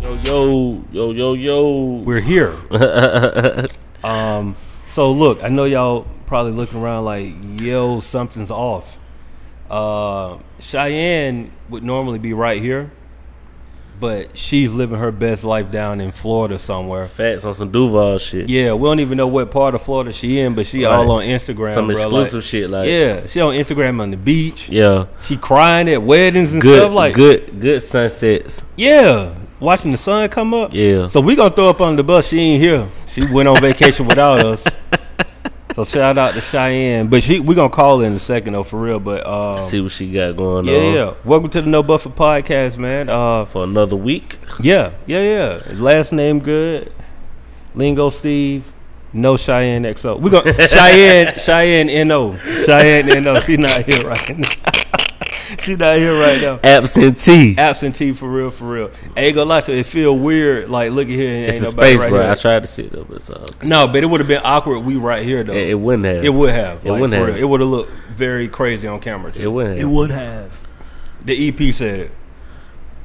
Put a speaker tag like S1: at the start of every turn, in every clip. S1: Yo yo yo yo yo.
S2: We're here. um, so look, I know y'all probably looking around like, yo, something's off. Uh, Cheyenne would normally be right here, but she's living her best life down in Florida somewhere.
S1: Facts on some Duval shit.
S2: Yeah, we don't even know what part of Florida she in, but she
S1: Right.
S2: all on Instagram.
S1: some
S2: bruh, like-
S1: exclusive shit like
S2: yeah, she on Instagram on the beach.
S1: yeah.
S2: She crying at weddings and
S1: Good
S2: stuff like
S1: good good sunsets.
S2: Yeah, watching the sun come up.
S1: Yeah.
S2: So we gonna throw up on the bus. She ain't here. She went on vacation without us. So shout out to Cheyenne, but she we gonna call her in a second though for real. But um,
S1: See what she got going
S2: yeah,
S1: on.
S2: yeah. Welcome to the No Buffer Podcast, man. Uh,
S1: For another week.
S2: yeah, yeah, yeah. His last name good. Lingo Steve. No Cheyenne XO. We gonna Cheyenne Cheyenne No Cheyenne No. She not here right now. she not here right now
S1: Absentee.
S2: absentee for real, for real. I ain't gonna lie to you, it feel weird. Like, look at here, and
S1: It's
S2: ain't
S1: a
S2: nobody
S1: space,
S2: right
S1: bro.
S2: here.
S1: I tried to sit up, but it's all good.
S2: no, but it would have been awkward. We right here though.
S1: It,
S2: It,
S1: it wouldn't have.
S2: would have.
S1: It
S2: like,
S1: wouldn't
S2: for
S1: have.
S2: real. It would have looked very crazy on camera. Too.
S1: It wouldn't have.
S3: would have.
S2: The EP said it.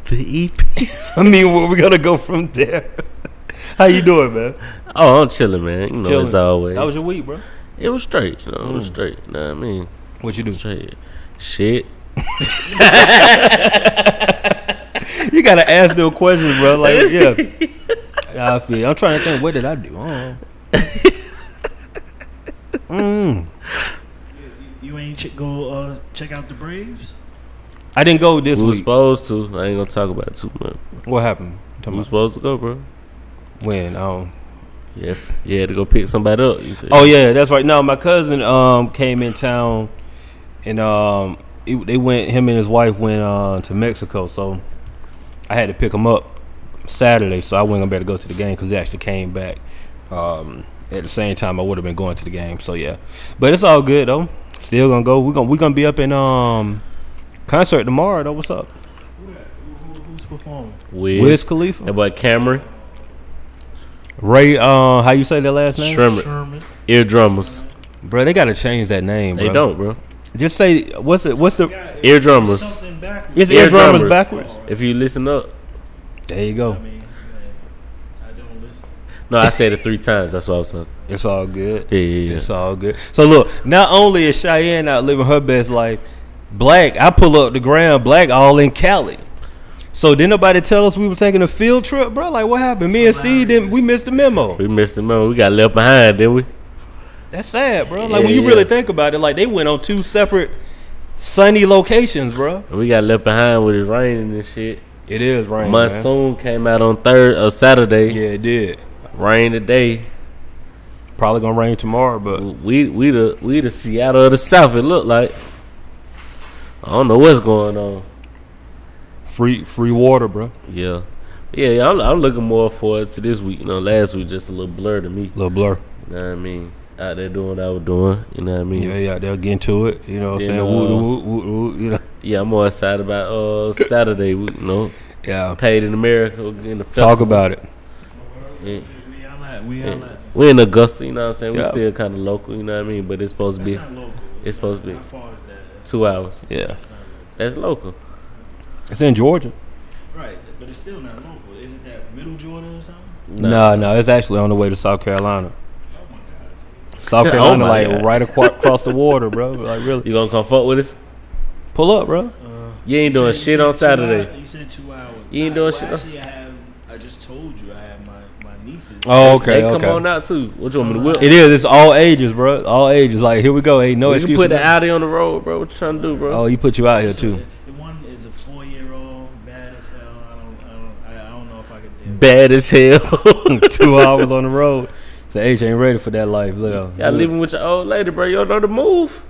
S1: The
S2: E
S1: EP.
S2: I mean, where we gonna go from there? How you doing, man?
S1: Oh, I'm chilling, man. You know, as
S2: Chilling.
S1: always.
S2: That was your Mm. week, bro.
S1: it was straight. You know, it was straight. You know what I mean?
S2: What you do?
S1: Straight. Shit.
S2: You gotta ask them questions, bro. Like, yeah. I feel. I'm trying to think. What did I do? I don't know.
S3: You ain't ch- go uh, check out the Braves?
S2: I didn't go this
S1: We was
S2: week.
S1: supposed to. I ain't gonna talk about it too much.
S2: What happened? You
S1: We
S2: talking
S1: was
S2: about
S1: supposed to go, bro.
S2: when? Um,
S1: Yeah, if- you had to go pick somebody up. You said.
S2: Oh yeah, that's right. No, my cousin um came in town, and um it- they went. Him and his wife went uh, to Mexico, so I had to pick him up Saturday. So I wasn't gonna be able to go to the game because they actually came back um at the same time. I would have been going to the game. So yeah, but it's all good though. Still gonna go. We gonna we gonna be up in um concert tomorrow though. What's up?
S3: Who, that- who- who- who's performing?
S1: Wiz.
S2: Wiz
S1: That
S2: Khalifa,
S1: boy Cameron.
S2: Ray. Uh, how you say their last name?
S1: Shrimmer.
S3: Sherman.
S1: Eardrummers.
S2: Bro, they gotta change that name. Bro.
S1: They don't, bro.
S2: Just say what's it? What's the?
S3: Got
S1: Eardrummers.
S3: something backwards.
S2: Is
S1: Ear
S2: it drummers
S1: drummers.
S2: backwards?
S1: If you listen up.
S2: There you
S3: I
S2: go.
S3: mean, like, I don't listen.
S1: No, I said it three times. That's what I was saying.
S2: It's all good.
S1: Yeah, yeah, yeah.
S2: It's all good. So look, not only is Cheyenne out living her best life, Black, I pull up the ground, Black all in Cali. So did nobody tell us we were taking a field trip, bro? Like what happened? Me and Steve didn't we missed the memo.
S1: We missed the moment. We got left behind, didn't we?
S2: That's sad, bro. Like when
S1: Yeah,
S2: you really
S1: yeah.
S2: think about it, like they went on two separate sunny locations, bro.
S1: We got left behind with it raining and shit.
S2: It is rain. Man.
S1: Monsoon came out on third or Saturday.
S2: Yeah, it did.
S1: Rain today.
S2: Probably gonna rain tomorrow, but
S1: We we the we the Seattle of the South. It looked like. I don't know what's going on.
S2: free free water, bro.
S1: Yeah, yeah. yeah, I'm, I'm looking more forward to this week. You know, last week just a little blur to me.
S2: Little blur.
S1: You know what I mean? Out there doing what I was doing. You know what I mean?
S2: Yeah,
S1: Yeah,
S2: yeah, they'll get into it. You know what
S1: Then,
S2: I'm saying?
S1: uh,
S2: Woo, woo, woo, woo, woo, you know.
S1: I'm more excited about uh Saturday. We, you know,
S2: Yeah.
S1: paid in America. In the
S2: Talk
S1: festival.
S2: about it.
S1: Yeah.
S3: We all at. We all at.
S1: We in Augusta. You know what I'm saying? We
S2: Yeah.
S1: still kind of local. You know what I mean? But it's supposed to
S3: That's
S1: be
S3: not local.
S1: it's supposed to be
S3: How far is that?
S1: two hours.
S2: Yeah.
S3: That's not local.
S1: That's local.
S2: It's in Georgia.
S3: Right, but it's still not local. Isn't that Middle Jordan or something?
S2: No, no, it's actually on the way to South Carolina.
S3: Oh my God.
S2: South
S1: Oh
S2: Carolina,
S1: my
S2: like
S1: God.
S2: right aqua- across the water, bro. Like really,
S1: You gonna come fuck with us?
S2: pull up, bro.
S3: Uh,
S1: You ain't doing shit on Saturday.
S3: You said two hours.
S1: You ain't
S3: I-
S1: doing
S3: well,
S1: shit on-
S3: Actually, I have. I just told you I have my my nieces.
S2: Oh, okay,
S1: They
S2: okay.
S1: come on out too. What you want me to whip?
S2: It is. It's all ages, bro. All ages. Like here we go. Ain't no
S1: you
S2: excuse.
S1: can put the
S2: for that.
S1: Audi on the road, bro. What you trying to do, bro?
S2: Oh, you put you out here too.
S3: The one is a four year old, bad as hell. I don't, I don't, I, I don't know if I could deal.
S1: Bad as hell.
S2: Two hours on the road. So age ain't ready for that life. Look,
S1: Y'all living with your old lady, bro. You don't know the move.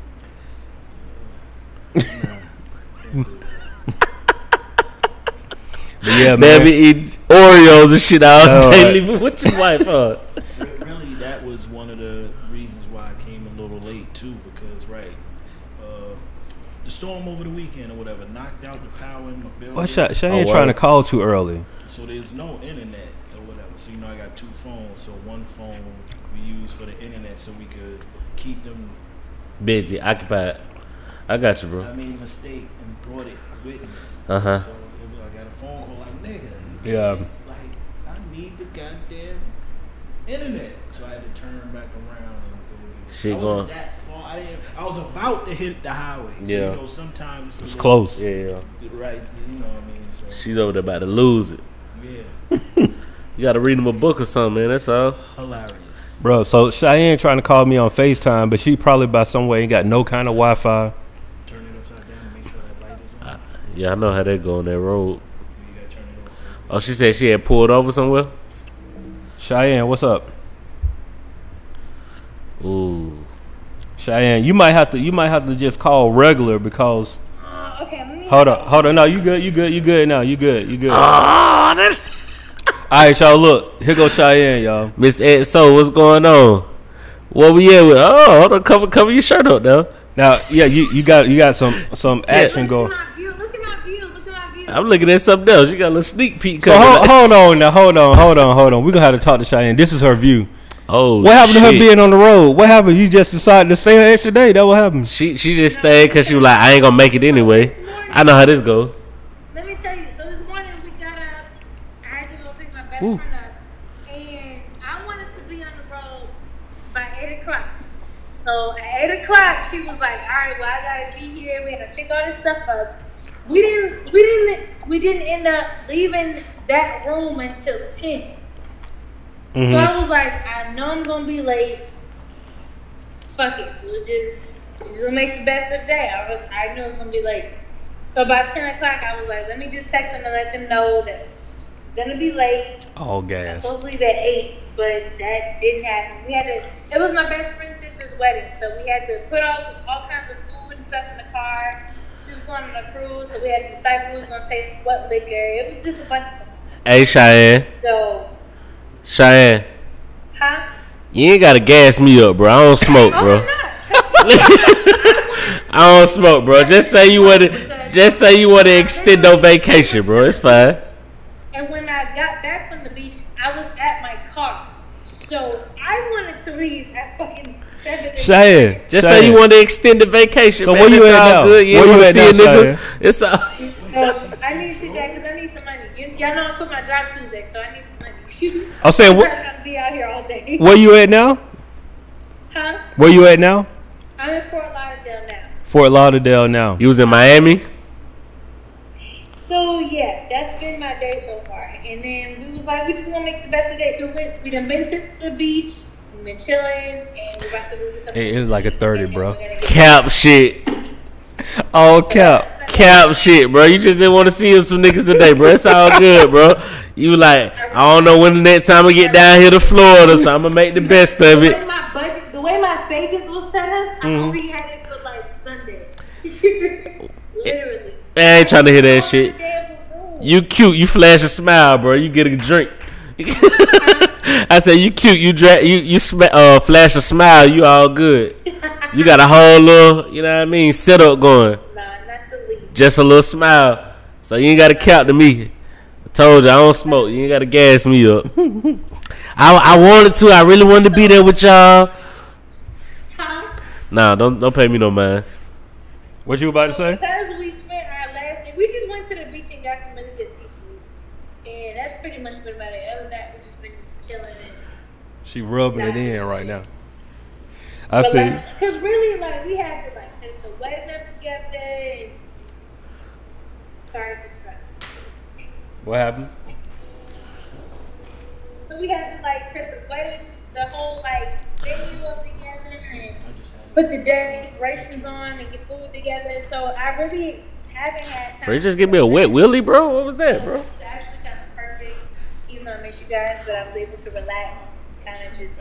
S2: yeah, man.
S1: Man, be eating Oreos and shit all
S2: No,
S1: day.
S2: I-
S1: Living with your wife, huh?
S3: with. Really, that was one of the reasons why I came a little late too, because right, uh, the storm over the weekend or whatever knocked out the power in my building.
S2: What's that? Shay
S1: Oh,
S2: ain't
S1: wow.
S2: trying to call too early.
S3: So there's no internet or whatever. So you know I got two phones. So one phone we use for the internet so we could keep them.
S1: Busy, occupied. I got you,
S3: I
S1: bro.
S3: made a mistake and brought it with me.
S1: Uh huh.
S3: So it was, I got a phone call like nigga. you
S2: Yeah.
S3: can't, Like goddamn internet. So I had to turn back around and go.
S1: Shit
S3: I
S1: going-
S3: wasn't that far. I didn't. I was about to hit the highway. So,
S1: Yeah.
S3: You know, sometimes it's, a
S2: It's
S3: little-
S2: close.
S1: Yeah, yeah.
S3: Right. You know what I mean. So
S1: She's over there about to lose it.
S3: yeah,
S1: You gotta read him a book or something, man. That's all.
S3: hilarious.
S2: Bro, so Cheyenne trying to call me on FaceTime, but she probably by some way ain't got no kind of Wi Fi.
S3: Turn it upside down and make sure that light is on.
S1: Ah. Yeah, I know how that go on that road.
S3: you gotta turn it over.
S1: Oh, she said she had pulled over somewhere.
S2: Cheyenne, what's up?
S1: Ooh,
S2: Cheyenne, you might have to you might have to just call regular because
S4: Uh, okay, let me.
S2: hold up, hold on, no, you good, you good, you good now, you good, you good.
S1: oh, that's
S2: Alright, y'all look. Here goes Cheyenne, y'all.
S1: Miss Ed. So what's going on? What we at with? Oh, hold on, cover cover your shirt up now.
S2: Now, yeah, you, you got you got some some action
S4: Look
S2: going.
S4: at my view. Look at my view. Look at my view.
S1: I'm looking at something else. You got a little sneak peek.
S2: So
S1: coming
S2: hold,
S1: up.
S2: hold on now, hold on, hold on, hold on. We're gonna have to talk to Cheyenne. This is her view.
S1: oh,
S2: What happened to her
S1: shit.
S2: being on the road? What happened? You just decided to stay an extra day. That what happened.
S1: She she just stayed because she was like, I ain't gonna make it anyway. I know how this go.
S4: Let me tell you. So this morning we got up. I did a little pick my best
S1: Ooh.
S4: friend up, and I wanted to be on the road by eight o'clock. So at eight o'clock, she was like, "All right, well I gotta be here. We gotta pick all this stuff up." We didn't. We didn't. We didn't end up leaving that room until ten. So I was like, I know I'm gonna be late. Fuck it, we'll just we'll just make the best of the day. I was, I knew it was gonna be late. So by ten o'clock, I was like, let me just text them and let them know that I'm gonna be late.
S2: All gas.
S4: Supposed to leave at eight, but that didn't happen. We had to. It was my best friend's sister's wedding, so we had to put all all kinds of food and stuff in the car. She was going on a cruise, so we had to decide who was gonna take what liquor. It was just a bunch of stuff.
S1: Hey Cheyenne,
S4: So,
S1: Cheyenne,
S4: huh?
S1: you ain't gotta gas me up, bro. I don't smoke,
S4: Oh,
S1: bro.
S4: no.
S1: I don't smoke, bro. Just say you want to. Just say you want to extend no vacation, bro. It's fine.
S4: And when I got back from the beach, I was at my car. So I wanted to leave at fucking seven.
S2: Cheyenne,
S1: Just
S2: Cheyenne.
S1: say you want to extend the vacation.
S2: So
S1: man.
S2: where you
S1: It's
S2: at
S1: all
S2: now?
S1: Good. You
S2: Where
S1: ain't
S2: you
S1: wanna
S2: at
S1: see
S2: now,
S1: a nigga.
S2: Cheyenne?
S1: It's all.
S4: Um, I need to back because I need some money. You, y'all know I quit my job Tuesday, so I need some money.
S2: I'm saying,
S4: I'm
S2: wh-
S4: not gonna be out here all day.
S2: Where you at now?
S4: Huh?
S2: Where you at now?
S4: I'm in Fort Lauderdale now.
S2: Fort Lauderdale now.
S1: You was in Miami.
S4: So yeah, that's been my day so far. And then we was like, we just gonna make the best of the day. So we we done been to the beach, we been chilling, and we're about to go get something.
S2: Hey, it was like a 30,
S4: And then
S2: bro.
S4: we're gonna get-
S1: Cap shit.
S2: All cap.
S1: Cap shit, bro. You just didn't want to see him some niggas today, bro. It's all good, bro. You was like, I don't know when the next time I get down here to Florida, so I'm gonna make the best of
S4: The
S1: it.
S4: way my budget, the way my savings was set up, I only had it for like Sunday. Literally.
S1: I ain't trying to hear that shit.
S4: You,
S1: You cute. You flash a smile, bro. You get a drink. I said you cute. You dra- you you sm- uh, flash a smile. You all good. You got a whole little, you know what I mean, setup going.
S4: nah, not the least.
S1: Just a little smile. So you ain't got to count to me. I told you I don't smoke. You ain't got to gas me up. I I wanted to. I really wanted to be there with y'all.
S4: Huh?
S1: Nah, don't don't pay me no mind.
S2: What you about to say?
S4: Because we spent our last night, we just went to the beach and got some really good seafood. And that's pretty much been about it. Other than that, we just been chilling. And,
S2: She rubbing it in right now. I feel you.
S4: Because really, like, we had to, like, take the wedding up together and. Sorry for the truck.
S2: What happened?
S4: So we had to like set the wedding, the whole like venue up together and put the decorations on and get food together. So I really haven't had time.
S1: Bro, you just give me a wet willy, bro. What was that, bro?
S4: It's actually kind of perfect, even though I miss you guys, but I was able to relax, kind of just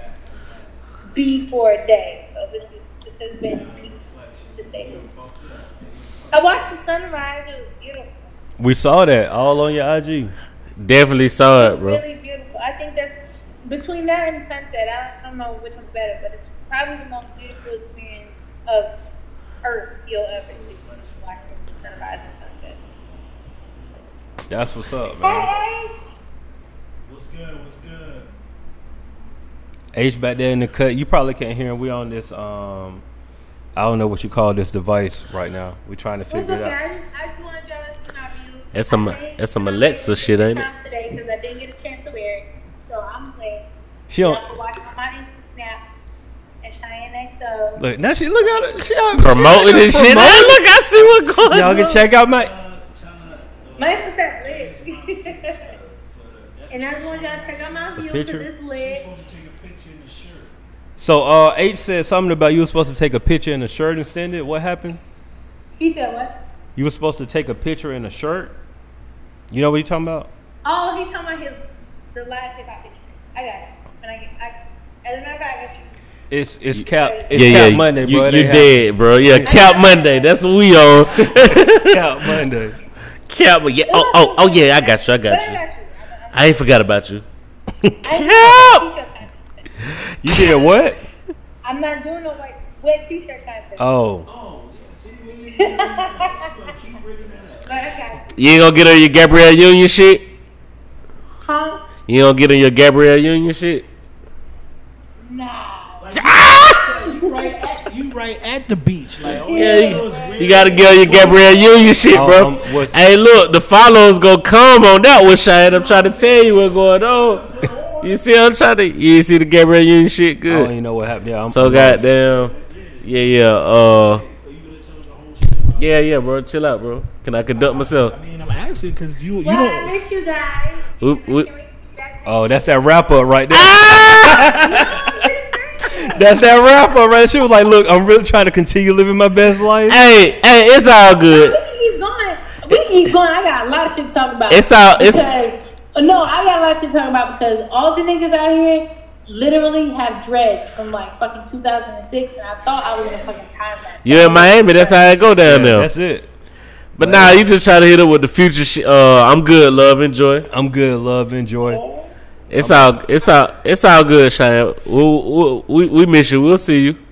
S4: be for a day. So this is this has been peaceful to say. the least. I watched the sunrise. It was beautiful.
S2: We saw that all on your IG.
S1: Definitely saw it, bro.
S4: really beautiful. I think that's between that and sunset. I don't, I don't know which one's better, but it's probably the most beautiful experience of Earth you'll ever see. Watching sunrise and sunset.
S2: That's what's up, man.
S4: Hey,
S3: What's good? What's good?
S2: H back there in the cut. You probably can't hear him. We on this um I don't know what you call this device right now. We trying to
S4: it's
S2: figure it
S4: okay.
S2: out.
S4: I just, I just wanted y'all to see my view.
S1: That's some-
S4: I changed
S1: that's some
S4: my
S1: Alexa
S4: outfit
S1: shit, ain't it?
S4: Today, because I didn't get a chance to wear it, so
S2: She
S4: Y'all
S2: don't
S4: can watch on my Insta snap at Cheyenne XO.
S2: look now. She look at it. She out- she
S1: Promoting
S2: out here
S1: this shit. Now
S2: promoting.
S1: look, I see what going
S2: Y'all
S1: on.
S2: can check out my.
S4: My Insta snap lit.
S3: uh,
S4: and I just want y'all to check out my view
S2: picture?
S4: because it's lit.
S2: So uh, H said something about you were supposed to take a picture in a shirt and send it. What happened?
S4: He said what?
S2: You were supposed to take a picture in a shirt. You know what you talking about?
S4: Oh, he talking about his the live hip hop picture. I got it. When I get, I, and then I got you.
S2: It's it's cap. It's
S1: yeah,
S2: cap
S1: yeah,
S2: Monday,
S1: you,
S2: bro.
S1: You dead, bro. Yeah, Cap Monday. That's what we on.
S2: Cap Monday.
S1: Cap. Yeah. Oh, oh, oh, yeah. I got you. I got
S4: But I
S1: you.
S4: got you. I-
S1: I ain't forgot about you.
S4: I-
S1: Cap.
S4: I- t-shirt contest.
S2: You did what?
S4: I'm not doing no wet, wet t-shirt contest.
S2: Oh,
S4: But I got you.
S1: You ain't gonna get on your Gabrielle Union shit.
S4: Huh?
S1: You don't get on your Gabrielle Union shit.
S4: Nah.
S3: You right at, you right at the beach. Like, oh,
S1: Yeah,
S3: that was
S1: you, you
S3: real.
S1: gotta get on your Gabrielle Union shit,
S2: Oh,
S1: bro.
S2: um, what's-
S1: hey, look, the followers gonna come on that one, Shane. I'm trying to tell you what's going on. You see, I'm trying to. You see the Gabrielle Union shit?
S2: I don't
S1: Good.
S2: even know what happened. Yeah, I'm
S1: So goddamn. Yeah, yeah. Uh. Yeah, yeah, bro. Chill out, bro. Can I conduct myself?
S3: I mean, I'm asking because you you
S4: Well, I
S3: don't.
S4: miss you guys.
S1: Oop,
S4: And I
S1: oop.
S4: can't wait to be back.
S2: Oh, that's that wrap up right
S1: Ah!
S2: there.
S4: Ah! T-shirt.
S2: That's that wrap up right. She was like, "Look, I'm really trying to continue living my best life."
S1: Hey, hey, it's all
S4: we
S1: good.
S4: can keep going. We can keep going. I got a lot of shit to talk about.
S1: It's out- it's-
S4: because uh, no, I got a lot of shit to talk about because all the niggas out here literally have dreads from like fucking 2006, and I thought I was in a fucking time lapse.
S1: You in Miami? That's how it go down
S2: Yeah,
S1: there.
S2: that's it.
S1: But nah, you just try to hit up with the future. Sh- uh, I'm good. Love, enjoy.
S2: I'm good. Love, enjoy.
S1: It's all it's all it's all good, Cheyenne. We, we, we, we miss you. We'll see you.
S4: Wait,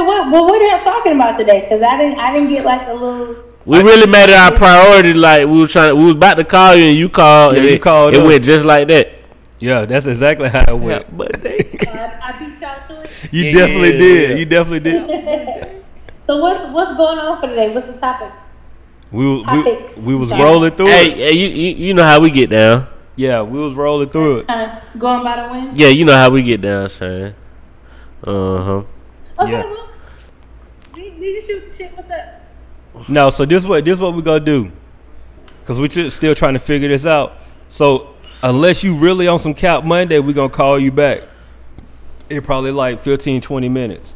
S4: what? Well, what are y'all talking about today? Because I didn't, I didn't get like a little.
S1: We really made it our priority. Like we were trying, we was about to call you, and you called,
S2: Yeah,
S1: and
S2: you
S1: it,
S2: called
S1: it
S2: us.
S1: went just like that.
S2: Yeah, that's exactly how it went.
S1: but they,
S4: Uh, I beat y'all to it.
S2: You
S1: Yeah,
S2: definitely
S1: yeah,
S2: did.
S1: yeah.
S2: You definitely did.
S4: So what's what's going on for today? What's the topic?
S2: We was-
S4: Topics.
S2: we, we was
S4: Yeah.
S2: rolling through
S1: hey,
S2: it.
S1: hey, you, you you know how we get down.
S2: Yeah, we was rolling through it.
S4: Kind of going by the wind.
S1: Yeah, you know how we get down, Cheyenne. Uh huh.
S4: Okay,
S2: Yeah.
S4: well, we, we can shoot the shit. What's up?
S2: No, so this what this what we gonna do? Cause we tr- still trying to figure this out. So unless you really on some cap Monday, we gonna call you back. It probably like 15, 20 minutes.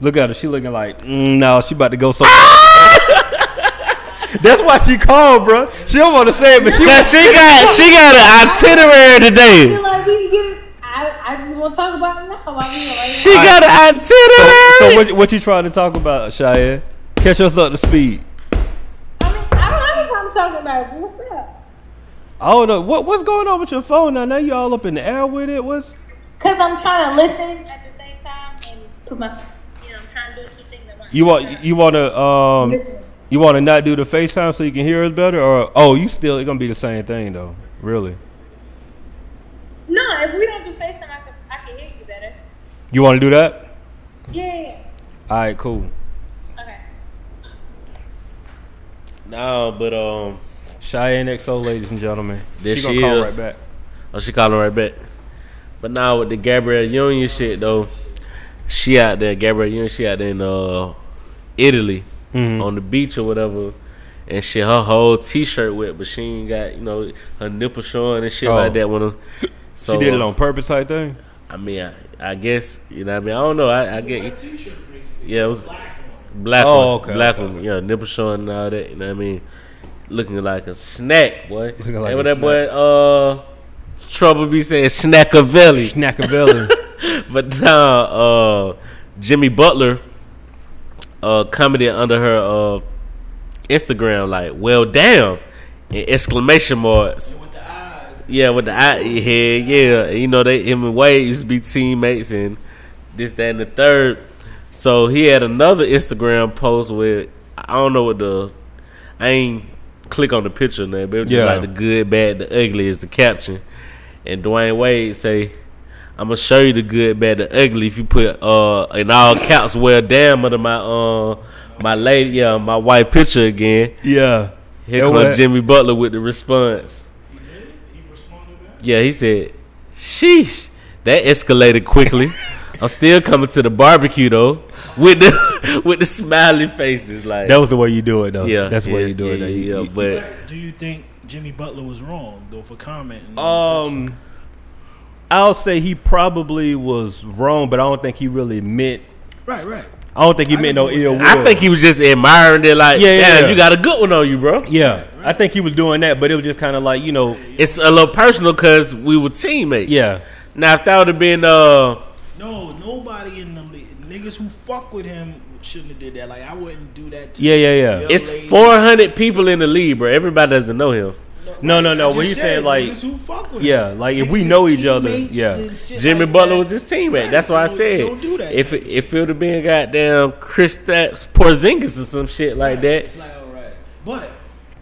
S2: Look at her. She looking like mm, no. She about to go so. That's why she called, bro. She don't want to say it, but she
S1: Cause she got she got an itinerary
S4: feel
S1: today.
S4: like we can get. I, I just want to talk about it now. Why we already-
S1: She got an itinerary.
S2: So what, what you trying to talk about, Shia? Catch us up to speed.
S4: I mean, I don't know what I'm talking about. but What's up?
S2: I don't know what what's going on with your phone now. Now you all up in the air with it. What's
S4: Cause I'm trying to listen at the same time and put my, you know, I'm trying to do two things at once.
S2: you want you want to um
S4: Listen.
S2: you want to not do the FaceTime so you can hear us better or oh you still it's gonna be the same thing though really
S4: No, if we don't do FaceTime, I can, I can hear you better.
S2: you want to do that
S4: Yeah.
S2: all right cool
S4: Okay.
S1: No, but um,
S2: Cheyenne XO ladies and gentlemen
S1: There
S2: she gonna
S1: she
S2: call
S1: is.
S2: right back
S1: Oh, she calling right back. But now with the Gabrielle Union shit though, she out there, Gabrielle Union, she out there in uh Italy
S2: Mm-hmm.
S1: on the beach or whatever. And she her whole t shirt wet, but she ain't got, you know, her nipple showing and shit
S2: Oh.
S1: like that when her- so
S2: she did it
S1: uh,
S2: on purpose type thing
S1: I mean I, I guess, you know what I mean? I don't know. I, I get Yeah, it was black one,
S2: Oh, okay,
S1: black
S2: okay,
S1: one, yeah, nipple showing and all that, you know what I mean? Looking like a snack, boy.
S2: Looking
S1: Looking
S2: like
S1: like
S2: a
S1: what that boy uh Trouble be saying snackavelli.
S2: Snackabella
S1: But now, uh, Jimmy Butler uh, commented under her uh, Instagram like, "Well, damn!" in exclamation marks. Yeah, with the eye, yeah, yeah. You know, they him and Wade used to be teammates, and this, that, and the third. So he had another Instagram post with I don't know what the I ain't click on the picture now, but it was just
S2: Yeah.
S1: like the good, bad, the ugly is the caption. And Dwayne Wade say, "I'm gonna show you the good, bad, the ugly if you put uh in all caps, well, damn, under my uh my lady, yeah, my white picture again."
S2: yeah
S1: Here
S2: That
S1: comes
S2: what-
S1: Jimmy Butler with the response. Yeah, he said, Sheesh. That escalated quickly. I'm still coming to the barbecue though. With the with the smiley faces like
S2: That was the way you do it, though.
S1: yeah,
S2: that's the
S1: yeah,
S2: way you do it.
S1: Yeah,
S2: though. You-
S1: yeah,
S2: you-
S1: but
S3: Do you think Jimmy Butler was wrong though for commenting?
S2: Um, I'll say he probably was wrong, but I don't think he really meant.
S3: right, right.
S2: I don't think he
S3: I
S2: meant
S3: didn't
S2: no
S3: do it
S2: ill will.
S1: I think he was just admiring it like,
S2: Yeah,
S1: yeah,
S2: yeah, yeah.
S1: you got a good one on you, bro.
S2: yeah, I think he was doing that, but it was just kind of like you know,
S1: It's a little personal because we were teammates.
S2: yeah,
S1: Now if that would have been uh
S3: No, nobody in them niggas who fuck with him shouldn't have did that. Like I wouldn't do that. To
S2: yeah, yeah, yeah.
S3: Yeah.
S1: it's four hundred people in the league, bro. Everybody doesn't know him.
S2: No, no, no.
S3: I
S2: What
S3: just
S2: he said, like,
S3: niggas who fuck with
S2: yeah,
S3: him.
S2: like, if we
S3: Niggas
S2: know
S3: is
S2: each other,
S3: teammates
S2: yeah.
S3: and shit
S1: Jimmy
S3: like
S1: Butler
S3: that.
S1: was his teammate.
S3: Right,
S1: That's why
S3: so
S1: I said
S3: don't do that
S1: if
S3: type
S1: it,
S3: of
S1: if it would have been goddamn Chris Porzingis or some shit like that,
S3: It's like all right, but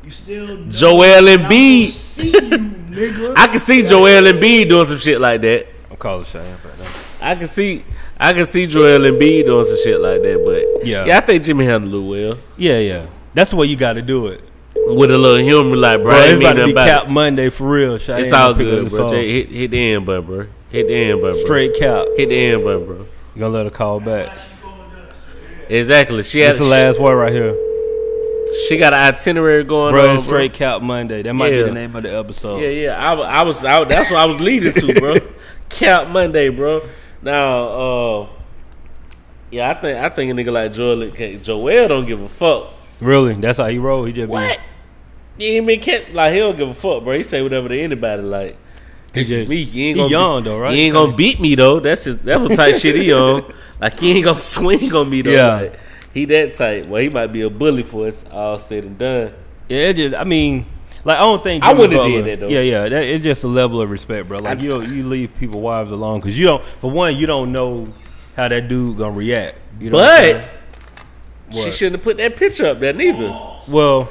S3: you still know
S1: Joel
S3: that I don't
S1: Embiid.
S3: See you, nigga.
S1: I can see Joel Embiid doing some shit like that.
S2: I'm calling Cheyenne right now.
S1: I can see I can see Joel Embiid doing some shit like that, but
S2: Yeah.
S1: I think Jimmy handled it well.
S2: Yeah, yeah. That's the way you got to do it.
S1: With a little humor, like bro,
S2: Bro,
S1: I
S2: it's
S1: ain't mean
S2: about to
S1: nothing
S2: be
S1: about
S2: Cap
S1: it.
S2: Monday for real. Cheyenne
S1: It's all
S2: gonna pick up
S1: good,
S2: the
S1: bro.
S2: phone.
S1: Jay, hit, hit the end button, bro. Hit the end button, bro.
S2: Straight Cap.
S1: Hit the end button, bro.
S2: You gonna let her call back?
S1: Exactly. She had
S2: That's the last word right here,
S1: she got an itinerary going
S2: bro.
S1: on,
S2: It's Straight Cap Monday. That might be
S1: Yeah.
S2: the name of the episode.
S1: Yeah, yeah. I, wa- I was. I, wa- that's what I was leading to, bro. Count Monday, bro. Now, uh, yeah, I think I think a nigga like Joel, Joel don't give a fuck.
S2: Really? That's how he roll. He just
S1: What?
S2: be.
S1: You mean can't like he don't give a fuck, bro. He say whatever to anybody. Like
S2: He
S1: this is
S2: just-
S1: me. You
S2: he
S1: ain't gonna
S2: young,
S1: be-
S2: though, right?
S1: You ain't gonna beat me though. That's his. That's what type shit he on. Like he ain't gonna swing on me though.
S2: Yeah.
S1: Like, he that type. Well, he might be a bully for us all said and done.
S2: Yeah, it just. I mean, like I don't think
S1: I
S2: Jimmy
S1: wouldn't have did
S2: Butler-
S1: that, though.
S2: Yeah, yeah. That, it's just a level of respect, bro. Like
S1: I-
S2: you, don't, you leave people wives alone because you don't. For one, you don't know how that dude gonna react. You know what I'm
S1: But
S2: saying?
S1: she
S2: What?
S1: shouldn't have put that picture up there neither.
S2: well,
S3: No, you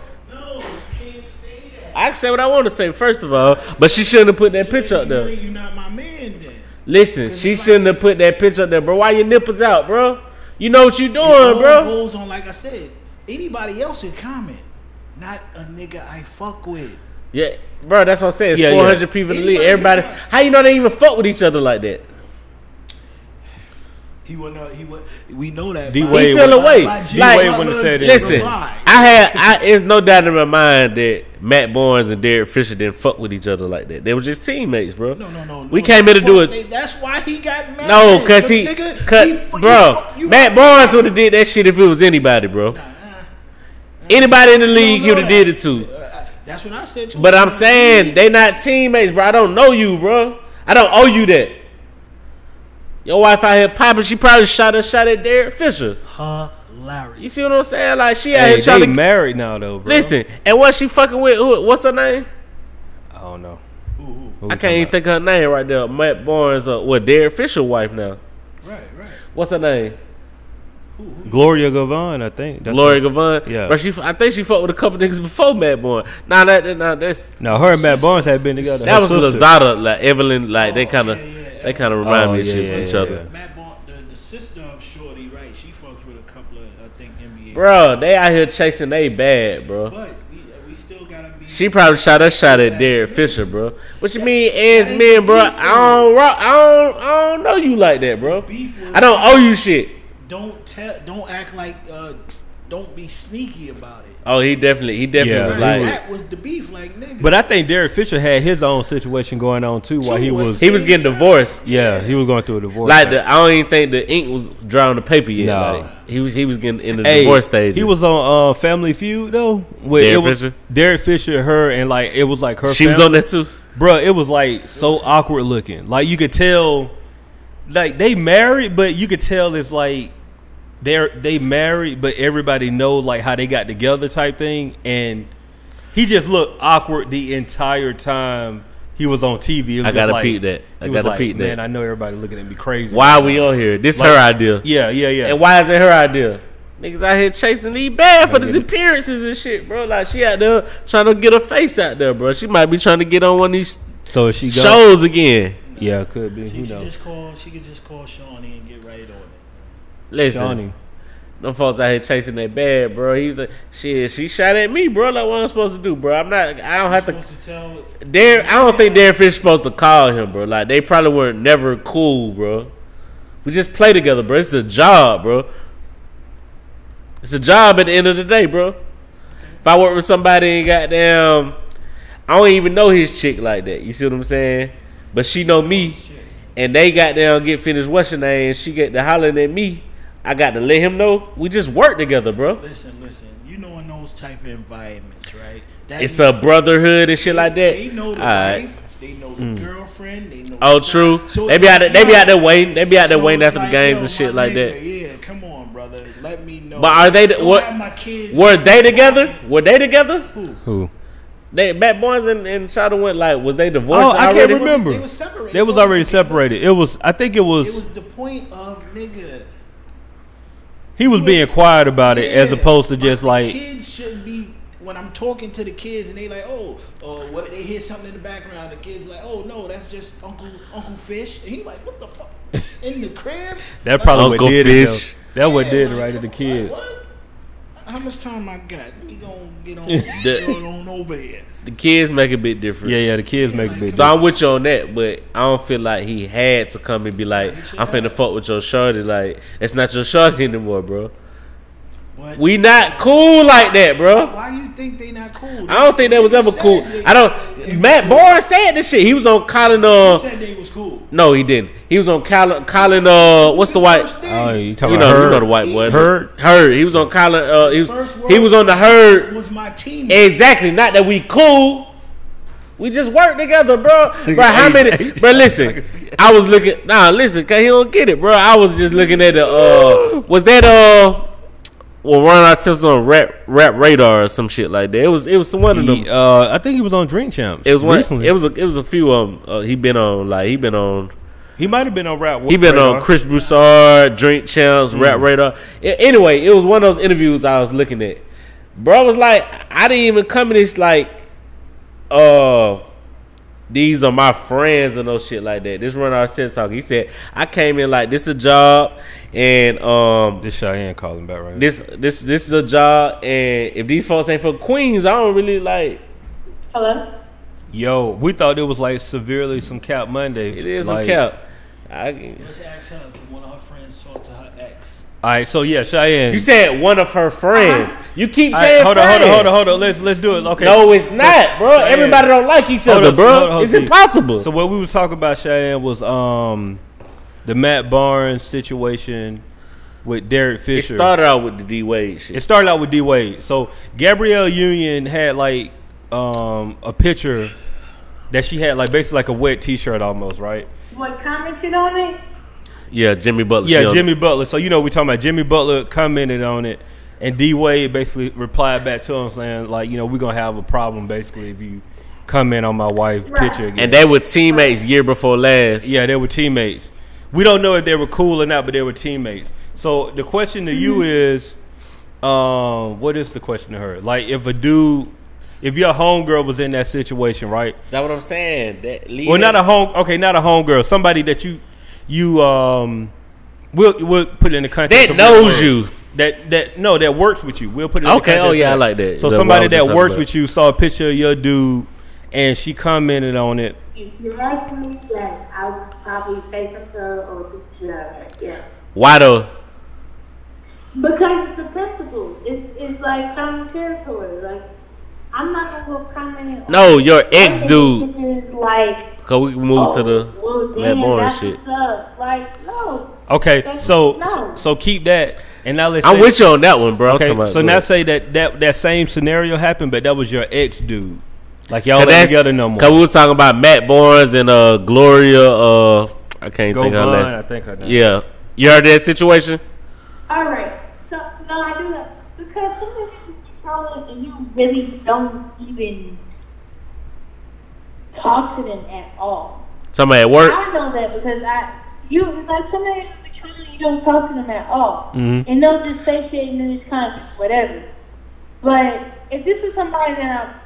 S3: Oh, can't say that.
S1: I can say what I want to say first of all, but she shouldn't have put that picture up
S3: You
S1: there.
S3: think you not my man then.
S1: Listen, she shouldn't have put that picture up there, bro. Why your nipples out, bro? You know what you doing,
S3: all
S1: bro?
S3: goes on like I said. Anybody else can comment. Not a nigga I fuck with.
S1: Yeah, bro. That's what I'm saying. It's
S2: Yeah, yeah.
S1: 400 people in the league. Everybody,
S3: Anybody can-
S1: how you know they even fuck with each other like that?
S3: He would not. He would. We know that.
S2: D
S3: by-
S2: Wade
S1: he feel
S2: would-
S1: away.
S3: by Jimmy
S1: Like,
S2: D-Wade wouldn't have said
S3: Butler's
S2: that.
S1: Listen,
S3: reply.
S1: I had. I, it's no doubt in my mind that Matt Barnes and Derek Fisher didn't fuck with each other like that. They were just teammates, bro.
S3: No, no, no.
S1: We
S3: no,
S1: came here to
S3: fuck
S1: do it.
S3: they- That's why he got mad.
S1: No, cause he,
S3: nigga,
S1: cut,
S3: he fu- you
S1: bro.
S3: fu- you-
S1: Matt Barnes would have did that shit if it was anybody, bro. Anybody in the league, he
S3: know
S1: would have
S3: that.
S1: did it to.
S3: That's what I said. To
S1: But
S3: him.
S1: I'm saying they not teammates, bro. I don't know you, bro. I don't owe you that. Your wife out here popping. She probably shot a shot at Derek Fisher. You
S3: hilarious.
S1: see what I'm saying? Like she out
S2: hey,
S1: here
S2: they
S1: trying to
S2: married now though, bro.
S1: listen. And what she fucking with? Who, what's her name?
S2: I don't know.
S3: Ooh, ooh,
S2: Who we
S1: I
S2: talking
S1: can't even
S2: about?
S1: think of her name right there. Matt Barnes, uh, what Derek Fisher wife now?
S3: right, right.
S1: What's her name?
S3: Ooh, ooh.
S2: Gloria Gavon, I think. That's
S1: Lori Gavon.
S2: Yeah.
S1: Yeah. But she, I think she fucked with a couple niggas before Matt Bourne. Nah, that, that- nah, that's
S2: Now her and Matt Barnes had been together.
S1: that
S2: Her
S1: was
S2: sister.
S1: Lazada, like Evelyn, like they
S3: Oh,
S1: kind of,
S3: yeah, yeah,
S1: they kind of remind
S2: Oh,
S1: me of
S2: yeah,
S1: shit
S2: yeah,
S1: with each
S2: yeah,
S1: other.
S2: yeah.
S3: Matt Bond, the, the sister of Shorty, right? She fucks with a couple of I think NBA.
S1: Bro, they out here chasing they bad, bro.
S3: But we, we still gotta be.
S1: She probably shot her shot at Derek Fisher, bro. What you mean, as men, bro? I don't, rock, I don't, I don't know you like that, bro.
S3: Beef was-
S1: I don't owe you shit.
S3: don't tell. Don't act like. Uh, don't be sneaky about it.
S1: Oh, he definitely, he definitely
S2: Yeah,
S1: was
S2: he
S1: like,
S3: that was the beef, like nigga.
S2: But I think Derek Fisher had his own situation going on too while he
S3: Too,
S2: was.
S1: he was getting divorced.
S2: yeah, he was going through a divorce.
S1: Like the, I don't even think the ink was drawing the paper yet.
S2: No.
S1: Like, he was, he was getting in the
S2: Hey,
S1: divorce stage.
S2: He was on uh, Family Feud though. With
S1: Derek
S2: it was
S1: Fisher?
S2: Derek Fisher, her, and like it was like her.
S1: She was on that too.
S2: bro. It was like so awkward looking. Like you could tell, like they married, but you could tell it's like they're they married, but everybody know like how they got together type thing. And he just looked awkward the entire time he was on TV. It was
S1: I
S2: just
S1: gotta
S2: like,
S1: peep that. I
S2: he was
S1: gotta
S2: like,
S1: peep that.
S2: Man, I know everybody looking at me crazy.
S1: Why we on here? This
S2: Like-
S1: her idea.
S2: Yeah, yeah, yeah.
S1: And why is it her idea? Niggas out here chasing these bad for these appearances and shit, bro. Like she out there trying to get her face out there, bro. She might be trying to get on one of these
S2: so she goes.
S1: shows again.
S2: Yeah, it could be.
S3: she
S2: Who
S3: should
S2: knows?
S3: just call. She could just call Shawnee and get right on it.
S1: Listen,
S2: Johnny.
S1: Them folks out here chasing their bag, bro. He like, shit, she shot at me, bro. Like what I'm supposed to do, bro? I'm not. I don't have to.
S3: supposed to tell.
S1: Darren, I don't think Darren Fish supposed to call him, bro. Like they probably weren't never cool, bro. We just play together, bro. It's a job, bro. It's a job at the end of the day, bro. If I work with somebody and goddamn, I don't even know his chick like that. You see what I'm saying? But she know me, and they goddamn get finished washing her, and she get to hollering at me. I got to let him know we just work together, bro.
S3: Listen, listen. You know, in those type of environments, right? That
S1: It's a brotherhood and shit like that.
S3: They know the
S1: All right. Mm.
S3: wife. They know the girlfriend. They know.
S1: Oh,
S3: the son.
S1: true.
S3: So
S1: they
S3: it's
S1: be out.
S3: like,
S1: They be
S3: yo,
S1: out there waiting. They be out there
S3: so
S1: waiting
S3: it's
S1: after the
S3: like,
S1: games
S3: yo,
S1: and shit
S3: my
S1: like
S3: nigga,
S1: that.
S3: Yeah, come on, brother. Let me know.
S1: But are they the-
S3: Don't
S1: what-
S3: have my kids
S1: Were they together? Were they together?
S2: Who?
S1: They Bad Boys and and Shada went like, was they divorced?
S2: Oh, I can't
S1: already?
S2: remember.
S3: They was separated.
S2: They was
S3: They
S2: already
S3: wasn't together.
S2: separated. It was. I think it was.
S3: It was the point of nigga.
S2: he was being quiet about it as
S3: Yeah,
S2: opposed to
S3: but
S2: just
S3: the
S2: like.
S3: kids should be. When I'm talking to the kids and they like, oh, uh, what? They hear something in the background. The kids like, oh no, that's just Uncle Uncle Fish. And he like, what the fuck? In the crib?
S2: That probably
S1: Uncle
S2: what did it.
S1: Fish.
S2: though. That what
S3: Yeah,
S2: did it
S3: like,
S2: right to the
S3: come on,
S2: kid.
S3: like, what? How much time I got? We gonna get on,
S1: The-
S3: get on over there.
S1: The kids make a bit different.
S2: Yeah, yeah. The kids make a big.
S1: So I'm with you on that, but I don't feel like he had to come and be like, I'm finna fuck with your shorty. Like it's not your shorty anymore, bro.
S3: But
S1: We not cool like that, bro.
S3: why you think they not cool?
S1: I don't think that was
S3: Nigga
S1: ever
S3: said
S1: cool.
S3: they-
S1: I
S3: they
S1: don't.
S3: was
S1: Matt
S3: cool.
S1: Barnes said this shit. He was on Colin. Uh,
S3: He said they was cool.
S1: no, he didn't. He was on Colin. Colin. Uh, what's the white?
S2: Oh, you talking
S1: You
S2: about
S1: know,
S2: her?
S1: you know the white one.
S2: Herd?
S1: Herd. He was on Colin. Uh, he was.
S3: First
S1: He was on the herd.
S3: Was my team?
S1: Exactly. Not that we cool. We just work together, bro. Bro, how many? Bro, listen. I was looking. Nah, listen. Cause he don't get it, bro. I was just looking at the. Uh, was that uh? Well, Ron Artest on rap rap radar or some shit like that. It was it was one of them.
S2: He, uh, I think he was on Drink Champs.
S1: It was one.
S2: recently.
S1: It was a, it was a few um. Uh, he been on like he been on
S2: he might have been on rap.
S1: he been on
S2: Radar. Mm.
S1: Chris Broussard, Drink Champs, Rap Radar. A- anyway, it was one of those interviews I was looking at. Bro was like, I didn't even come in this like, uh, these are my friends and no shit like that. This run our sense talk. He said I came in like this a job and um
S2: This Cheyenne calling back right.
S1: this this this is a job and if these folks ain't from Queens, I don't really like
S4: Hello?
S2: Yo, we thought it was like severely some Cap Monday.
S1: it is
S2: like,
S1: a cap. I,
S3: Let's ask her. Can one of her friends talk to her ex?
S2: All right, so yeah, Cheyenne.
S1: You said one of her friends. You keep
S2: All right,
S1: saying
S2: hold on, hold on, hold on,
S1: friends.
S2: hold on. Let's let's do it. Okay.
S1: No, it's not, bro.
S2: Cheyenne.
S1: Everybody don't like each
S2: Hold
S1: other,
S2: on,
S1: bro.
S2: hold on, hold
S1: it's
S2: on.
S1: impossible.
S2: So what we was talking about, Cheyenne, was um the Matt Barnes situation with Derek
S1: it
S2: Fisher.
S1: started out with the D Wade shit.
S2: It started out with D Wade. So Gabrielle Union had like um a picture that she had like basically like a wet T-shirt almost, right?
S4: What commented on it?
S1: yeah, Jimmy Butler.
S2: Yeah,
S1: shit.
S2: Jimmy Butler. So you know we're talking about Jimmy Butler commented on it, and D Wade basically replied back to him saying like, you know, we're gonna have a problem basically if you comment on my wife's
S4: Right.
S2: picture again.
S1: And they were teammates year before last.
S2: yeah, they were teammates. We don't know if they were cool or not, but they were teammates. So the question to
S1: Hmm.
S2: you is, um, what is the question to her? Like if a dude, if your homegirl was in that situation, right?
S1: that's what I'm saying. That lead
S2: Well, not a home. Okay, not a homegirl. Somebody that you, you um, we'll we'll put it in the context
S1: That
S2: of what
S1: knows
S2: word.
S1: you.
S2: That that no, that works with you. We'll put it. In
S1: Okay,
S2: The context
S1: oh, yeah, I
S2: of that.
S1: like that.
S2: So
S1: That's what I
S2: somebody
S1: was just
S2: that
S1: talking
S2: works
S1: about.
S2: with you saw a picture of your dude, and she commented on it.
S4: If you ask me, yes, I would probably say something or just judge. Yeah.
S1: Why though?
S4: Because it's a principle. It's, it's like common territory. Like, I'm not going to go comment on
S1: No, your ex
S4: Okay,
S1: dude.
S4: this is like, oh,
S1: Cause we moved to the
S4: well,
S1: Matt
S4: damn,
S1: Bourne
S4: that's
S1: shit. Oh.
S4: what's up. Like, no.
S2: Okay,
S4: That's-
S2: so
S4: no.
S2: so keep that, and now let's.
S1: I'm
S2: say-
S1: with you on that one, bro. I'm talking
S2: Okay,
S1: about
S2: so
S1: good.
S2: now say that that that same scenario happened, but that was your ex dude. Like y'all
S1: 'Cause
S2: ain't
S1: that's-
S2: together no more.
S1: 'cause we was talking about Matt Barnes and uh Gloria uh I can't think of her
S2: Govan, I
S1: last.
S2: think her name.
S1: Yeah. You heard that situation?
S4: All right. So no, I do that because sometimes you just call it and you really don't even talk to them at all.
S1: Somebody at work?
S4: I know that because I you it's like sometimes you be trying you don't talk to them at all, and they'll just say shit and then it's kind of just whatever. But if this is somebody that I'm,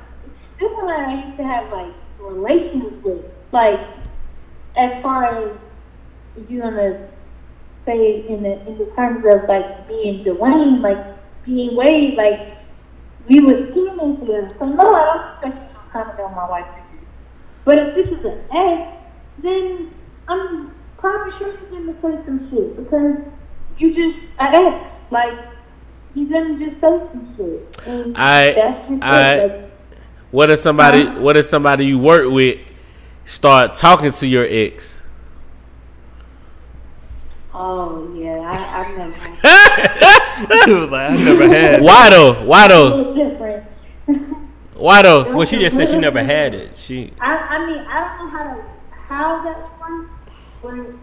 S4: this is somebody I used to have like relations with, like as far as you gonna
S5: say in the in the terms of like being Dwayne, like being Wade, like we were scheming here. So no, I don't expect you to comment on my wife. But if this is an egg, then I'm probably sure he's gonna say some shit because you just an egg. Like he's gonna just say some shit. And
S1: I-
S5: that's just it.
S1: I-
S5: Like,
S1: What if somebody? What if somebody you work with start talking to your ex?
S5: oh yeah, I, I've never.
S2: it was like I never had.
S1: Why though? Why though?
S5: little different.
S1: Why though?
S2: Well, she just said she never had it. She
S5: I, I mean, I don't know how to how that works,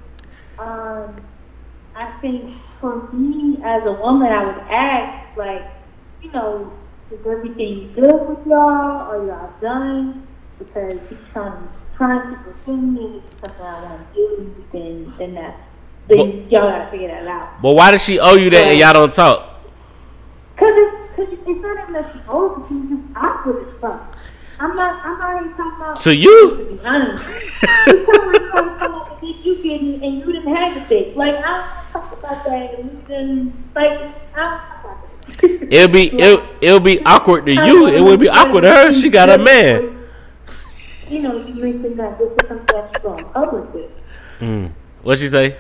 S5: but um, I think for me as a woman, I would ask like, you know, is everything good with y'all? Are y'all done? Because if you're trying to trying to defend me, it's something I want to do, then then that then
S1: Well-
S5: y'all gotta figure that out.
S1: But why does she owe you that and y'all don't talk?
S5: Cause it's, cause it's not even that she old, she's just awkward as fuck. I'm not, I'm not even talking about.
S1: To you?
S5: To be honest, she's talking about something come up and you getting and you didn't have the thing. Like I don't talk about that and we didn't like I don't talk about that.
S1: It'll be it'll, it'll be awkward to you. It would be awkward to her. She got a man.
S5: You know, you mentioned that this is something that you're going public with.
S1: What she say?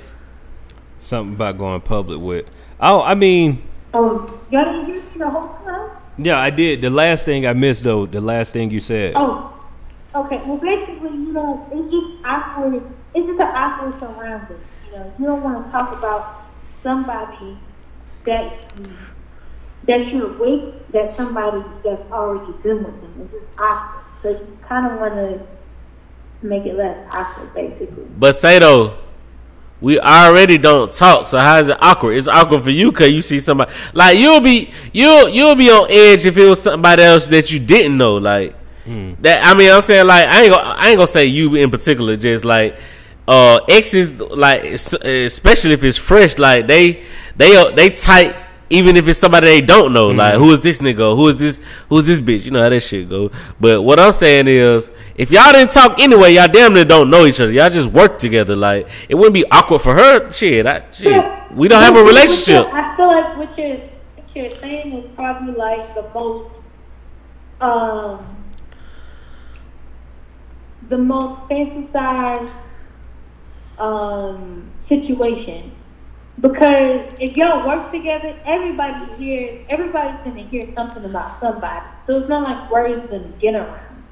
S2: something about going public with. Oh, I mean,
S5: Um, y'all didn't hear me the whole time.
S2: yeah, I did. The last thing I missed though, the last thing you said.
S5: Oh, okay. Well, basically, you know, it's just awkward. It's just an awkward surrounding. You know, you don't want to talk about somebody that you- that you're with, that somebody that's already been with them. It's just awkward. So you kind of want to make it less awkward, basically.
S1: But say though, we already don't talk. So how is it awkward? It's awkward for you because you see somebody like you'll be you'll you'll be on edge if it was somebody else that you didn't know. Like that. I mean, I'm saying like I ain't gonna, I ain't gonna say you in particular. Just like uh exes, like es- especially if it's fresh. Like they they are- they tight. Even if it's somebody they don't know, like
S2: Mm-hmm.
S1: who is this nigga? Who is this? Who is this bitch? You know how that shit go. But what I'm saying is, if y'all didn't talk anyway, y'all damn near don't know each other. Y'all just work together. Like it wouldn't be awkward for her. Shit, I, shit, we don't have a
S5: What you- what
S1: relationship.
S5: you- I feel like what you're what you're saying is probably like the most um the most fantasized um situation because if y'all work together, everybody hears everybody's gonna hear something about somebody. So it's not like words and get around.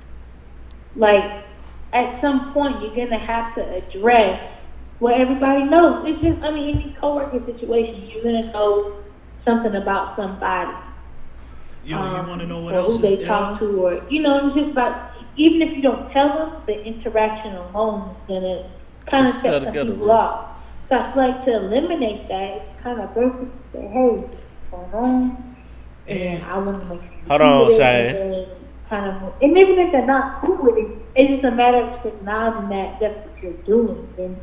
S5: Like at some point you're gonna have to address what everybody knows. It's just I mean any coworker situation, you're gonna know something about somebody.
S3: Yo, you want to know what
S5: or
S3: else
S5: who Um, they
S3: is
S5: talk
S3: ill?
S5: to or you know, it's just about even if you don't tell them, the interaction alone is gonna kind of
S1: Just tell
S5: set some
S1: together,
S5: people
S1: bro.
S5: off. So I feel like to eliminate that, it's kind of perfect. Say, hey, what's going on? And I want to make sure.
S1: Hold on, Cheyenne.
S5: Shane. Kind of, and even if they're not cool with it, it's just a matter of just acknowledging that that's what you're doing. Then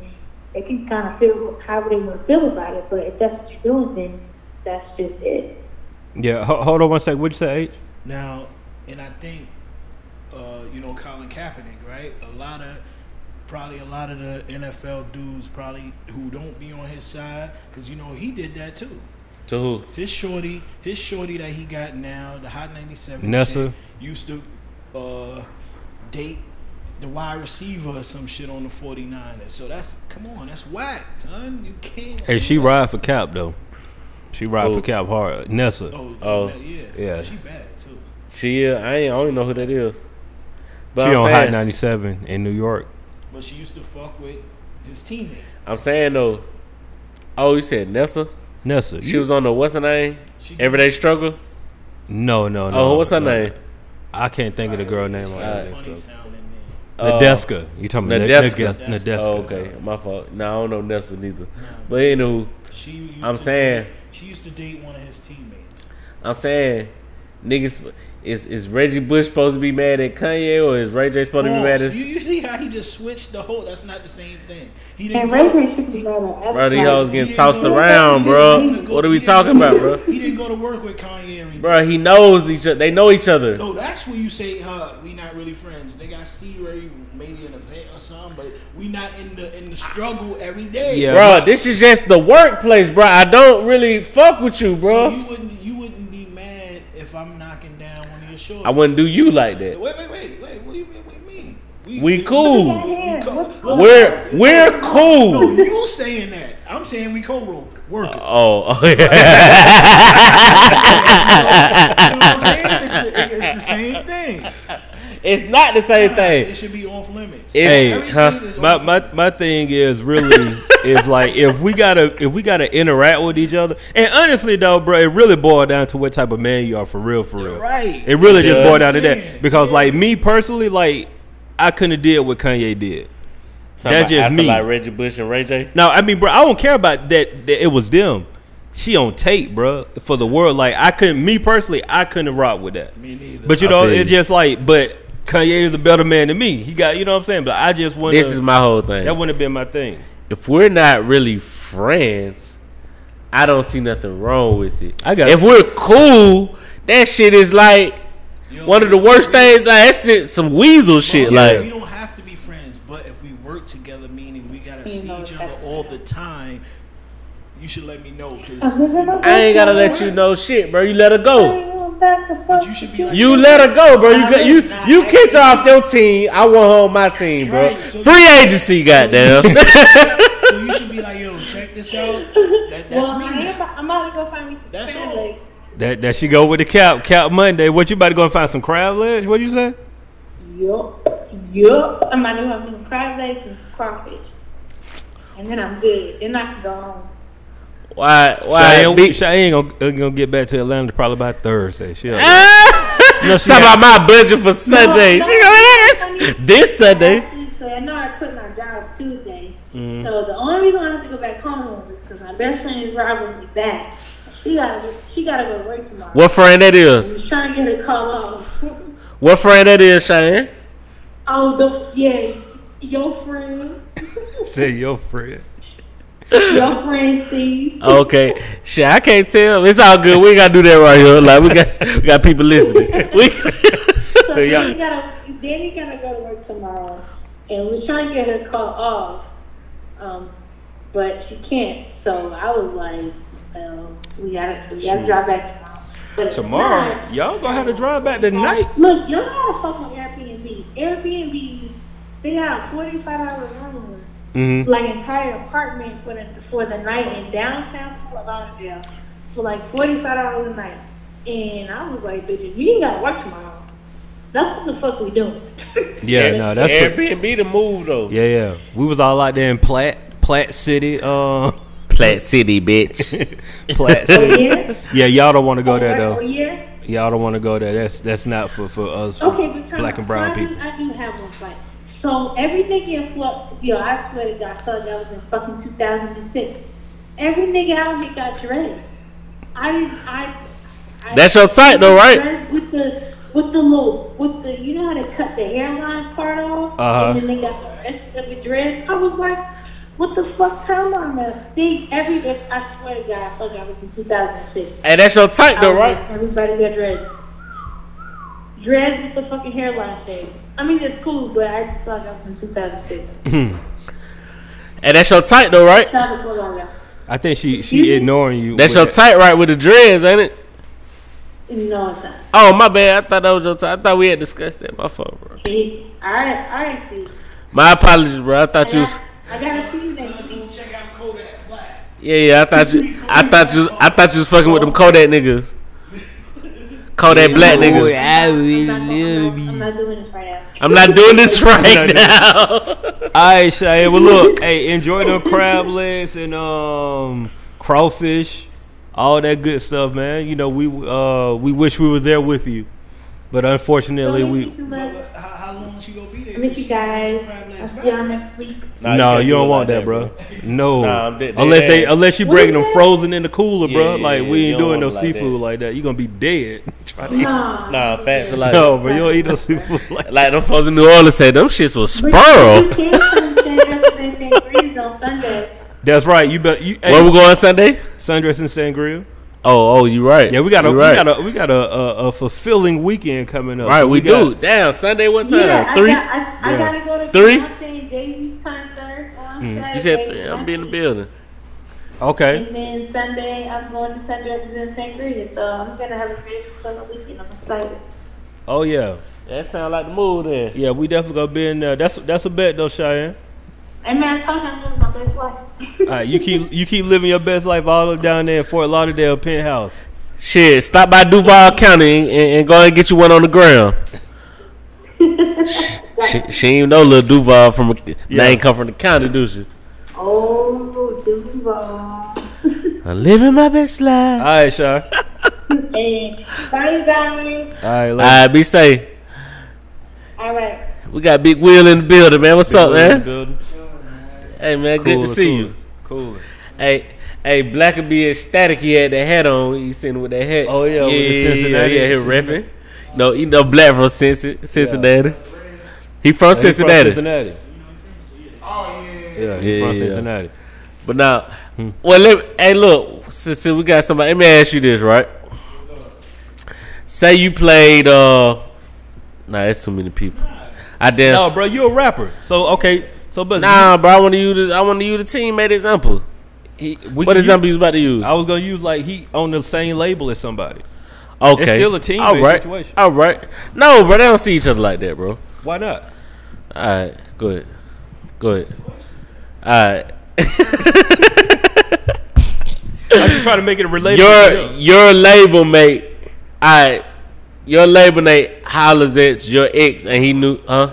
S5: they can kind of feel how they would feel about it. But if that's what you're doing, then that's just it.
S2: Yeah, ho- hold on one sec. What you say? H?
S3: Now, and I think, uh, you know, Colin Kaepernick, right? A lot of, probably a lot of the NFL dudes probably who don't be on his side, because, you know, he did that too.
S1: To who?
S3: His shorty, his shorty that he got now, the Hot 97
S2: Nessa?
S3: chick, used to uh, date the wide receiver or some shit on the 49ers. So that's, come on, that's whack, son. You can't.
S2: Hey,
S3: do
S2: she
S3: that.
S2: ride for Cap though. She ride
S1: Who?
S2: for Cap hard. Nessa.
S3: Oh,
S1: Oh,
S3: yeah.
S2: yeah.
S3: She bad, too.
S1: She, uh, I ain't, I don't even know who that is. But
S2: she
S1: I'm
S2: on
S1: saying,
S2: Hot 97 in New York.
S3: But she used to fuck with his teammate.
S1: I'm saying though. Oh, you said Nessa?
S2: Nessa.
S1: She
S2: you-
S1: was on the what's her name?
S3: She-
S1: Everyday struggle.
S2: no, no, no.
S1: Oh, what's her
S2: no.
S1: name?
S2: I can't think of the girl name.
S3: It's
S2: Like
S3: like a
S2: that.
S3: funny sounding name.
S1: Uh,
S2: Nadeska. You talking about
S1: Nadeska.
S2: Nadeska? Nadeska.
S1: Oh, okay, my fault. No, I don't know Nessa neither. But anywho,
S3: She used
S1: I'm
S3: to
S1: saying-
S3: date- she used to date one of his teammates.
S1: I'm saying niggas is is Reggie Bush supposed to be mad at Kanye or is Ray J supposed to be mad
S3: False.
S1: at
S3: You, you see how he just switched the whole. That's not the same thing. He didn't.
S5: And
S3: go-
S5: Ray J should be
S3: he-
S5: mad at
S1: Bro, these hoes
S5: everybody.
S1: getting
S3: he
S1: tossed
S3: didn't go-
S1: around,
S3: he
S1: bro.
S3: didn't go-
S1: What are we
S3: he didn't
S1: talking
S3: go-
S1: about, bro?
S3: He didn't go to work with Kanye. and-
S1: Bro, he knows each other. They know each other.
S3: No, that's where you say, huh, we not really friends. Nigga, I see Ray maybe an event or something, but we not in the in the struggle every day.
S2: Yeah.
S1: Bro, this is just the workplace, bro. I don't really fuck with you,
S3: So
S1: bro.
S3: you wouldn't you wouldn't be mad if I'm knocking down one of your shorts.
S1: I wouldn't do you like that.
S3: Wait, wait, wait, wait. What do you mean? What do you mean?
S1: We cool.
S3: We co- Look,
S1: We're we're
S3: no,
S1: cool.
S3: you saying that? I'm saying we co-workers.
S1: Oh, oh yeah.
S3: You know what I'm saying? It's the, it's the same thing.
S1: it's not the same
S3: It
S1: thing.
S3: should be off limits.
S1: It's-
S2: Hey,
S3: Everything
S1: huh?
S3: is
S2: my,
S3: off
S2: my my thing is really is like if we gotta if we gotta interact with each other and honestly though bro it really boiled down to what type of man you are for real for real
S3: Right.
S2: it really just
S1: Yeah.
S2: boiled down to
S3: Yeah.
S2: that because like me personally like I couldn't have did what Kanye did That's just me.
S1: Like Reggie Bush and Ray J.
S2: now I mean bro I don't care about that, that it was them she on tape bro for the world like I couldn't me personally I couldn't have rocked with that
S3: Me neither.
S2: but you
S1: I
S2: know
S1: feel
S2: it's
S1: you.
S2: just like but Kanye is a better man than me he got you know what I'm saying but I just want
S1: This is my whole thing.
S2: that wouldn't have been my thing.
S1: if we're not really friends, I don't see nothing wrong with it.
S2: I got
S1: if
S2: it.
S1: we're cool, that shit is like one of the worst things. Like that shit, some weasel shit.
S3: Yeah, we
S1: Like
S3: don't have to be friends, but if we work together, meaning we gotta
S5: You
S3: see
S5: know
S3: each
S5: that.
S3: other all the time, you should let me know
S5: I'm
S3: because
S5: living a
S1: I ain't gotta
S5: good
S1: let you know shit, bro. You let her go.
S5: life. Back to
S3: But you should be like-
S1: You let her go, bro. You got, you you kicked her off your team. I want her on my team, bro.
S3: Right, so-
S1: Free agency, goddamn.
S3: so you should be like, yo, check this out. That, that's
S5: well,
S3: me.
S5: I am,
S3: Now.
S5: I'm about to go find me some
S3: That's
S5: friends,
S3: all.
S5: like,
S2: That that she go with the cap cap Monday. What you about to go and find some crab legs? What you say?
S5: Yup, yup. I'm about to have some crab legs and crawfish. And then I'm good. Then I can go home.
S1: Why? Why?
S2: Cheyenne,
S1: Be,
S2: Cheyenne gonna, uh, gonna get back to Atlanta probably by Thursday. She like,
S1: no,
S2: she
S1: Talk about my budget for Sunday.
S5: No,
S1: she gonna
S5: no,
S1: this Sunday. Mm-hmm.
S5: So I know I quit my job Tuesday. So the only reason I have to go back home is because my best friend is robbing me back. She gotta, she gotta go to work tomorrow.
S1: What friend that is?
S5: She's trying to get her call off.
S1: What friend that is, Cheyenne?
S5: oh, the, yeah, your friend,
S2: say your friend.
S5: your friend Steve.
S1: Okay, shit, I can't tell. It's all good. We ain't gotta do that right here. Like we got, we got people listening. We,
S2: So
S5: So then
S2: y'all-
S5: you gotta, then you gotta go to work tomorrow, and we're trying to get her call off, um, but she can't. So I was like, well, we gotta, we gotta drive back tomorrow. But if
S2: Tomorrow,
S5: not-
S2: y'all gonna have to drive back tonight.
S5: Look, y'all gotta fuck on Airbnb. Airbnb, they got a forty-five dollar room,
S2: Mm-hmm.
S5: like entire apartment for the for the night in downtown Fort Lauderdale for like forty-five dollars a night. And I was like, bitch, you ain't gotta work tomorrow. That's what the fuck we doing.
S2: Yeah, no, that's what-
S1: Airbnb to move though.
S2: yeah, yeah. We was all out there in Platt, Platt City, uh,
S1: Plat City, bitch.
S2: Platt
S5: Oh,
S2: City.
S5: yeah?
S2: Yeah, y'all don't want to go there
S5: Oh,
S2: though.
S5: yeah?
S2: Y'all don't want to go there. That's that's not for for us,
S5: Okay, because
S2: black and brown
S5: I
S2: people.
S5: Do, I do have one fight. So everything in flux, yo, I swear to God, I thought that was in fucking 2006. Every nigga out here got dreads. I, I, I.
S1: That's your type though, right?
S5: Dreads With the, with the little, with the, you know how they cut the hairline part off?
S2: Uh-huh.
S5: And then they got the rest of the dreads. I was like, what the fuck time on that? They, every, I swear to God, I thought that was in 2006.
S1: hey, that's your type though, right?
S5: Everybody got dreads. Dreads with the fucking hairline shade. I mean, it's cool, but I just thought that was from 2006.
S1: Hey, that's your type though, right?
S5: Shout out to Fort Lauderdale.
S2: I think she she ignoring you.
S1: That's
S2: with
S1: your
S2: that.
S1: type, right? With the dreads, ain't it?
S5: No, it's not.
S1: Oh my bad. I thought that was your type. I thought we had discussed that. My fault, bro.
S5: See? All right, all right, see.
S1: My apologies, bro. I thought you.
S5: I,
S1: Was,
S5: I gotta see you next
S3: Go check out Kodak Black.
S1: yeah, yeah. I thought you. I thought you. I thought you was fucking with them Kodak niggas. Kodak black
S2: Oh,
S1: niggas.
S5: I'm not, I'm, not, I'm not doing this right now.
S1: I'm not doing this right
S2: I'm
S1: now.
S2: All right, Shay. Well, look, hey, enjoy them crab legs and um crawfish, all that good stuff, man. You know, we uh we wish we were there with you, but unfortunately,
S5: Don't
S2: we
S5: miss you too
S3: But,
S5: much.
S3: but how, how long she gonna be there?
S5: I miss you guys.
S3: Crab
S5: I'll
S3: legs
S5: see y'all
S3: back.
S5: next week.
S2: no, you don't want that, bro. No,
S1: Nah, I'm dead-
S2: unless they
S1: dead ass.
S2: unless you
S5: What
S2: bringing
S5: is
S2: them
S5: that?
S2: frozen in the cooler, bro.
S1: Yeah,
S2: like
S1: yeah,
S2: we
S1: yeah,
S2: ain't
S1: you don't
S2: doing no
S1: want it like
S2: seafood
S1: that.
S2: like that. You gonna be dead.
S5: Nah.
S1: Nah, facts are like
S2: No, bro, you don't eat no seafood. Like,
S1: like them folks in New Orleans say them shits was
S5: But You
S1: sparrow.
S5: can't come to San Sangria's on Sunday.
S2: that's right. You bet. You
S1: Where
S2: hey,
S1: we going Sunday?
S2: sundress and sangria.
S1: Oh, oh, you right.
S2: Yeah, we got a
S1: You
S2: we
S1: right.
S2: got a we got a, a, a fulfilling weekend coming up.
S1: All right,
S2: So
S1: we,
S2: got-
S1: do. Damn, Sunday what time?
S5: Yeah,
S1: three.
S5: I, got, I, I
S2: Yeah.
S5: gotta go to
S1: Three? Mm.
S5: Beyonce and Jay-Z's concert um, on Saturday.
S1: you said three. I'm gonna be in the building.
S2: Okay.
S5: And then Sunday, I'm going to Sundress in St. Sangria. So I'm gonna have a great summer weekend. I'm excited.
S2: Oh yeah,
S1: That sound like the move there.
S2: yeah. We definitely gonna be in there. That's that's a bet though, Cheyenne.
S5: And man, I told you I'm living my best life.
S2: All right, you keep you keep living your best life all up down there in Fort Lauderdale penthouse.
S1: Shit, stop by Duval County and, and go ahead and get you one on the ground. she, she ain't know little Duval from a, they ain't come from the county, do she?
S5: oh, Duval.
S1: I'm living my best
S2: All
S1: life.
S2: right, Shy.
S5: and bye, guys.
S2: All right,
S1: All right, be safe.
S5: All right.
S1: We got Big Will in the building, man. What's up, man? Hey, man, good to see you.
S2: Cool.
S1: Hey, hey, Black would be ecstatic. He had that hat on. He sitting with that hat.
S2: Oh, yeah,
S1: yeah,
S2: with the
S1: yeah, yeah,
S2: Cincinnati-
S1: yeah. He repping. No, you know Black from Cinci- Cincinnati. He from Cincinnati.
S2: Cincinnati. Oh yeah. Yeah, he
S1: Yeah, yeah.
S2: from Cincinnati.
S1: But now, well, let, hey, look, since, since we got somebody, let me ask you this, right? Say you played, uh, nah, that's too many people. I damn,
S2: No, bro, you a rapper. So okay, so but
S1: nah, bro. I want to use, this, I want to use the teammate example.
S2: he, we
S1: What
S2: can
S1: example
S2: use-
S1: you about to use?
S2: I was gonna use like he on the same label as somebody.
S1: Okay,
S2: Oh, still a teammate
S1: All right,
S2: situation.
S1: all right. No, bro, they don't see each other like that, bro.
S2: Why not?
S1: All right, go ahead, go ahead. All right.
S2: I just try to make it relatable. to
S1: your
S2: them.
S1: your label mate, I your label mate hollers at your ex, and he knew, huh?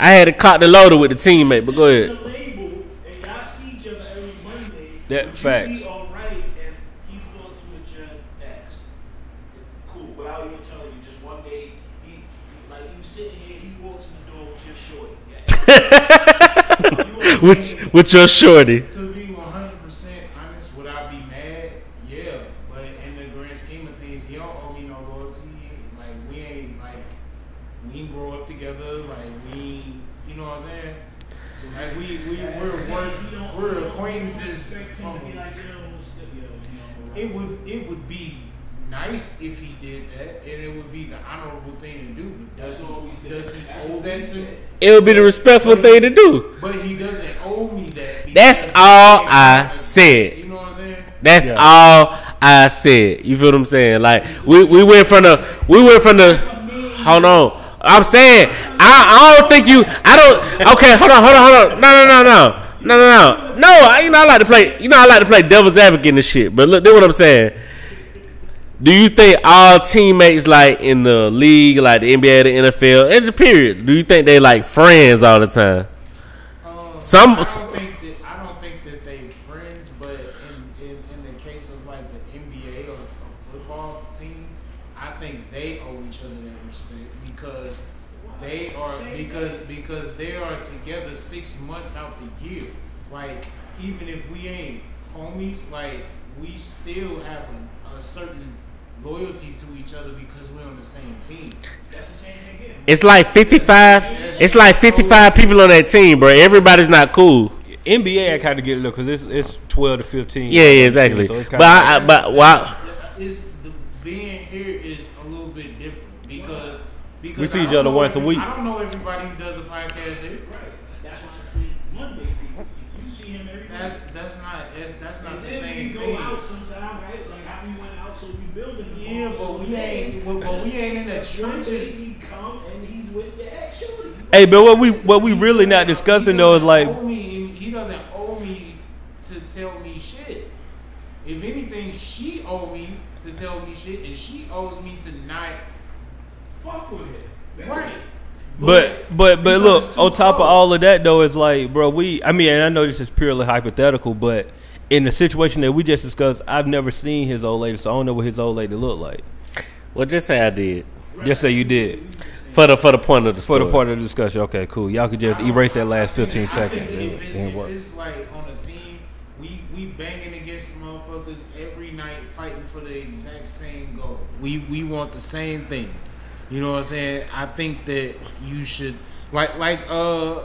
S1: I had to cock the loader with the teammate, but go ahead.
S3: uh, label, and y'all see each other every Monday.
S2: That-
S3: would You
S2: facts.
S3: be all right if he fought with your ex. Cool, without even telling you, just one day, he, like you sitting here, he walks in the door with your shorty. Your ex. You
S1: With
S3: okay?
S1: with your shorty,
S6: To be 100% honest, would I be mad? Yeah, but in the grand scheme of things, he don't owe me no loyalty. Like we ain't like we ain't grow up together. Like we, you know what I'm saying? So like we we we're we're, we're acquaintances. from-
S3: Like, you know, it's- you know, you know,
S6: It would it would be nice if he did that, and it would be the honorable thing to do. But does he does he owe that to?
S1: it would be the respectful thing to do.
S6: But he doesn't owe me that.
S1: That's
S6: because-
S1: all I said.
S6: You know what I'm saying?
S1: That's
S2: Yeah.
S1: all I said. You feel what I'm saying? Like we, we went from the we went from the hold on. I'm saying I, I don't think you I don't okay, hold on, hold on, hold on. No no no no. No no no. No, I, you know I like to play you know I like to play devil's advocate and shit, but look this what I'm saying. Do you think all teammates like in the league, like the NBA, the NFL, and just period, do you think they like friends all the time?
S6: Um,
S1: Some-
S6: I don't think that I don't think that they friends, but in, in, in the case of like the NBA or s- a football team, I think they owe each other that respect because they are because because they are together six months out the year. Like even if we ain't homies, like we still have a, a certain loyalty to each other because we're on the same team.
S1: It's like fifty five it's like fifty five people on that team, bro. Everybody's not cool.
S2: NBA, I kind of get it because it's it's twelve to fifteen.
S1: Yeah, yeah, exactly.
S2: So it's
S1: but
S2: kinda
S1: I, I, but wow,
S6: is Uh, the being here is a little bit different because because
S2: We see
S6: I
S2: each
S6: don't
S2: other
S6: know
S2: once a
S6: every-
S2: week.
S6: I don't know everybody who does a podcast here.
S3: That's why I say Monday. people, You see him every day.
S6: That's that's not that's, that's not
S3: And
S6: the
S3: then
S6: same
S3: we go
S6: thing.
S3: out sometime, right? Like how we went out, so we building. the
S6: Yeah,
S3: ball.
S6: but we ain't but, but we ain't in the
S3: One day
S6: trenches.
S3: he come and he's with the ex shorty.
S2: hey, but what we what we really not discussing though is like
S6: He doesn't owe me, he doesn't owe me to tell me shit. If anything, she owe me to tell me shit, and she owes me to not
S3: Fuck with it. man.
S6: right.
S2: But but but
S6: Because
S2: look,
S6: it's too
S2: on top of
S6: close.
S2: all of that though, it's like, bro, we I mean, and I know this is purely hypothetical, but in the situation that we just discussed, I've never seen his old lady, so I don't know what his old lady looked like.
S1: well, just say I did
S2: Just say you did.
S1: for the for the point of the
S2: For
S1: story.
S2: the part of the discussion. Okay, cool. Y'all could just erase that last fifteen
S6: I think
S2: seconds.
S6: If
S2: It
S6: it's,
S2: didn't
S6: if
S2: work.
S6: it's like on a team We we banging against motherfuckers every night, fighting for the exact same goal. We we want the same thing. You know what I'm saying? I think that you should like like uh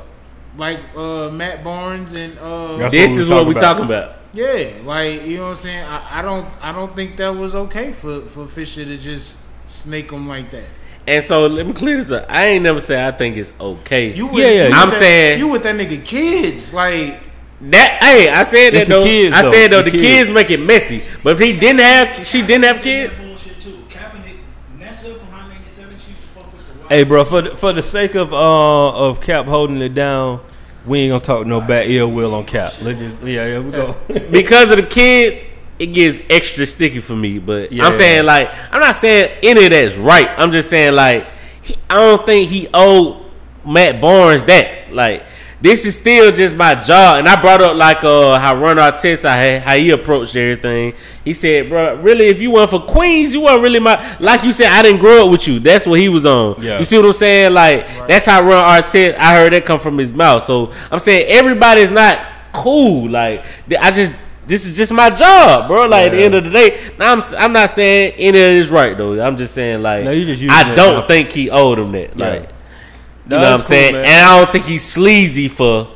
S6: like uh Matt Barnes and uh
S2: That's
S1: This
S2: what we
S1: is what
S2: talk
S1: we
S2: about.
S1: talking about.
S6: yeah, like you know what I'm saying. I, I don't, I don't think that was okay for for Fisher to just snake him like that.
S1: And so let me clear this up. I ain't never say I think it's okay.
S6: You,
S1: You
S6: with,
S2: Yeah, yeah.
S6: you
S1: I'm
S6: with that-
S1: saying-
S6: you with that nigga kids, like
S1: that hey, I said
S2: It's
S1: that
S2: the
S1: though.
S2: kids,
S1: I
S2: though.
S1: said though
S2: The
S1: the,
S2: kids.
S1: kids make it messy. But if he didn't have, she didn't have kids.
S3: Bullshit too. Kaepernick, Nessa from High 97, she used to fuck with the Wild.
S2: Hey, bro, for the, for the sake of uh of Cap holding it down, we ain't gonna talk no bad ill will on Cap. Let's just yeah yeah we go.
S1: because of the kids, it gets extra sticky for me. But
S2: Yeah.
S1: I'm saying like I'm not saying any of that's right. I'm just saying like he, I don't think he owed Matt Barnes that. Like this is still just my job. And I brought up like uh how Ron Artest I had, how he approached everything. He said, bro, really if you went for Queens, you weren't really my like you said. I didn't grow up with you. That's what he was on.
S2: Yeah.
S1: You see what I'm saying? Like that's how Ron Artest. I heard that come from his mouth. So I'm saying everybody's not cool. Like th- I just this is just my job, bro. Like at the
S2: Yeah.
S1: end of the day, now I'm s- I'm not saying any of this right though. I'm just saying like
S2: No, you just using
S1: I
S2: that
S1: don't
S2: now.
S1: think he owed him that.
S2: Yeah.
S1: Like
S2: No,
S1: you know what I'm
S2: it's cool,
S1: saying?
S2: man.
S1: And I don't think he's sleazy for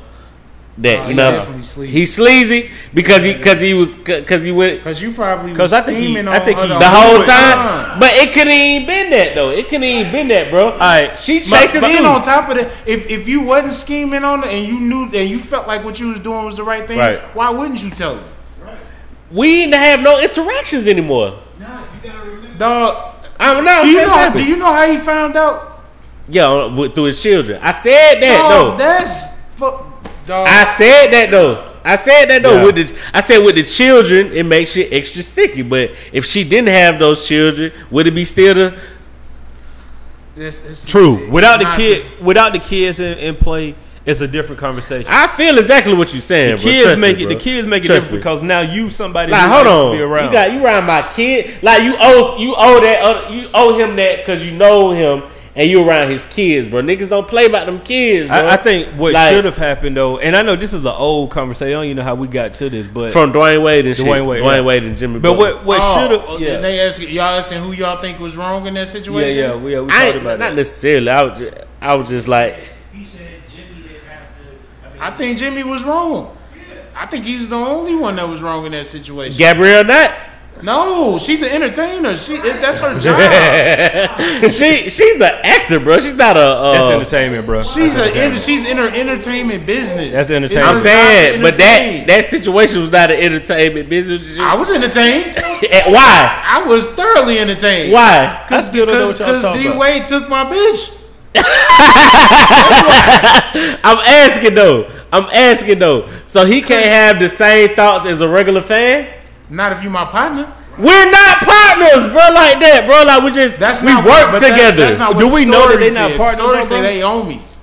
S1: that.
S6: Oh,
S1: you
S6: he
S1: know,
S6: definitely sleazy.
S1: he's sleazy because he because he was because he went
S6: because you probably was
S2: 'Cause I think he-
S6: scheming
S2: I
S6: on
S2: think
S6: her
S2: he-
S1: the whole
S6: time.
S1: time. But it couldn't even been that though. It couldn't even been that, bro. All right, she
S6: But,
S1: chased
S6: but
S1: him
S6: then
S1: too.
S6: on top of that, if if you wasn't scheming on it and you knew and you felt like what you was doing was the right thing,
S1: Right.
S6: why wouldn't you tell him?
S1: we didn't have no interactions anymore.
S3: Nah, you gotta remember.
S6: Dog,
S1: I don't know.
S6: do you know?
S1: what
S6: Do
S1: happened.
S6: you know how he found out?
S1: Yeah, with, through his children. I said that
S6: Dog,
S1: though.
S6: that's fuck. Dog,
S1: I said that though. I said that though.
S2: Yeah.
S1: With the, I said with the children, it makes it extra sticky. But if she didn't have those children, would it be still the?
S6: This- it's-
S2: True. Without the
S6: Nah,
S2: kids, without the kids in, in play, it's a different conversation.
S1: I feel exactly what you're saying.
S2: the
S1: bro.
S2: kids
S1: Trust me,
S2: make it.
S1: bro.
S2: The kids make it
S1: Trust
S2: different
S1: me.
S2: because now you somebody.
S1: Like,
S2: who
S1: hold
S2: likes to
S1: on,
S2: be around.
S1: you got you around my kid. Like you owe you owe that uh, you owe him that because you know him and you around his kids, bro. Niggas don't play about them kids, bro.
S2: I, I think what
S1: Like,
S2: should have happened though, and I know this is an old conversation. I don't even know how we got to this, but
S1: from Dwayne Wade and shit.
S2: Dwayne Wade,
S1: Dwayne
S2: yeah.
S1: Wade and Jimmy.
S2: but
S1: Butler.
S2: what what
S6: Oh,
S2: should have?
S6: And
S2: Yeah,
S6: they ask y'all asking who y'all think was wrong in that
S2: yeah,
S6: situation.
S2: yeah. We, yeah, we
S1: I
S2: talked
S1: ain't,
S2: about
S1: not
S2: that.
S1: necessarily. I was just, I was just like,
S3: He said Jimmy didn't have to. I mean,
S6: I think Jimmy was wrong. I think he's the only one that was wrong in that situation.
S1: Gabrielle not.
S6: No, she's an entertainer. She it, that's her job.
S1: she she's an actor, bro. She's not a.
S2: That's
S1: Uh,
S2: entertainment, bro.
S6: She's
S2: That's
S6: a
S2: entertainment.
S6: en- she's in her entertainment business.
S2: That's
S6: It's
S2: entertainment.
S6: her
S1: I'm
S6: job
S1: saying,
S6: to
S1: but that
S6: entertain.
S1: that situation was not an entertainment business.
S6: I was entertained.
S1: Eh, Why?
S6: I was thoroughly entertained.
S1: Why?
S6: Because
S2: I still don't know what y'all talking
S6: D
S2: about.
S6: Wade took my bitch.
S1: I'm asking though. I'm asking though. So he can't have the same thoughts as a regular fan.
S6: Not if you my partner.
S1: We're not partners, bro. Like that, bro. Like we just
S6: That's
S1: we
S6: not
S1: work
S6: but that-
S1: together.
S6: that's not what
S2: Do
S6: the
S2: we know
S6: story
S2: that they not
S6: said.
S2: partners
S6: Story
S2: or
S6: say
S2: something?
S6: they homies.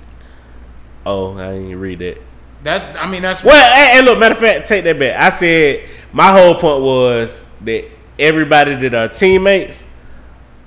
S1: oh, I didn't read that.
S6: That's I mean that's
S1: Well, and, and look, matter of fact, take that back. I said my whole point was that everybody that are teammates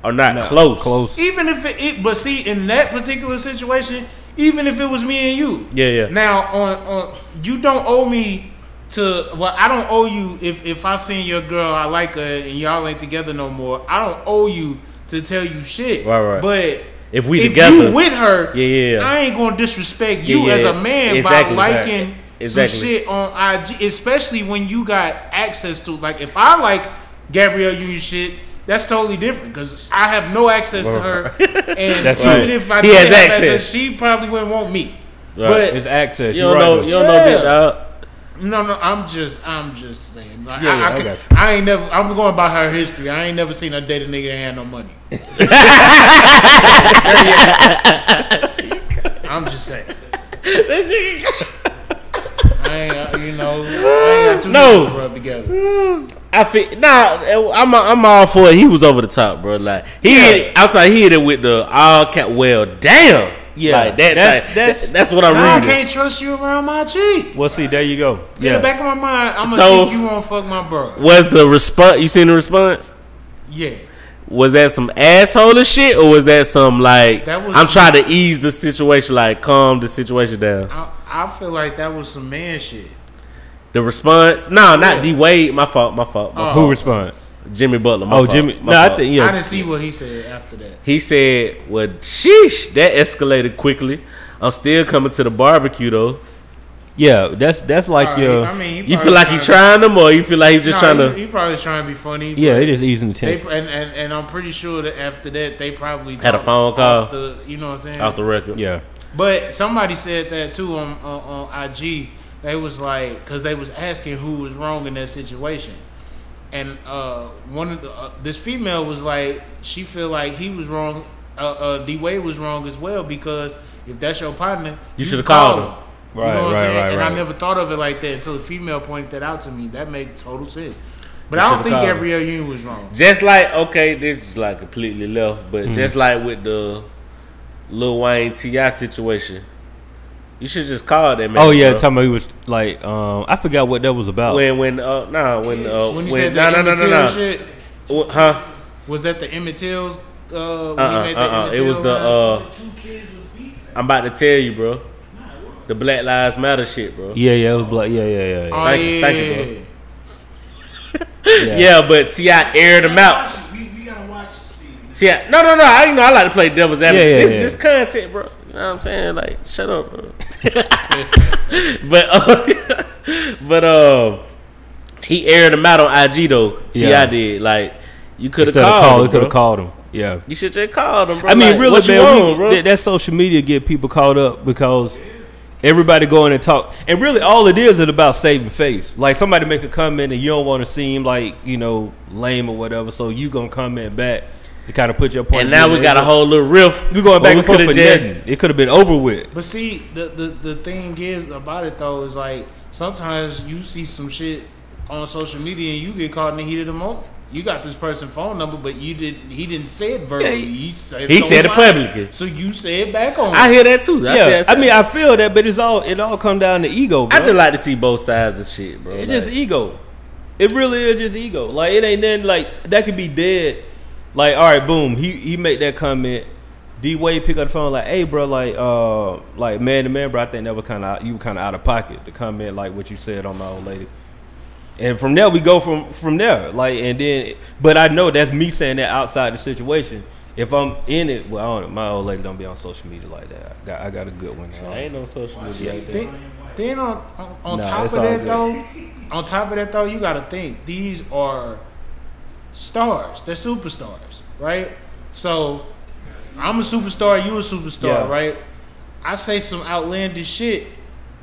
S1: are not close.
S2: Close.
S6: Even if it, it, but see, in that particular situation, even if it was me and you,
S1: Yeah, yeah.
S6: Now on, on you don't owe me to. Well, I don't owe you if if I seen your girl, I like her, and y'all ain't together no more. I don't owe you to tell you shit.
S1: Right, right.
S6: But
S1: If we
S6: if
S1: together-
S6: you with her,
S1: Yeah, yeah, yeah.
S6: I ain't gonna disrespect you
S1: yeah,
S6: as a
S1: yeah.
S6: man
S1: Exactly,
S6: by
S1: exactly.
S6: liking.
S1: Exactly.
S6: Some shit on IG, especially when you got access to like if I like Gabrielle Union shit, that's totally different because I have no access to her, and
S2: That's
S6: even
S2: right.
S6: if I
S1: He
S6: did
S1: has
S6: have access.
S1: access.
S6: she probably wouldn't want me.
S1: Right.
S2: It's access.
S1: You don't
S2: You right
S1: know.
S2: though.
S1: You don't know,
S6: Yeah.
S1: big dog.
S6: But no, no, I'm just, I'm just saying. Like,
S2: Yeah,
S6: I,
S2: yeah,
S6: I,
S2: I
S6: could-
S2: got
S6: I ain't never. I'm going by her history. I ain't never seen her date a nigga that had no money. I'm just saying. I ain't, uh, you know, I ain't got two
S1: No.
S6: niggas to rub together.
S1: I feel nah. I'm I'm all for it. He was over the top, bro. Like he hit, outside he hit it with the all cat. Well, damn.
S2: Yeah,
S1: like that.
S2: that's-
S1: That's
S2: that's-
S1: that's, that's what I'm
S6: Now I
S1: reading.
S6: can't trust you around my cheek.
S2: Well, see, there you go.
S6: In
S2: Yeah.
S6: the back of my mind, I'm gonna
S1: So-
S6: think you won't fuck my bro.
S1: Was the response? You seen the response?
S6: Yeah,
S1: Was that some asshole shit, or was that some like
S6: That was
S1: I'm
S6: some-
S1: trying to ease the situation, like calm the situation down?
S6: I, I feel like that was some man shit.
S1: The response? No, not D Wade. My fault. My fault. my
S6: Oh.
S2: Who responds?
S1: fault. Jimmy Butler. my
S2: Oh,
S1: fault,
S2: Jimmy.
S1: my
S2: No, I
S1: fault.
S2: think
S6: I
S2: yeah.
S6: didn't see what he said after that.
S1: He said, "Well, sheesh, that escalated quickly. I'm still coming to the barbecue though.
S2: Yeah, that's that's like
S6: Alright,
S2: your.
S6: I mean, he
S1: You
S6: probably
S1: feel like you trying them, or you feel like you just
S6: no,
S1: trying to?
S6: He probably trying to be funny.
S2: yeah,
S6: but
S2: it is easing the
S6: They,
S2: tension.
S6: and, and and I'm pretty sure that after that they probably
S1: Had a
S6: talked
S1: phone call.
S6: Off the, you know what I'm saying?
S1: Off the record.
S2: Yeah,
S6: But somebody said that too on on, on IG. They was like, because they was asking who was wrong in that situation, and uh, one of the, uh, this female was like, she feel like he was wrong. Uh, uh, D Wade was wrong as well because if that's your partner,
S1: You shoulda called
S6: call
S1: him.
S2: Right, right, right,
S6: And I
S2: right.
S6: never thought of it like that until the female pointed that out to me. That made total sense. But
S1: You
S6: I don't
S1: shoulda
S6: think
S1: called him.
S6: Gabrielle Union was wrong.
S1: Just like okay, this is like completely left,
S2: Mm-hmm.
S1: but just like with the Lil Wayne Ti situation, you should just call that man.
S2: Oh yeah,
S1: bro.
S2: talking about he was like, um, I forgot what that was about.
S1: when when uh nah when uh
S6: When he said
S1: nah,
S6: that
S1: nah, nah,
S6: Emmett
S1: nah,
S6: Till
S1: nah.
S6: shit,
S1: Wh- huh
S6: was that the Emmett Till's? Uh, when he
S1: uh
S6: made
S1: uh
S6: that
S1: uh
S6: Emmett
S1: it was
S6: Till
S1: the
S6: run?
S1: uh
S3: Two kids was beefing.
S1: I'm about to tell you bro the Black Lives Matter shit bro
S2: Yeah, yeah, it was like, yeah, yeah, yeah,
S6: Oh,
S1: Thank you, thank you,
S6: yeah.
S1: bro.
S2: yeah.
S1: yeah but Ti aired him out
S3: We, we gotta watch Steve.
S1: Ti no no no I you know I like to play devil's advocate
S2: Yeah, yeah,
S1: this
S2: yeah.
S1: is just content bro you know what I'm saying like shut up bro but uh, but um he aired him out on IG though Ti
S2: Yeah.
S1: did like you could have
S2: Instead of call,
S1: called, him,
S2: could
S1: bro.
S2: have called him. Yeah.
S1: you should just called him bro
S2: I mean,
S1: Like,
S2: really,
S1: what you
S2: man, we-
S1: want, bro?
S2: That, that social media get people caught up because everybody going and talk, and really, all it is is about saving face. Like somebody make a comment, and you don't want to seem like you know lame or whatever, so you gonna comment back to kind of put your point.
S1: And
S2: of
S1: now
S2: view
S1: we
S2: in.
S1: got a whole little riff.
S2: We going back
S1: Well,
S2: and forth
S1: coulda
S2: for
S1: just-
S2: nothing. It could have been over with.
S6: But see, the, the the thing is about it though is like sometimes you see some shit on social media and you get caught in the heat of the moment. You got this person's phone number, but you didn't. He didn't say it verbally. He said,
S1: He
S6: on
S1: said it
S6: mic.
S1: publicly.
S6: So you say it back on.
S1: I
S6: it.
S1: hear that too. I
S2: yeah,
S1: said-
S2: I mean, I feel that, but it's all it all come down to ego. Bro.
S1: I just like to see both sides of shit, bro.
S2: It's
S1: Like,
S2: just ego. It really is just ego. Like it ain't nothing. Like that could be dead. Like all right, boom. He he make that comment. D Wade pick up the phone like, hey bro, like uh, like man to man, bro. I think that was kind of you kind of out of pocket to comment like what you said on my old lady. And from there we go from from there. Like and then, but I know that's me saying that outside the situation. If I'm in it, well, I don't, my old lady don't be on social media like that. I got, I got a good one. so.
S1: I ain't no social media like that.
S6: Then, then on on, on
S2: Nah,
S6: top
S2: it's
S6: of
S2: all
S6: that
S2: good.
S6: though, on top of that though, you gotta think these are stars. They're superstars, right? So I'm a superstar. You a superstar,
S2: Yeah.
S6: right? I say some outlandish shit.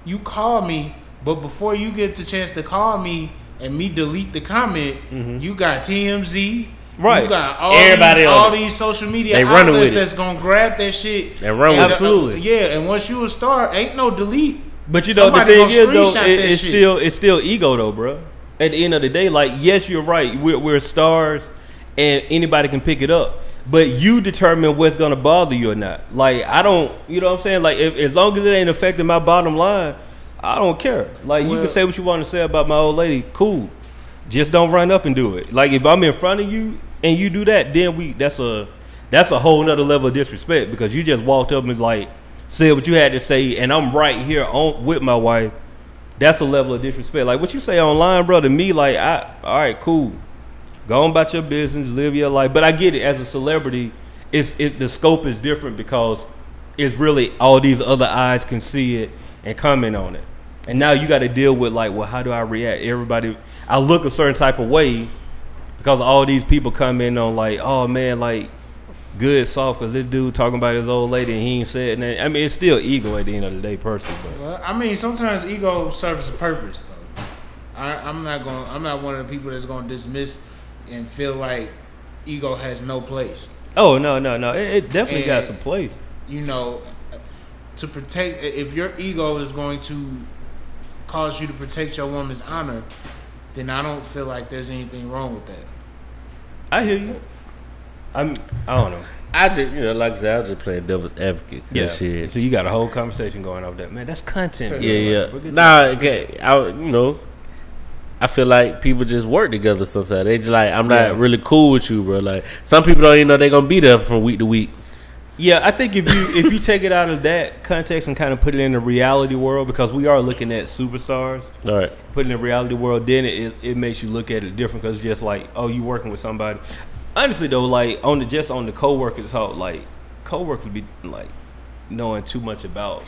S6: You call me, but before you get the chance to call me and me delete the comment, you got TMZ. You
S2: Right.
S6: got all
S1: Mm-hmm. Everybody
S6: these,
S1: on
S6: all
S1: it.
S6: these social media
S1: They running
S6: outlets
S1: with it.
S6: that's gonna grab that shit
S1: They run with it.
S6: uh,
S2: Absolutely.
S6: yeah, and once you a star, ain't no delete.
S2: But you know
S6: Somebody
S2: the
S6: gonna
S2: thing is
S6: screenshot
S2: though, it,
S6: that
S2: it's
S6: shit.
S2: still it's still ego though, bro. At the end of the day, like yes, you're right. We're, we're stars, and anybody can pick it up. But you determine what's gonna bother you or not. Like I don't, you know what I'm saying. Like if, as long as it ain't affecting my bottom line, I don't care. Like you
S6: Well-
S2: can say what you want to say about my old lady, cool. Just don't run up and do it. Like if I'm in front of you and you do that, then we that's a that's a whole nother level of disrespect because you just walked up and was like said what you had to say, and I'm right here on with my wife. That's a level of disrespect. Like what you say online, bro, to me, like I all right, cool. Go on about your business, live your life. But I get it as a celebrity, it's it the scope is different because it's really all these other eyes can see it and comment on it. And now you got to deal with like, well, how do I react? Everybody, I look a certain type of way because all these people come in on like, oh man, like good soft because this dude talking about his old lady and he ain't said nothing. I mean, it's still ego at the end of the day, personally. But.
S6: Well, I mean, sometimes ego serves a purpose, though. I, I'm not going. to I'm not one of the people that's going to dismiss and feel like ego has no place.
S2: Oh no, no, no! It, it definitely got
S6: And-
S2: some place.
S6: You know, to protect. If your ego is going to cause you to protect your woman's honor, then I don't feel like there's anything wrong with that.
S2: I hear you. I'm. I don't know.
S1: I just, you know, like I said, I was just playing devil's advocate. Yeah, shit.
S2: So you got a whole conversation going off that man. That's content.
S1: Yeah, yeah.
S2: Forget
S1: Nah, okay. I, you know, I feel like people just work together sometimes. They just like, I'm not
S2: Yeah.
S1: really cool with you, bro. Like some people don't even know they're gonna be there from week to week.
S2: Yeah, I think if you if you take it out of that context and kind of put it in the reality world, because we are looking at superstars,
S1: All right.
S2: put in the reality world, then it, it, it makes you look at it different because just like oh, you working with somebody. Honestly though, like on the just on the coworkers talk, like coworkers be like knowing too much about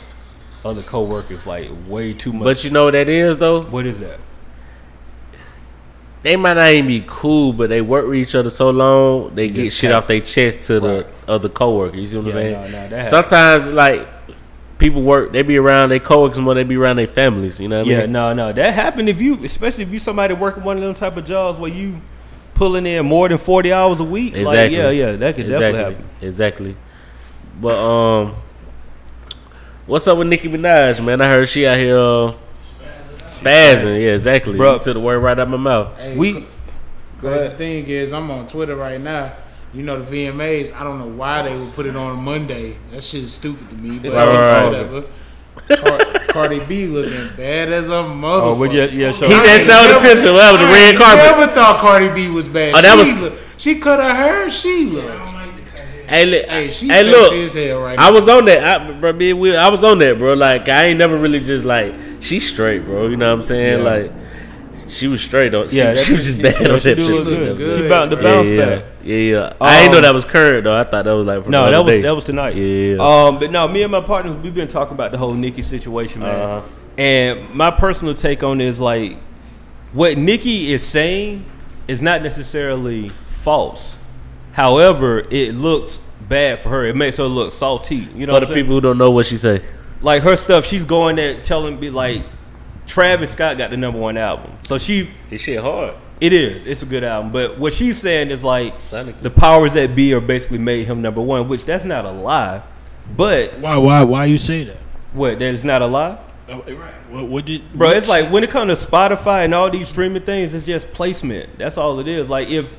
S2: other coworkers, like way too much.
S1: But you know what that is though?
S2: what is that?
S1: They might not even be cool, but they work with each other so long they get
S2: Just
S1: shit
S2: tight.
S1: off their chest to
S2: Right.
S1: the other coworker. You see what I'm
S2: Yeah,
S1: saying?
S2: no, no, that
S1: Sometimes like people work, they be around their coworkers more. than They be around their families. You know what I
S2: Yeah,
S1: mean?
S2: no, no, that happened if you, especially if you somebody working one of them type of jobs where you pulling in more than forty hours a week. Like, yeah, yeah, that could definitely
S1: Exactly.
S2: happen.
S1: Exactly. But um, what's up with Nicki Minaj, man? I heard she out here uh, spazzing. Yeah, exactly.
S2: Bruh.
S1: You took the word right out my mouth.
S6: Hey,
S2: We
S6: cr- crazy thing is, I'm on Twitter right now. You know the VMAs. I don't know why they would put it on Monday. That shit is stupid to me. But
S2: Right, right,
S6: whatever. Car- Cardi B looking bad as a motherfucker.
S2: oh, we just yeah, sure.
S1: He just showed the picture of the
S6: I
S1: red
S6: ain't
S1: carpet.
S6: Never thought Cardi B was bad.
S1: Oh, that
S6: she
S1: was-
S6: look- she cut her hair. She looked.
S1: Hey, li-
S6: Hey, she
S1: hey,
S6: sexy
S1: look.
S6: as hell right
S1: I
S6: now.
S1: was on that, I, bro. Me, and Will, I was on that, bro. Like I ain't never really just like she straight, bro. You know what I'm saying?
S2: Yeah.
S1: Like she was straight on. She,
S2: Yeah, that
S1: she was just
S2: bitch-
S1: bad
S2: yeah,
S1: on
S2: she
S1: that
S2: do
S1: shit.
S2: look
S6: She look
S2: good. She
S6: good,
S2: bound to
S6: bro.
S2: bounce
S1: yeah,
S2: back.
S1: yeah, yeah. I ain't know
S2: Um,
S1: that was current though. I thought that was like from
S2: No,
S1: the
S2: that
S1: other
S2: was
S1: day.
S2: that was tonight.
S1: Yeah.
S2: Um, but no, me and my partners, we've been talking about the whole Nikki situation, man.
S1: Uh-huh.
S2: And my personal take on it is like, what Nikki is saying is not necessarily false. However, it looks bad for her. It makes her look salty. You
S1: for
S2: know, what
S1: the
S2: I'm saying?
S1: people who don't know what she say.
S2: like her stuff, she's going there telling be like, Travis Scott got the number one album, so she
S1: This shit hard.
S2: it is. It's a good album. But what she's saying is like
S1: Sonically.
S2: the powers that be are basically made him number one, which that's not a lie. But
S3: Why? Why? Why you say that?
S2: what, that is not a lie?
S3: Oh, right. What, what did?
S2: Bro,
S3: what-
S2: it's like when it comes to Spotify and all these streaming things, it's just placement. That's all it is. Like if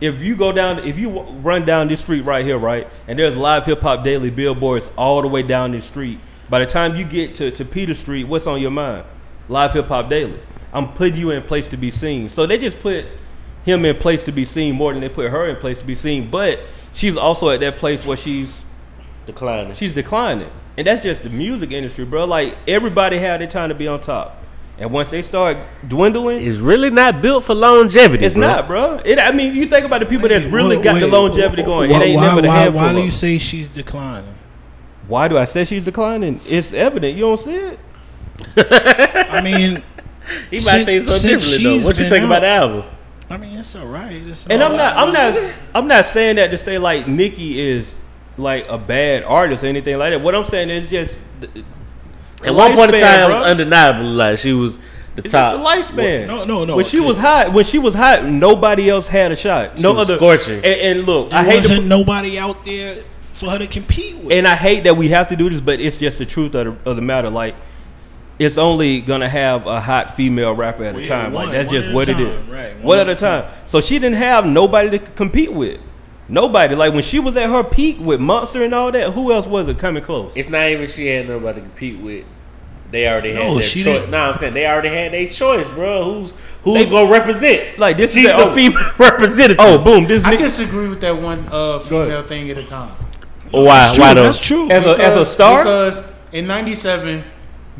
S2: if you go down, if you w- run down this street right here, right, and there's live hip hop daily billboards all the way down this street. By the time you get to, to Peter Street, what's on your mind? Live hip hop daily. I'm putting you in place to be seen. So they just put him in place to be seen more than they put her in place to be seen. But she's also at that place where she's
S1: Declining.
S2: she's declining. And that's just the music industry, bro. Like everybody had their time to be on top. And once they start dwindling,
S1: It's really not built for longevity.
S2: it's
S1: bro.
S2: not, bro. It I mean, you think about the people that's really
S3: Wait,
S2: got the
S3: wait,
S2: longevity
S3: wh-
S2: going.
S3: wh-
S2: it ain't
S3: why,
S2: never the
S3: why,
S2: handful.
S3: why do
S2: of them.
S3: you say she's declining?
S2: why do I say she's declining? It's evident. You don't see it?
S3: I mean,
S1: He might
S3: Since-
S1: think so
S3: since
S1: differently though.
S3: she's
S1: What you
S3: been
S1: think about
S3: out-
S1: the album?
S3: I mean, it's all right. It's
S2: And
S3: all
S2: I'm
S3: right.
S2: not I'm not I'm not saying that to say like Nikki is like a bad artist or anything like that. What I'm saying is just the,
S1: At one point in
S2: lifespan,
S1: time, it
S2: bruh.
S1: was undeniable. Like she was the
S2: It's
S1: top.
S2: just the lifespan.
S3: No, no, no,
S2: When she
S3: okay.
S2: was hot, when she was hot, nobody else had a shot. No
S1: was
S2: other
S1: scorching.
S2: And, and look,
S3: There
S2: I hate
S3: wasn't
S2: to,
S3: nobody out there for her to compete with.
S2: and I hate that we have to do this, but it's just the truth of the, of the matter. Like, it's only gonna have a hot female rapper at a
S3: Well, yeah,
S2: time. like
S3: one-
S2: that's
S3: one
S2: just
S3: at a
S2: what it
S3: time,
S2: is.
S3: right,
S2: One
S3: one
S2: at a time. So she didn't have nobody to c- compete with. Nobody. Like when she was at her peak with Monster and all that. Who else was it coming close?
S1: It's not even she had nobody to compete with. They already had
S3: No,
S1: their
S3: she
S1: choice.
S3: didn't.
S1: Nah, I'm saying they already had their choice, bro. Who's who's
S2: They-
S1: gonna represent?
S2: like this
S1: She's
S2: is
S1: the
S2: oh,
S1: female representative.
S2: Oh, boom! This
S6: I
S2: nigga
S6: disagree with that one uh, female thing at a time.
S1: why?
S3: That's true,
S1: Why though?
S3: That's true.
S2: uh, as a as a
S6: Because-
S2: star.
S6: Because in '97,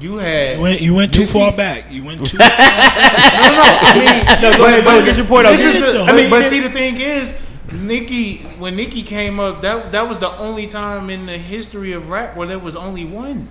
S6: you had
S3: you went, you went too
S6: You see-
S3: far back. You went too. far
S6: no, no. I mean,
S2: go
S6: but-
S2: ahead, go
S6: but
S2: get your point out.
S6: This
S2: Get
S6: is
S3: it
S6: the,
S3: though.
S6: I mean,
S2: I mean,
S6: but see, the thing is, Nikki, when Nikki came up, that that was the only time in the history of rap where there was only one.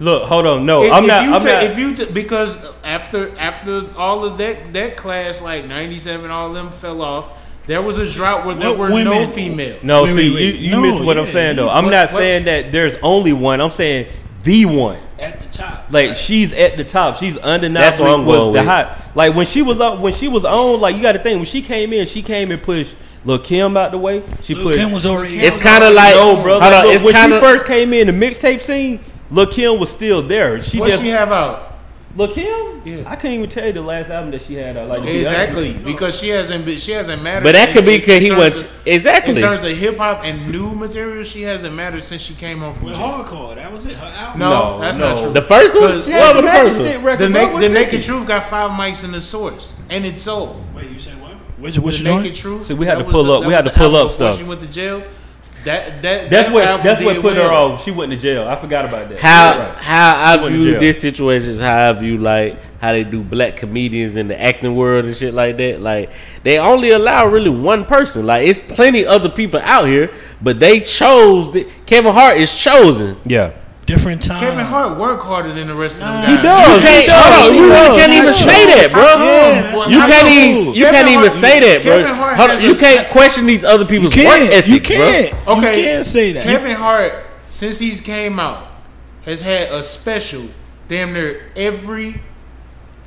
S2: Look, hold on. No,
S6: If-
S2: Oh, I'm
S6: if
S2: not.
S6: You
S2: I'm
S6: ta-
S2: not.
S6: If you ta- because after after all of that that class, like '97, all of them fell off. There was a drought where there
S3: What
S6: were no
S3: women-
S6: females.
S2: no,
S3: Wait,
S2: see,
S3: wait, wait.
S2: you, you
S3: No,
S2: missed what I'm
S3: yeah,
S2: saying though.
S3: you-
S2: I'm
S6: what-
S2: not
S6: what-
S2: saying that there's only one. I'm saying the one.
S3: at the top.
S2: Like she's at the top. She's undeniably
S1: That's what I'm
S2: was
S1: going
S2: the
S1: with.
S2: hot. Like when she was on, when she was on, like you got to think when she came in, she came and pushed Lil Kim out the way. She
S3: Lil'
S2: pushed.
S3: Kim was already.
S1: It's kind of like
S2: no, bro.
S1: Hold
S2: Like,
S1: on,
S2: look,
S1: it's
S2: when
S1: kind
S2: she
S1: of
S2: first came in the mixtape scene, Lil Kim was still there. She
S6: What
S2: just
S6: she have out?
S2: Lil Kim.
S6: Yeah.
S2: I couldn't even tell you the last album that she had. out. Like to be honest.
S6: Exactly, because she hasn't been, she hasn't mattered.
S1: But that
S6: in-
S1: could be
S6: in
S1: 'cause he
S6: terms
S1: was-
S6: of-
S1: exactly.
S6: in terms of hip hop and new material. She hasn't mattered since she came home from
S3: With
S6: jail.
S3: hardcore. That was it. Her album.
S6: No,
S2: No,
S6: that's
S2: no.
S6: not true.
S1: the first one.
S6: Cause-
S1: What
S6: She
S2: Yeah,
S1: was the
S2: Magic
S1: first
S2: Stick
S1: one?
S2: record,
S6: The,
S2: bro,
S6: na-
S2: what
S6: the
S2: is
S6: Naked
S2: it?
S6: Truth got five mics in the source, and it sold.
S3: Wait, you said what? Which, which
S6: the
S3: joint?
S6: Naked Truth.
S2: See, we had
S6: that
S2: to
S6: was
S2: pull
S6: the-
S2: up-
S6: that
S2: we had
S6: was
S2: to pull
S6: the album
S2: up
S6: before
S2: stuff.
S6: She went to jail. That that
S2: That's
S6: that
S2: what
S6: album
S2: that's what
S6: did
S2: put her
S6: well.
S2: off. She went to jail. I forgot about that.
S1: How
S2: You're right.
S1: how I
S2: went to
S1: view
S2: jail.
S1: this situation is how I view like how they do black comedians in the acting world and shit like that. Like they only allow really one person. Like it's plenty other people out here, but they chose the, Kevin Hart is chosen.
S2: Yeah.
S3: Different time.
S6: Kevin Hart work harder than the rest of them
S3: Nah.
S6: guys.
S3: He
S1: Oh, You can't, hold on, you really can't even
S3: That's
S1: say that, bro.
S3: Yeah, that's
S1: you
S3: true.
S1: can't
S3: That's
S1: even
S3: true.
S1: you
S6: Kevin
S1: can't even
S6: Hart-
S1: say that, bro.
S6: Kevin Hart
S1: Hold on,
S6: has
S1: you
S6: a-
S1: can't question these other people's work ethic,
S3: you can't.
S1: bro.
S3: You
S6: Okay.
S3: can't say that.
S6: Kevin Hart, since he's came out, has had a special damn near every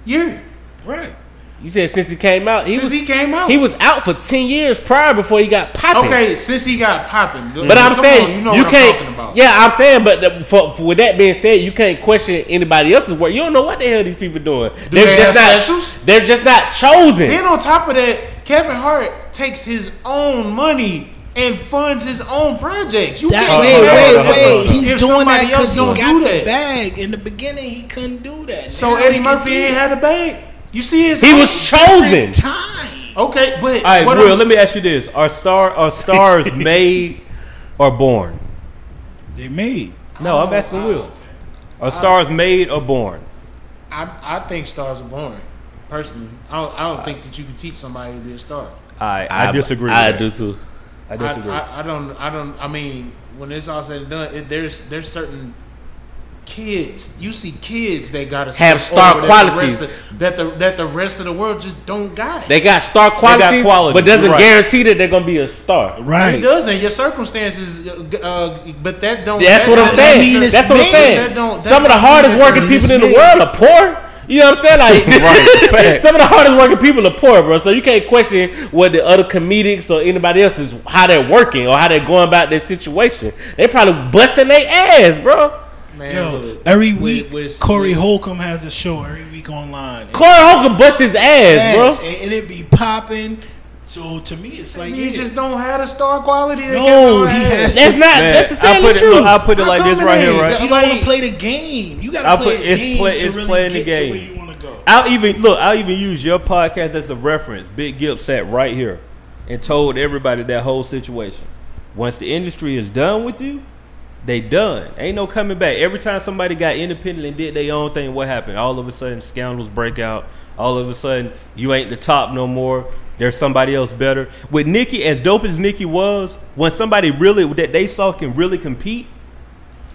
S6: year
S3: right.
S1: You said since he came out, he
S6: since
S1: was
S6: he came out.
S1: he was out for ten years prior before he got popping.
S6: okay, since he got popping.
S1: But I'm
S6: Come
S1: saying
S6: on,
S1: you,
S6: you know what
S1: can't.
S6: I'm talking about.
S1: Yeah, I'm saying, but the, for, for with that being said, you can't question anybody else's work. You don't know what the hell these people doing.
S6: they
S1: just
S6: have
S1: not.
S6: specials?
S1: They're just not chosen.
S6: Then on top of that, Kevin Hart takes his own money and funds his own projects. You
S3: That,
S6: can't
S2: Hold
S3: wait,
S2: on,
S6: compare
S2: hold
S3: wait,
S2: on,
S6: that
S3: wait.
S2: hold on.
S6: if
S3: He's doing
S6: somebody
S3: that because
S6: else
S3: he
S6: don't
S3: got
S6: do
S3: the
S6: that.
S3: bag. In the beginning, he couldn't do that.
S6: So
S3: Now he
S6: Eddie
S3: can
S6: Murphy
S3: do
S6: ain't
S3: it.
S6: had a bag. You see his
S1: he was chosen.
S3: time.
S6: okay, but
S2: All right,
S6: what
S2: Will.
S6: I'm-
S2: Let me ask you this: Are star are stars made or born?
S3: They made.
S2: No,
S6: Oh,
S2: I'm asking Will. Are stars made or born?
S6: I, I think stars are born. Personally, I don't, I don't think that you can teach somebody to be a star.
S2: I I, disagree. with
S1: I
S2: that.
S1: do too.
S2: I
S6: I,
S2: disagree.
S6: I, I don't. I don't. I mean, when it's all said and done, it, there's there's certain kids. You see kids that got to
S1: Have star qualities.
S6: that the that the rest of the world just don't got.
S1: They got star qualities,
S2: quality.
S1: but doesn't
S2: You're right.
S1: guarantee that they're gonna be a star.
S3: Right.
S6: It doesn't. Your circumstances, uh, g- uh, but that don't.
S1: That's
S6: that
S1: what I'm
S6: don't-
S1: saying.
S3: mean it's
S1: That's what I'm
S3: made.
S1: saying.
S6: That don't- that
S1: Some of the
S6: don't mean
S1: hardest
S6: that
S1: working
S3: they're
S1: people in the
S3: made.
S1: world are poor. You know what I'm saying? Like,
S2: Right,
S1: some of the hardest working people are poor, bro. So you can't question what the other comedics or anybody else is how they're working or how they're going about their situation. They probably busting their ass, bro.
S6: Man,
S3: Yo,
S6: look,
S3: every
S6: with-
S3: week,
S6: with-
S3: Corey
S6: with-
S3: Holcomb has a show every week online.
S1: Corey Holcomb bust his ass,
S3: Yes,
S1: bro.
S3: and, and it be popping. So to me, it's like
S6: He
S3: yeah.
S6: just don't have the star quality. That
S3: No,
S6: Kevin Hart
S3: he has-
S1: That's not
S2: Man, I
S1: necessarily
S2: put it,
S1: true.
S2: look, I put it
S6: How
S2: like this
S6: come it
S2: right here,
S6: ain't?
S2: right?
S3: you don't want to play the game. You
S2: I
S3: got to
S2: put-
S3: play the
S2: it's
S3: game
S2: play-
S3: to
S2: it's
S3: really
S2: playing the
S3: get to
S2: game.
S3: where you want to go.
S2: I'll even look. I'll even use your podcast as a reference. Big Gibb sat right here and told everybody that whole situation. Once the industry is done with you, they done. Ain't no coming back. Every time somebody got independent and did their own thing, what happened? All of a sudden, scandals break out. All of a sudden, you ain't the top no more. There's somebody else better. With Nikki, as dope as Nikki was, when somebody really that they saw can really compete,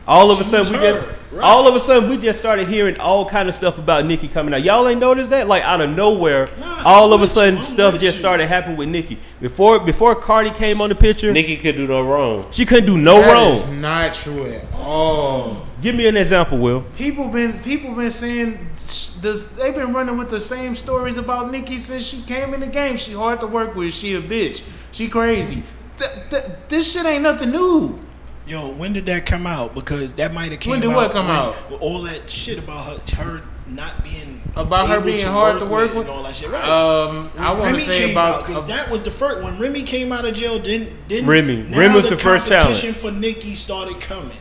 S2: all of a sudden we
S3: her,
S2: just all of a sudden we just started hearing all kind of stuff about Nikki coming out. Y'all ain't noticed that? Like out of nowhere,
S3: Nah,
S2: all
S3: I'm
S2: of a
S3: with
S2: sudden
S3: you, I'm
S2: stuff
S3: with
S2: just
S3: you.
S2: started happening with Nikki. Before before Cardi came on the picture,
S1: Nikki could do no wrong.
S2: she couldn't do no
S6: That is
S2: wrong.
S6: not true at all.
S2: Give me an example, Will.
S6: People been people been saying sh- this. They've been running with the same stories about Nikki since she came in the game. She hard to work with. She a bitch. She crazy. Th- th- this shit ain't nothing new.
S3: Yo, when did that come out? Because that might have came.
S6: When did
S3: out
S6: what come out?
S3: All that shit about her, her not being
S6: About her
S3: able
S6: being hard to work with.
S3: and all that shit. Right.
S6: Um, I
S3: When
S6: want to
S3: Remy
S6: say
S3: came out,
S6: about
S3: 'cause that was the first when Remy came out of jail. Didn't didn't
S2: Remy.
S3: now
S2: Remy was the first talent.
S3: competition for Nikki started coming.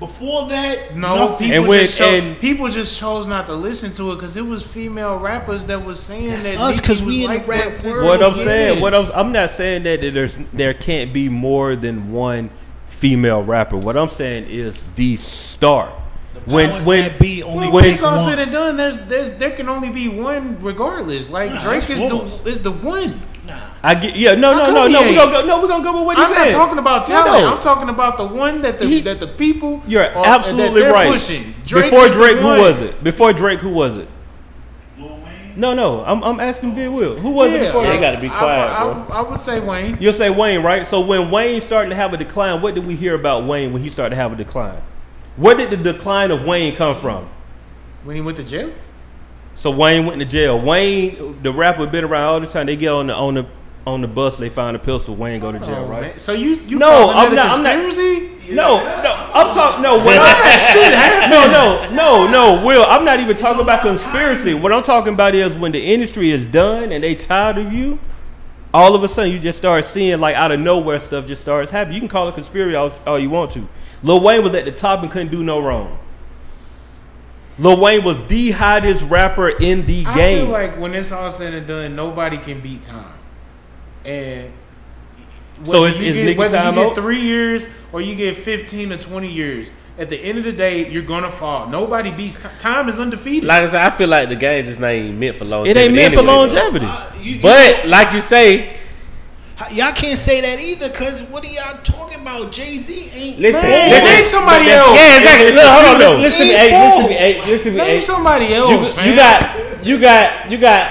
S3: Before that,
S6: No,
S3: nothing.
S6: people
S2: And when-
S6: just chose,
S2: and-
S6: people just chose not to listen to it because it was female rappers that was saying
S3: That's
S6: that
S3: us,
S6: Nicki
S3: 'cause
S6: was
S3: we in the
S6: like
S3: rap
S6: that since
S3: world.
S2: What I'm
S6: the
S2: saying,
S6: beginning.
S2: what I'm, I'm not saying that there's there can't be more than one female rapper. What I'm saying is the star.
S3: powers that be only
S6: when
S3: pick
S6: it's all
S3: one.
S6: said and done, there's there's there can only be one regardless. Like
S3: Nah,
S6: Drake
S3: that's
S6: is the
S3: false.
S6: is the one.
S3: Nah.
S2: I get yeah no
S6: How
S2: no
S6: come
S2: no
S6: he
S2: no we
S6: ain't?
S2: gonna go no we gonna go with what he
S6: I'm
S2: said.
S6: not talking about
S2: No,
S6: talent.
S2: no.
S6: I'm talking about the one that the
S2: He-
S6: that the people
S2: You're
S6: are-
S2: absolutely
S6: that Oh, they're
S2: right.
S6: Pushing. Drake
S2: Before
S6: is the
S2: Drake, who
S6: one.
S2: was it? Before Drake, who was it?
S3: Lil Wayne.
S2: No, no, I'm, I'm asking Big Will. Who was it
S6: Yeah,
S2: before?
S1: They
S6: I-
S1: gotta be
S6: I-
S1: quiet,
S6: I,
S1: bro.
S6: I would say Wayne.
S2: You'll say Wayne, right? So when Wayne started to have a decline, what did we hear about Wayne when he started to have a decline? Where did the decline of Wayne come from?
S6: When he went to jail.
S2: So Wayne went to jail. Wayne, the rapper, been around all the time. They get on the on the on the bus. They find a pistol. Wayne go to jail,
S6: Oh,
S2: right?
S6: man. So you you
S2: No,
S6: calling
S2: I'm
S6: that
S2: not-
S6: a
S2: I'm not-
S6: conspiracy?
S2: No, no, I'm talking. No, what I, No, no, no, no, Will. I'm not even talking about conspiracy. What I'm talking about is when the industry is done and they tired of you. All of a sudden, you just start seeing like out of nowhere stuff just starts happening. You can call it conspiracy all, all you want to. Lil Wayne was at the top and couldn't do no wrong. Lil Wayne was the hottest rapper in the
S6: I
S2: game.
S6: feel like when it's all said and done, nobody can beat time. And
S2: So it's,
S6: you
S2: it's
S6: get-
S2: Nicky
S6: whether
S2: time
S6: you get
S2: out?
S6: three years or you get fifteen or twenty years. At the end of the day, you're gonna fall. Nobody beats ti- time. Is undefeated.
S1: Like I said, I feel like the game just not even meant for
S2: It
S1: longevity.
S2: ain't meant for
S1: anyway, though.
S2: longevity.
S3: Uh, you- you-
S1: But like you say,
S3: y'all can't say that either, cause what are y'all talking about? Jay Z ain't.
S1: listen,
S6: Man,
S1: listen.
S6: name somebody
S1: Yeah,
S6: else.
S1: Yeah, exactly. Look, hold on, though. Listen to
S6: Ain't
S1: me, eight. Listen to
S6: fool.
S1: me, eight. Listen to me,
S6: Name
S1: eight.
S6: somebody
S1: You,
S6: else, man.
S1: you got, you got, you got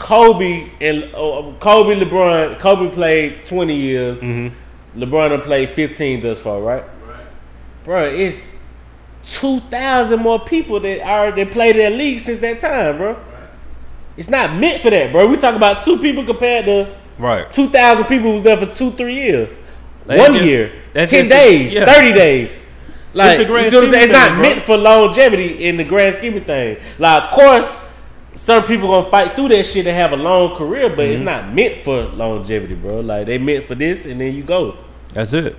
S1: Kobe and oh, Kobe LeBron. Kobe played twenty years. LeBron done played fifteen thus far, right? Right. Bro, it's two thousand more people that are that played that league since that time, bro. It's not meant for that, bro. We talk about two people compared to
S2: Right.
S1: two thousand people who was there for two, three years,
S2: Like,
S1: one
S2: that's-
S1: year,
S2: that's
S1: ten
S2: just-
S1: days,
S2: yeah.
S1: thirty days. Like
S2: the
S1: you see
S2: grand
S1: what I'm
S2: scheme
S1: saying? It's
S2: of
S1: not
S2: things, bro.
S1: meant for longevity in the grand scheme of things. Like, of course, some people gonna fight through that shit and have a long career, but
S2: Mm-hmm.
S1: it's not meant for longevity, bro. Like they meant for this, and then you go.
S2: That's it.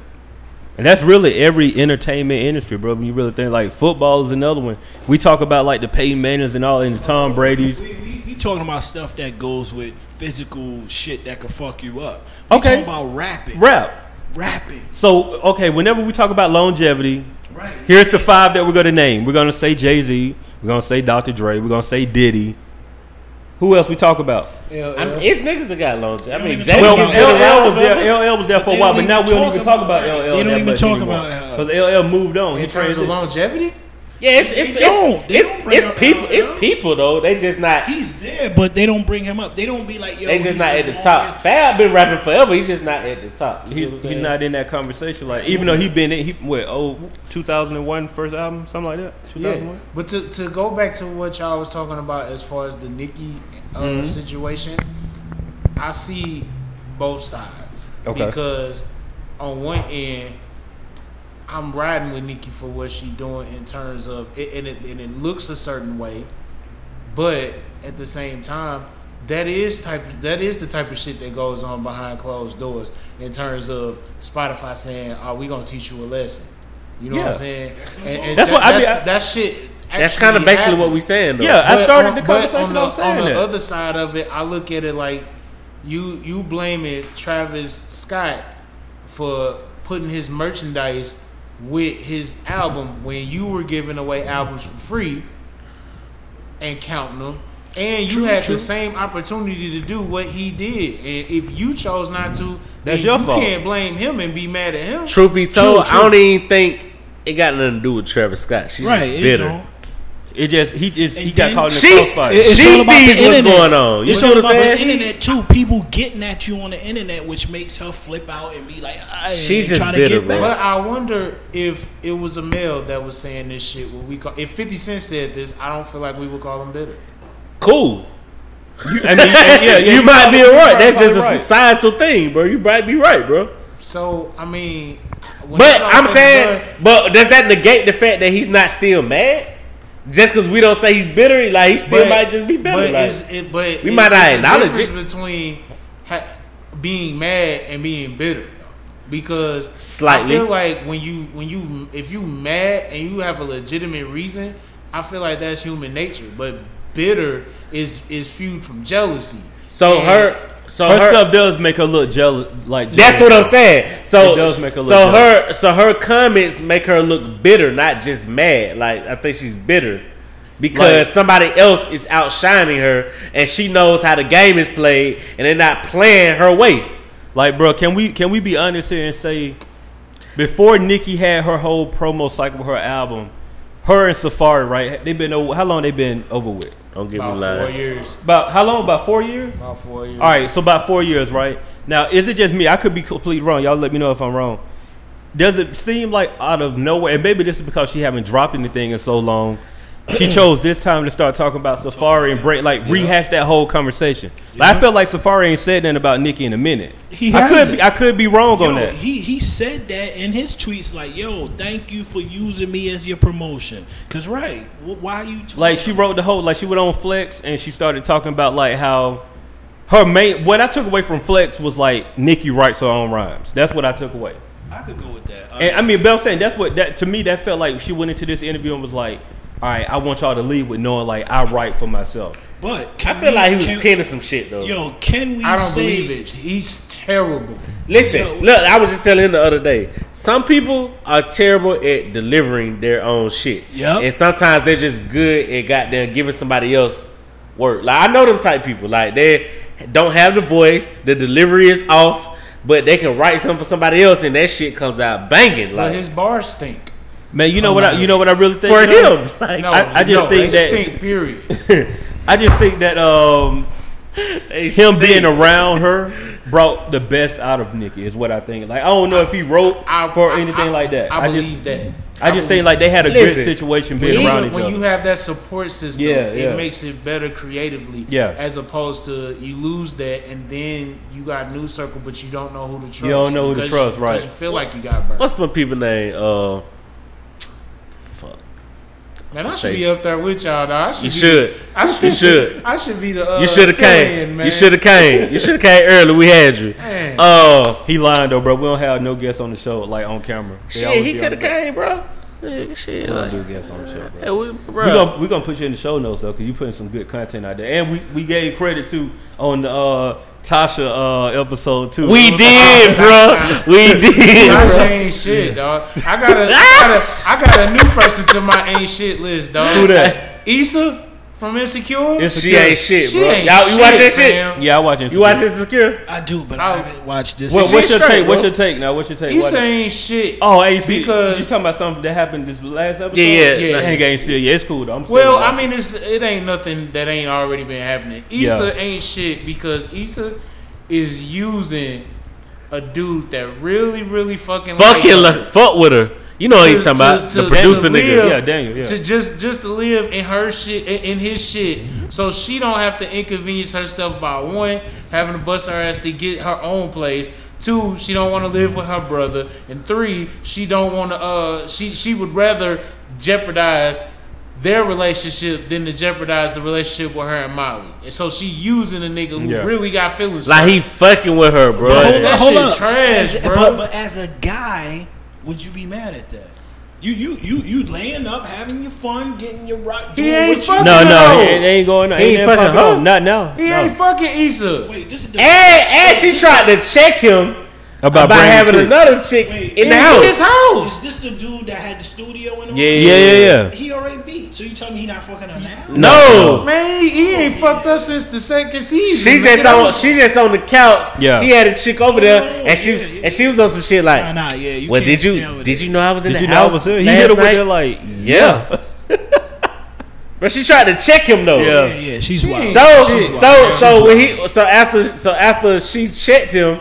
S2: And that's really every entertainment industry, bro. When you really think like football is another one. We talk about like the Peyton Manning's and all, and the Tom Brady's.
S3: We, we, we talking about stuff that goes with physical shit that could fuck you up. We
S2: Okay.
S3: talking about rapping.
S2: Rap.
S3: rapping.
S2: So okay, whenever we talk about longevity,
S3: Right.
S2: here's the five that we're gonna name. We're gonna say Jay Z. We're gonna say Dr. Dre. We're gonna say Diddy. Who else we talk about?
S1: I mean, it's niggas that got longevity. I
S3: don't
S1: mean,
S3: even
S1: Jay
S3: talk
S2: Well,
S1: was
S3: about
S1: there
S2: LL was
S1: long forever.
S2: there. LL was there for a
S3: they
S2: while,
S3: don't
S2: but now we
S3: even
S2: don't even
S3: talk
S2: talk about
S3: about-
S2: LL.
S3: they don't even talk about uh, LL.
S2: because LL moved on. He
S6: in terms of
S2: transitioned.
S6: longevity,
S1: Yeah, it's it's
S3: They
S1: it's,
S3: don't. They
S1: it's,
S3: don't bring
S1: it's
S3: up
S1: people.
S3: LL.
S1: It's people though. They just not.
S3: He's there, but they don't bring him up. They don't be like, yo.
S1: They just
S3: he's
S1: not at the
S3: longest-
S1: top. Fab been rapping forever. He's just not at the top.
S2: He,
S1: You know what I'm
S2: he's
S1: saying?
S2: not in that conversation. Like even though he been in, he what oh 2001 first album something like that. 2001.
S6: yeah. But to, to go back to what y'all was talking about as far as the Nikki uh,
S2: Mm-hmm.
S6: situation, I see both sides
S2: Okay.
S6: because on one end, I'm riding with Nikki for what she doing in terms of, it, and it and it looks a certain way, but at the same time. That is type. That is the type of shit that goes on behind closed doors in terms of Spotify saying, "Are we gonna teach you a lesson?" You know what I'm
S2: Yeah.
S6: saying? And, and
S2: That's
S6: that-
S2: what I be-
S6: that's- that shit.
S1: That's kind of
S6: actually
S1: basically what we
S6: happens.
S1: saying though.
S2: Yeah, I
S6: But
S2: started
S6: on-
S2: the
S6: but
S2: conversation.
S6: on the,
S2: I'm saying
S6: on the
S2: that.
S6: other side of it, I look at it like you you blaming Travis Scott for putting his merchandise with his album when you were giving away albums for free and counting them. And you had the same opportunity to do what he did, and if you chose not to,
S2: That's
S6: then
S2: your
S6: you
S2: fault.
S6: can't blame him and be mad at him.
S1: Truth be told,
S6: True, true.
S1: I don't even think it got nothing to do with Travis Scott. She's
S3: Right.
S1: just
S3: it
S1: bitter.
S3: don't.
S2: It just he just he
S3: And
S2: got
S3: then-
S2: caught in the
S1: She's,
S2: crossfire.
S1: she
S3: It's all
S1: sees
S3: about the
S1: what's
S3: internet.
S1: going on. You
S3: It's
S1: see
S3: all
S1: what
S3: about
S1: I'm
S3: the
S1: saying?
S3: internet too. People getting at you on the internet, which makes her flip out and be like, I
S1: She's
S3: trying
S1: just
S3: to
S1: bitter,
S3: get
S1: bro.
S3: back.
S6: But I wonder if it was a male that was saying this shit. What we call if Fifty Cent said this, I don't feel like we would call him bitter.
S1: Cool.
S2: I mean, and- yeah, yeah,
S1: you, might be
S2: probably- you
S1: right.
S2: probably
S1: That's just a
S2: right.
S1: societal thing, bro. You might be right, bro.
S6: So I mean, when
S1: But
S6: it's all
S1: I'm
S6: said and
S1: saying, but does that negate the fact that he's not still mad? Just because we don't say he's bitter, like he still
S6: done,
S1: might just be bitter.
S6: But,
S1: like-
S6: it's, it, but
S1: We
S6: it-
S1: might not
S6: it's a
S1: acknowledge
S6: difference Between ha- being mad and being bitter, though. because
S1: Slightly.
S6: I feel like when you when you if you mad and you have a legitimate reason, I feel like that's human nature. But bitter is is fueled from jealousy.
S1: so
S6: And-
S1: her, so
S2: Her
S1: her,
S2: stuff does make her look jealous. Like
S1: That's
S2: jealous.
S1: what I'm saying. So
S2: It does make her look
S1: so her so her comments make her look bitter, not just mad. Like I think she's bitter because
S2: Like-
S1: somebody else is outshining her, and she knows how the game is played, and they're not playing her way.
S2: Like, bro, can we can we be honest here and say before Nikki had her whole promo cycle with her album, her and Safari, right? They've been over. How long they been over with?
S1: Don't give me
S6: About four
S1: lying.
S6: years.
S2: About how long? About four years.
S6: About four years.
S2: All right, so about four years, right? Now, is it just me? I could be completely wrong. Y'all let me know if I'm wrong. Does it seem like out of nowhere, and maybe this is because she haven't dropped anything in so long, she chose this time to start talking about Safari and break, like rehash that whole conversation. Like, I feel like Safari ain't said nothing about Nikki in a minute.
S3: He
S2: I could,
S3: hasn't.
S2: be, I could be wrong on
S3: Yo,
S2: that.
S3: He he said that in his tweets, like, "Yo, thank you for using me as your promotion." Cause right, wh- why you tweet-
S2: Like she wrote the whole, like she went on Flex and she started talking about like how her main. What I took away from Flex was like Nikki writes her own rhymes. That's what I took away.
S3: I could go with that.
S2: And I mean, but I'm saying that's what that to me that felt like she went into this interview and was like, "All all right, I want y'all to leave with knowing like I write for myself.
S3: But
S1: I
S3: can
S1: feel
S3: we-
S1: like he was
S3: can-
S1: pinning some shit though.
S3: Yo, can we
S6: I don't
S3: say
S6: believe it. He's terrible.
S1: Listen,
S3: Yo.
S1: look, I was just telling him the other day. Some people are terrible at delivering their own shit.
S3: Yup.
S1: And sometimes they're just good at goddamn giving somebody else work. Like I know them type people. Like they don't have the voice, the delivery is off, but they can write something for somebody else and that shit comes out banging.
S6: But
S1: Like
S6: his bars stink.
S2: Man, you know what I you know what I really think
S1: for
S2: though?
S1: them. Like
S6: No,
S2: I- I just
S6: no,
S2: think that-
S6: they stink. Period.
S2: I just think that um
S1: they
S2: him
S1: stink.
S2: being around her brought the best out of Nikki is what I think. Like I don't know if he wrote
S6: I-
S2: for
S6: I-
S2: anything
S6: I-
S2: like that.
S6: I,
S2: I, just
S6: believe that.
S2: I just think
S6: believe-
S2: like they had a
S1: Listen,
S2: good situation
S6: when,
S2: being
S6: you,
S2: around each
S6: when
S2: other.
S6: you have that support system,
S2: Yeah,
S6: it
S2: yeah.
S6: makes it better creatively.
S2: Yeah.
S6: As opposed to you lose that and then you got new circle, but you don't know who to trust.
S2: You don't know who to
S6: because-
S2: trust, right.
S6: because You feel like you got burned.
S1: What's my people name? Uh fuck.
S6: Man, I should
S1: Thanks.
S6: be up there with y'all. Though. I should
S1: You
S6: be-
S1: should.
S6: I should.
S1: You should.
S6: I should be the. Uh,
S1: You should have
S6: fill-in,
S1: came.
S6: Man.
S1: You should have came. You should have came early. We had you.
S6: Man.
S1: Uh
S2: he lying though, bro. We don't have no guests on the show, like on camera. They
S1: Shit,
S2: always
S1: he
S2: be on
S1: could have
S2: the-
S1: came, bro. Yeah, Shit,
S2: We don't
S1: like,
S2: do guests on the show, bro.
S1: hey, we, bro.
S2: We're gonna, we gonna put you in the show notes though, cause you putting some good content out there, and we, we gave credit to on the uh, Tasha uh, episode too.
S1: we did, bro. We did. bro.
S6: I ain't shit, dog. I got a, I got a, I got a new person to my ain't shit list, dog.
S2: Who that?
S6: Issa from Insecure.
S2: It's-
S1: She ain't shit,
S6: She
S1: bro.
S6: ain't
S1: Y'all, you watch that shit?
S6: fam.
S2: Yeah, I watching.
S1: You watch this secure?
S3: I do, but
S6: I-
S3: I haven't watched this.
S2: What,
S1: She
S2: what's your
S1: straight,
S2: take? What's
S1: bro.
S2: your take now? What's your take? What-
S6: Issa ain't shit.
S2: oh, AC.
S6: Because-
S2: Because you talking about something that happened this last episode?
S1: Yeah,
S6: yeah.
S2: That ain't ain't shit. Yeah, it's cool though. I'm still
S6: Well,
S2: gonna
S6: I mean, it's it ain't nothing that ain't already been happening. Issa ain't shit because Issa is using a dude that really, really fucking
S1: Fucking
S6: like her
S1: look, fuck with her. You know what Oh, you
S6: To-
S1: talking about.
S6: to-
S1: the
S6: to-
S1: producer
S6: to
S1: nigga.
S6: live-
S2: Yeah, Daniel. Yeah.
S6: to just just to live in her shit in, in his shit, so she don't have to inconvenience herself by one having to bust her ass to get her own place. Two, she don't want to live with her brother, and three, she don't want to. Uh, she she would rather jeopardize their relationship than to jeopardize the relationship with her and Molly. And so she using a nigga who
S2: Yeah.
S6: really got feelings.
S1: Like
S6: for
S1: he fucking with her, bro.
S6: But
S3: Hold,
S6: that
S3: up, hold
S6: shit
S3: up.
S6: trash,
S3: As-
S6: bro.
S3: But, but as a guy, would you be mad at that? You you you you laying up, having your fun, getting your rock. doing
S6: ain't
S3: what
S6: fucking-
S3: You,
S2: no, no,
S6: no.
S2: it ain't going. on.
S1: He ain't
S2: ain't
S1: fucking
S2: fucking
S1: her.
S2: on. Not now.
S6: her. he
S2: No.
S6: ain't fucking Issa.
S3: wait, this is the,
S1: and, and she tried to check him about,
S2: bringing
S1: having
S2: kids.
S1: another chick
S3: Wait,
S1: in the
S6: In
S1: house.
S6: his house.
S3: is this the dude that had the studio in the
S1: Yeah,
S2: Yeah, yeah, yeah.
S3: He already beat. So you tell me he not fucking her now?
S1: No.
S6: Man, he, he ain't fucked us since the second season.
S1: She
S6: man.
S1: just on she just on the couch.
S2: Yeah.
S1: He had a chick over there and she
S3: Yeah,
S1: was
S3: yeah.
S1: and she was on some shit like
S3: Nah, nah, yeah. You
S1: Well
S3: can't
S1: did
S3: stand
S1: you
S3: with
S1: did
S3: that.
S1: you know I was in
S2: Did
S1: the
S2: you know I
S1: house?
S2: was here? He
S1: last
S2: hit her with
S1: night?
S2: that like.
S1: Yeah. but she tried to check him though.
S2: Yeah.
S3: Yeah, yeah, she's wild.
S1: So
S3: She's wild.
S1: so so when he so after so after she checked him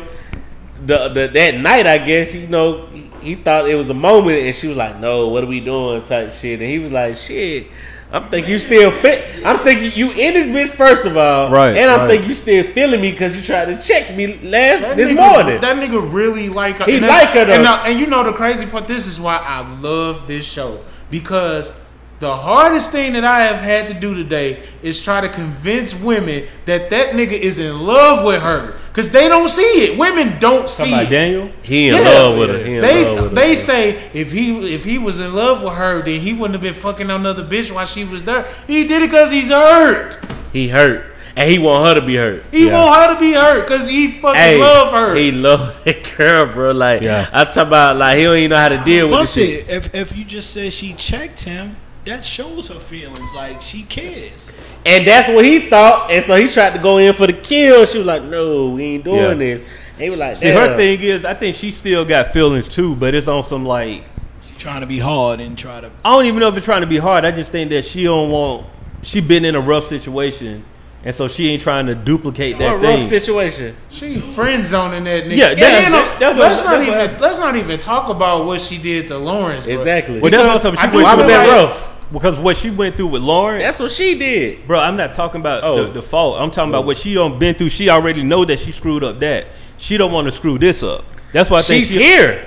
S1: the, the that night I guess you know he, he thought it was a moment and she was like no what are we doing type shit and he was like shit I'm think you still fit I'm thinking you in this bitch first of all
S2: Right,
S1: and I'm
S2: right.
S1: think you still feeling me because you tried to check me last
S6: That
S1: this
S6: nigga-
S1: morning
S6: That nigga really like her.
S1: He
S6: And that-
S1: like her, though.
S6: And, I- and you know the crazy part? This is why I love this show because the hardest thing that I have had to do today is try to convince women that that nigga is in love with her because they don't see it. Women don't see
S2: By
S6: it.
S2: Daniel.
S1: he in
S6: Yeah.
S1: love with her He in love
S6: They
S1: with her.
S6: they say if he if he was in love with her, then he wouldn't have been fucking another bitch while she was there. He did it because he's hurt.
S1: he hurt and he want her to be hurt
S6: He
S2: Yeah.
S6: want her to be hurt because he fucking
S1: Hey,
S6: love her.
S1: He love that girl, bro. Like
S2: Yeah.
S1: I talk about, like he don't even know how to deal with this shit.
S3: Bullshit. If if you just said she checked him, that shows her feelings. Like she cares.
S1: And that's what he thought, and so he tried to go in for the kill. She was like, "No, we ain't doing
S2: Yeah.
S1: this." They were like,
S2: See,
S1: "Damn."
S2: her thing is, I think she still got feelings too, but it's on some like
S3: She trying to be hard and try to.
S2: I don't even know if it's trying to be hard. I just think that she don't want. She been in a rough situation, and so she ain't trying to duplicate
S1: What
S2: that
S1: a rough
S2: thing.
S1: situation.
S6: She friend zoning that nigga.
S2: Yeah,
S6: And
S2: that's-
S6: then, uh,
S2: that's what-
S6: let's
S2: that's what
S6: not even
S2: happened.
S6: let's not even talk about what she did to Lawrence. Bro.
S1: Exactly.
S2: Well, that's what I'm
S6: I
S2: talking.
S6: do
S2: She
S1: Why
S2: went
S1: was
S2: through
S1: that
S6: Right.
S1: rough?
S2: Because what she went through with Lauren,
S1: That's what she did.
S2: bro. I'm not talking about
S1: Oh.
S2: the, the fault. I'm talking about what she done been through. She already know that she screwed up. That she don't want to screw this up. That's why I think
S1: She's
S2: she,
S1: here.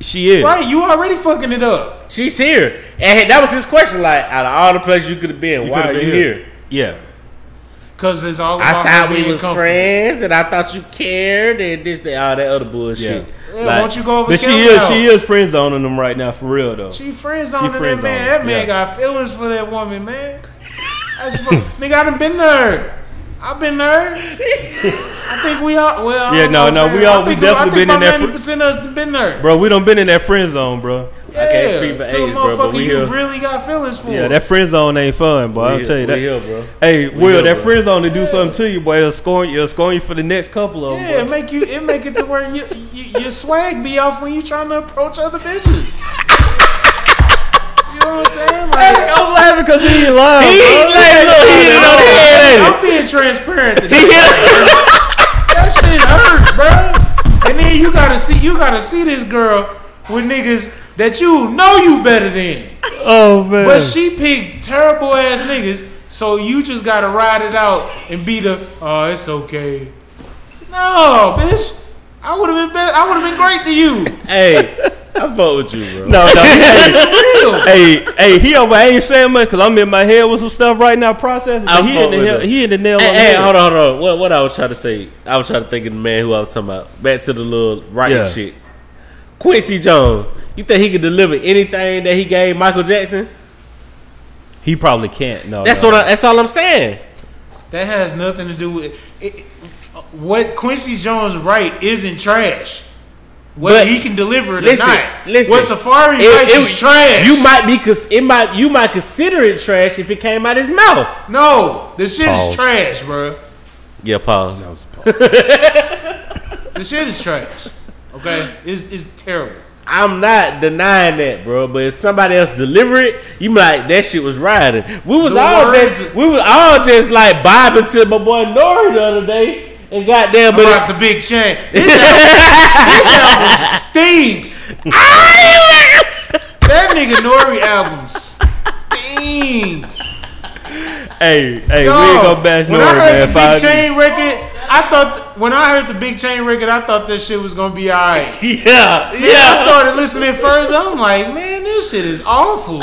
S2: She is.
S6: Right, you already fucking it up.
S1: She's here. And that was his question. Like, out of all the places you could have been,
S2: You
S1: why are
S2: could've
S1: you
S2: been
S1: here?
S2: Yeah.
S6: Because it's all
S1: I
S6: about
S1: thought
S6: her
S1: we
S6: being
S1: was
S6: comfortable.
S1: friends, and I thought you cared, and this, that, all that other bullshit.
S6: Yeah, won't you go over
S2: But she
S6: Kelly
S2: is
S6: house?
S2: she is friend zoning them right now for real though.
S6: She friend zoning
S2: She
S6: that
S2: friend
S6: man.
S2: zoning,
S6: That man
S2: yeah.
S6: got feelings for that woman, man. That's fu- nigga. I done been there. I've been there. I think we all. Well, I
S2: Yeah,
S6: don't
S2: no,
S6: know,
S2: no, we
S6: man.
S2: all-
S6: I
S2: we
S6: think,
S2: definitely
S6: I think
S2: been in
S6: about
S2: that fr-
S6: Ninety percent of us done been there.
S2: Bro, we done been in that friend zone, bro.
S6: Yeah,
S1: I can't speak for
S6: to
S1: age, bro,
S6: the
S1: but
S6: motherfucker
S1: we
S6: you
S1: here.
S6: really got feelings for.
S2: Yeah, that friend zone ain't fun, boy. I'll tell you that.
S1: Oh. We here, bro.
S2: Hey, Will,
S1: here,
S2: that
S1: bro.
S2: friend zone to do something to you, boy. It'll score, it'll score you for the next couple of
S6: Yeah, it
S2: them.
S6: make you it make it to where you, you your swag be off when you trying to approach other bitches. you know what I'm saying? Like,
S2: I'm laughing because he ain't lying.
S1: He
S2: bro.
S1: like, look, he hit it on the head, ain't
S6: I'm being transparent.
S1: he? He hit it.
S6: That shit hurts, bro. And then you gotta see you gotta see this girl with niggas that you know you better than.
S2: Oh man.
S6: But she picked terrible ass niggas, so you just gotta ride it out and be the oh it's okay. No, bitch. I would have been better. I would have been great to you.
S1: hey, I fuck with you, bro.
S2: no, no. hey, hey, hey, he over. I ain't saying much because I'm in my head with some stuff right now processing.
S1: I
S2: but He
S1: fuck
S2: in the
S1: with
S2: hell,
S1: him.
S2: he in the nail. on
S1: Hey,
S2: the
S1: hey,
S2: head.
S1: hold on, hold on. What what I was trying to say? I was trying to think of the man who I was talking about. Back to the little writing
S2: Yeah.
S1: shit. Quincy Jones. You think he could deliver anything that he gave Michael Jackson?
S2: He probably can't. No,
S1: That's
S2: no.
S1: what. I, that's all I'm saying.
S6: That has nothing to do with it, it- what Quincy Jones right isn't trash. Whether
S1: But-
S6: he can deliver it
S1: Listen,
S6: or not.
S1: listen.
S6: What Safari
S1: It-
S6: writes
S1: it-
S6: is trash.
S1: You might be cause it might you might consider it trash if it came out his mouth.
S6: no. The shit
S2: Pause.
S6: is trash, bro.
S1: Yeah, pause.
S6: The shit is trash. Okay, it's it's terrible.
S1: I'm not denying that, bro. But if somebody else deliver it, you be like that shit was riding. We was
S6: The
S1: all
S6: words-
S1: just we was all just like bobbing to my boy Nori the other day and goddamn, but
S6: About the big chain. This album, this album stinks. that nigga Nori album stinks.
S2: Hey, hey,
S6: Yo,
S2: we ain't gonna bash
S6: when
S2: Nori,
S6: I heard
S2: man.
S6: the
S2: If I-
S6: Big Chain record, I thought th- when I heard the Big Chain record, I thought this shit was gonna be alright.
S1: yeah,
S6: Yeah. I
S1: yeah.
S6: started listening further. I'm like, man, this shit is awful.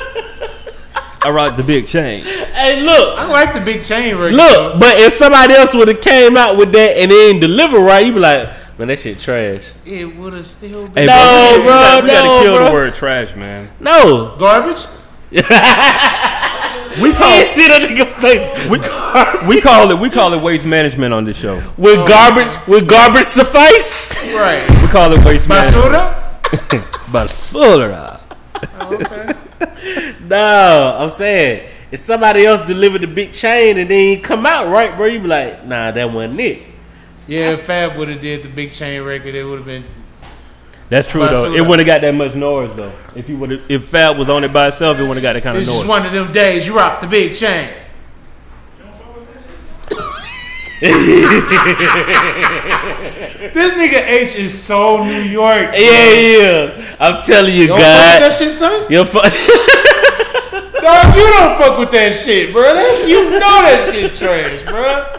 S2: I rock the big chain.
S1: Hey, look,
S6: I like the Big Chain record.
S1: look. But if somebody else would have came out with that and they ain't deliver right, you be like, man, that shit trash.
S6: it would have still been
S2: Hey,
S1: No,
S2: we gotta- we
S1: bro,
S2: gotta
S1: no,
S2: kill
S1: bro.
S2: the word trash, man.
S1: No,
S6: garbage.
S2: We
S1: he
S2: call
S1: ain't see the nigga face
S2: we, we call it we call it waste management on this show.
S1: with garbage. With garbage suffice.
S6: Right.
S2: We call it waste management.
S6: Basura.
S2: Basura.
S1: No, I'm saying if somebody else delivered the big chain and then he come out right, bro, you be like, nah, that wasn't it.
S6: Yeah, if Fab would have did the Big Chain record, it would have been.
S2: That's true though. It
S6: Basura.
S2: wouldn't have got that much noise though. If you would have if Fab was on it by itself, it wouldn't have got that kind of
S6: It's just
S2: noise.
S6: one of them days. You rock the Big Chain. this nigga H is so New York. bro.
S1: Yeah, yeah. I'm telling you,
S6: Don't fuck
S1: God.
S6: with that shit, son.
S1: You're fu-
S6: Dog, you don't fuck with that shit, bro. That's you know that shit trash, bro.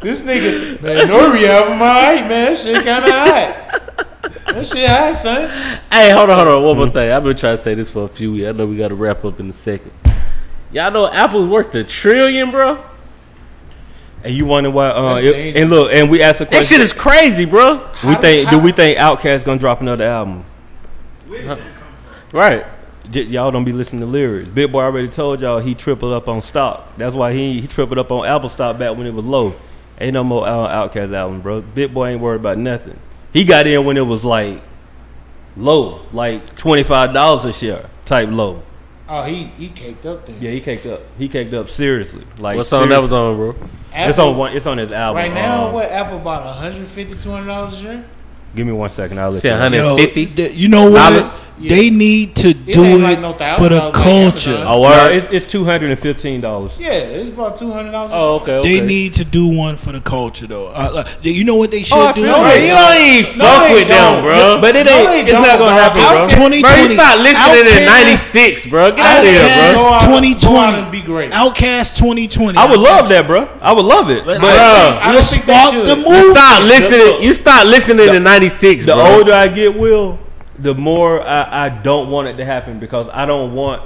S6: This nigga, man, Nori album, alright, man. That shit kind of hot. That shit hot, son.
S1: hey, hold on, hold on. One more thing. I've been trying to say this for a few weeks. I know we got to wrap up in a second. Y'all know Apple's worth a trillion, bro.
S2: And you wonder why uh
S6: That's
S2: it,
S6: dangerous.
S2: and look, and we asked a
S1: That shit
S2: question.
S1: is crazy, bro.
S2: we think do we think Outkast gonna drop another album?
S1: Right.
S2: J- y'all don't be listening to lyrics. Big Boy already told y'all he tripled up on stock. That's why he he tripled up on Apple stock back when it was low. Ain't no more uh, Outkast album, bro. Big Boy ain't worried about nothing. He got in when it was like low, like twenty five dollars a share type low.
S6: Oh, he he caked up there.
S2: Yeah, he caked up. He caked up seriously. Like
S1: What song that was on, bro?
S6: Apple,
S2: It's on one. It's on his album.
S6: Right now,
S2: Um,
S6: what Apple bought 150 dollars a year?
S2: Give me one second. I'll let
S1: Say
S2: you. know.
S1: 150.
S3: Yo, th- you know what?
S1: Dollars?
S3: They need to do
S6: ain't
S3: it
S6: like no thousand
S3: for the
S6: dollars like
S3: culture.
S6: Amazon.
S1: Oh,
S2: No,
S1: word.
S2: it's it's two hundred and fifteen dollars.
S6: Yeah, it's about 200 dollars.
S1: oh, okay,
S3: They
S1: okay.
S3: need to do one for the culture, though. Uh, like, you know what they should
S2: I
S3: do?
S2: feel
S1: Bro,
S2: Right.
S1: you don't even
S6: No,
S1: fuck
S6: they
S1: with them,
S6: don't.
S1: bro.
S2: But it
S6: No,
S2: ain't.
S6: they
S2: it's
S6: don't,
S2: not gonna
S6: dog.
S2: happen,
S6: How
S2: bro.
S6: can-
S3: Twenty
S1: Bro, you
S3: twenty.
S1: start listening in
S6: Outkast-
S1: '96, bro. Get out of here,
S6: Go
S1: bro.
S6: out-
S3: Outcast
S6: go out
S3: twenty
S6: and be
S3: twenty.
S6: great.
S3: Outcast twenty twenty.
S2: I would love that, bro. I would love it.
S3: But-
S1: Bro,
S2: but-
S6: I don't
S3: Let's
S6: think they
S3: spark
S6: should.
S3: the
S6: You
S1: you
S3: movement.
S1: start listening. You start listening to '96,
S2: the
S1: bro.
S2: older I get, Will, the more I, I don't want it to happen because I don't want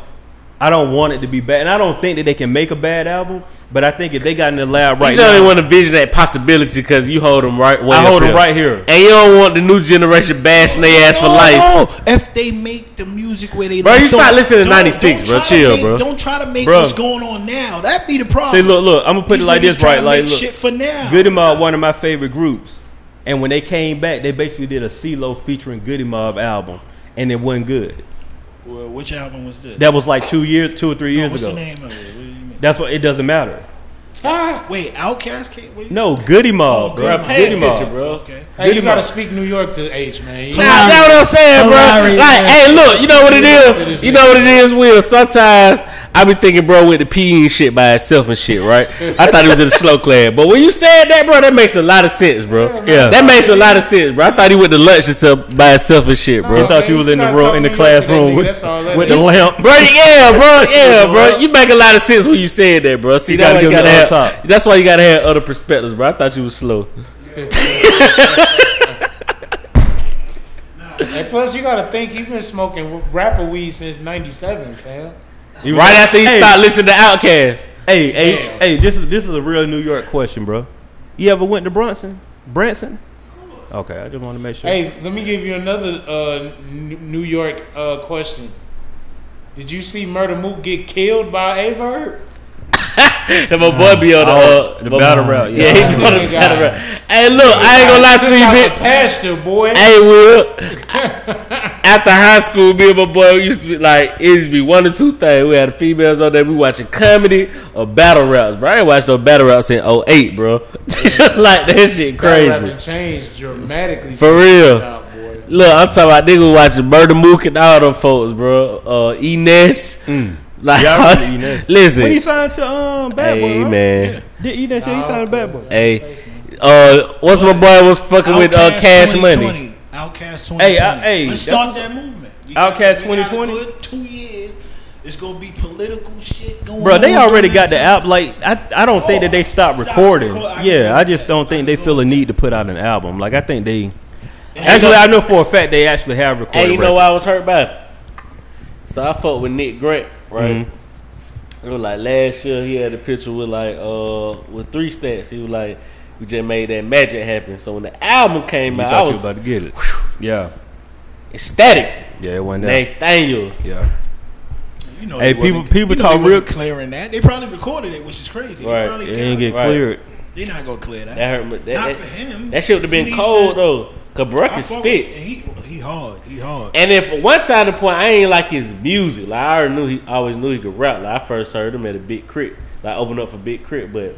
S2: I don't want it to be bad, and I don't think that they can make a bad album. But I think if they got in the lab right
S1: you
S2: now,
S1: only want to vision that possibility because you hold them right. Way
S2: I hold
S1: up
S2: 'em right here.
S1: and you don't want the new generation bashing their ass for life.
S3: If they make the music where they
S1: Bro,
S3: like,
S1: you start
S3: don't-
S1: listening to
S3: don't-
S1: 96,
S3: don't
S1: bro.
S3: try to
S1: Chill,
S3: make-
S1: bro.
S3: Don't try to make
S2: Bro.
S3: what's going on now. That be the problem.
S2: say, look, look, I'm gonna put
S3: These
S2: it like
S3: niggas
S2: this, right?
S3: tryna
S2: Like,
S3: make
S2: look,
S3: shit for now.
S2: Goody Mob, one of my favorite groups, and when they came back, they basically did a CeeLo featuring Goody Mob album, and it wasn't good.
S3: Well, which album was this?
S2: That was like two years, two or three years
S3: What's
S2: ago.
S3: the name of it? What do you mean?
S2: That's what it doesn't matter.
S3: Ah, wait, Outkast came. Wait,
S2: No, Goody Mob,
S3: Goody
S2: bro.
S3: Mob.
S2: Goody Mob.
S1: bro.
S3: Okay.
S6: Hey, you
S2: Goody
S6: gotta
S2: Mob.
S6: speak New York to H, man. You-
S1: Nah, that's what I'm saying, bro.
S6: Hilarious.
S1: Like, hey, look, you know what it is? You know what it is, Will. Sometimes I be thinking, bro, with the P and shit by itself and shit, right? I thought it was in the slow class. But when you said that, bro, that makes a lot of sense, bro.
S2: Yeah.
S1: That makes a lot of sense, bro. I thought he went to lunch and stuff by itself and shit, bro.
S2: I thought you was in the
S6: Nah,
S2: room, in the
S6: man, you gotta come
S2: classroom
S6: in,
S2: with,
S6: that's all that
S2: with the
S6: is.
S2: lamp.
S1: Bro, yeah, bro, yeah, bro. You make a lot of sense when you said that, bro. See,
S2: See,
S1: that's
S2: that
S1: why you
S2: one
S1: gotta
S2: goes
S1: have.
S2: up top.
S1: That's why you gotta have other perspectives, bro. I thought you was slow.
S6: And plus, you gotta think he been smoking rapper weed since '97, fam.
S2: You
S1: Right
S2: was-
S1: after he
S2: Hey,
S1: stopped listening to Outkast,
S2: Hey, hey, hey, this is this is a real New York question, bro. You ever went to Brunson? Branson? Okay, I just want to make sure.
S6: Hey, let me give you another uh, N- New York uh, question. Did you see Murder Mook get killed by Averb?
S1: and my boy be on the,
S2: oh,
S1: uh,
S2: the
S1: my-
S2: battle route, yeah.
S1: Yeah, he be on the
S6: Yeah.
S1: battle route. Hey, look, I ain't gonna lie to you,
S6: Took out
S1: bitch.
S6: the pasture, boy.
S1: Hey, Will. After high school, me and my boy we used to be like, it used to be one or two things. We had females on there. We watching comedy or battle routes, bro. I ain't watched no battle routes in 08, bro. like, that shit
S6: That
S1: crazy.
S6: rapper changed dramatically.
S1: For
S6: since
S1: real.
S6: he stopped, boy.
S1: Look, I'm talking about niggas watching Murder Mook and all them folks, bro. Uh, Enes. Like,
S2: Yeah, I Mm. remember E Enes.
S1: listen.
S2: When he signed to um Bad Boy,
S1: hey,
S2: right?
S1: man.
S2: Did he that shit? He signed to Bad Boy.
S1: Hey, uh, what's my boy was fucking with uh,
S3: Outkast
S1: Cash
S3: 2020.
S1: Money?
S3: Outcast
S2: Hey,
S3: 2020.
S2: I- hey,
S3: let's
S2: that-
S3: start that movement. We
S2: Outkast
S3: got- we got a
S2: 2020?
S3: good Two years. It's gonna be political shit going.
S2: Bro, they
S3: on
S2: already
S3: during
S2: got the
S3: that
S2: app. Like, I, I don't think that they stopped
S3: Stop
S2: recording.
S3: record- I can
S2: Yeah,
S3: do
S2: I just
S3: that.
S2: don't
S3: I
S2: think
S3: can
S2: they
S3: do
S2: feel a
S3: that.
S2: need to put out an album. Like, I think they. Actually, I know for a fact they actually have recorded.
S1: Hey, you know
S2: records.
S1: why I was hurt by? it? So I fucked with Nick Grant, right? It was like last year he had a picture with like uh with three stats. He was like, we just made that magic happen. So when the album came
S2: You
S1: out, I
S2: thought you
S1: was
S2: about to get it. Yeah,
S1: ecstatic.
S2: yeah, it went down.
S1: Nathaniel,
S2: Yeah.
S3: time. You know
S2: Hey,
S3: they
S2: people-
S3: wasn't-
S2: people
S3: you know
S2: talk
S3: they wasn't
S2: real-
S3: clearing that. They probably recorded it, which is crazy.
S1: Right.
S3: They probably
S2: It didn't get
S1: Right.
S2: cleared.
S3: They not gonna clear that.
S1: that hurt. me. That,
S3: Not
S1: that-
S3: for him.
S1: That shit would have been
S3: He
S1: cold
S3: said-
S1: though. Cause bro
S3: I
S1: can
S3: fuck with-
S1: spit.
S3: and He he hard. He hard.
S1: And if one time the point, I ain't like his music. Like I already knew he I always knew he could rap. Like I first heard him at a Big Crit, like opened up for Big Crit, but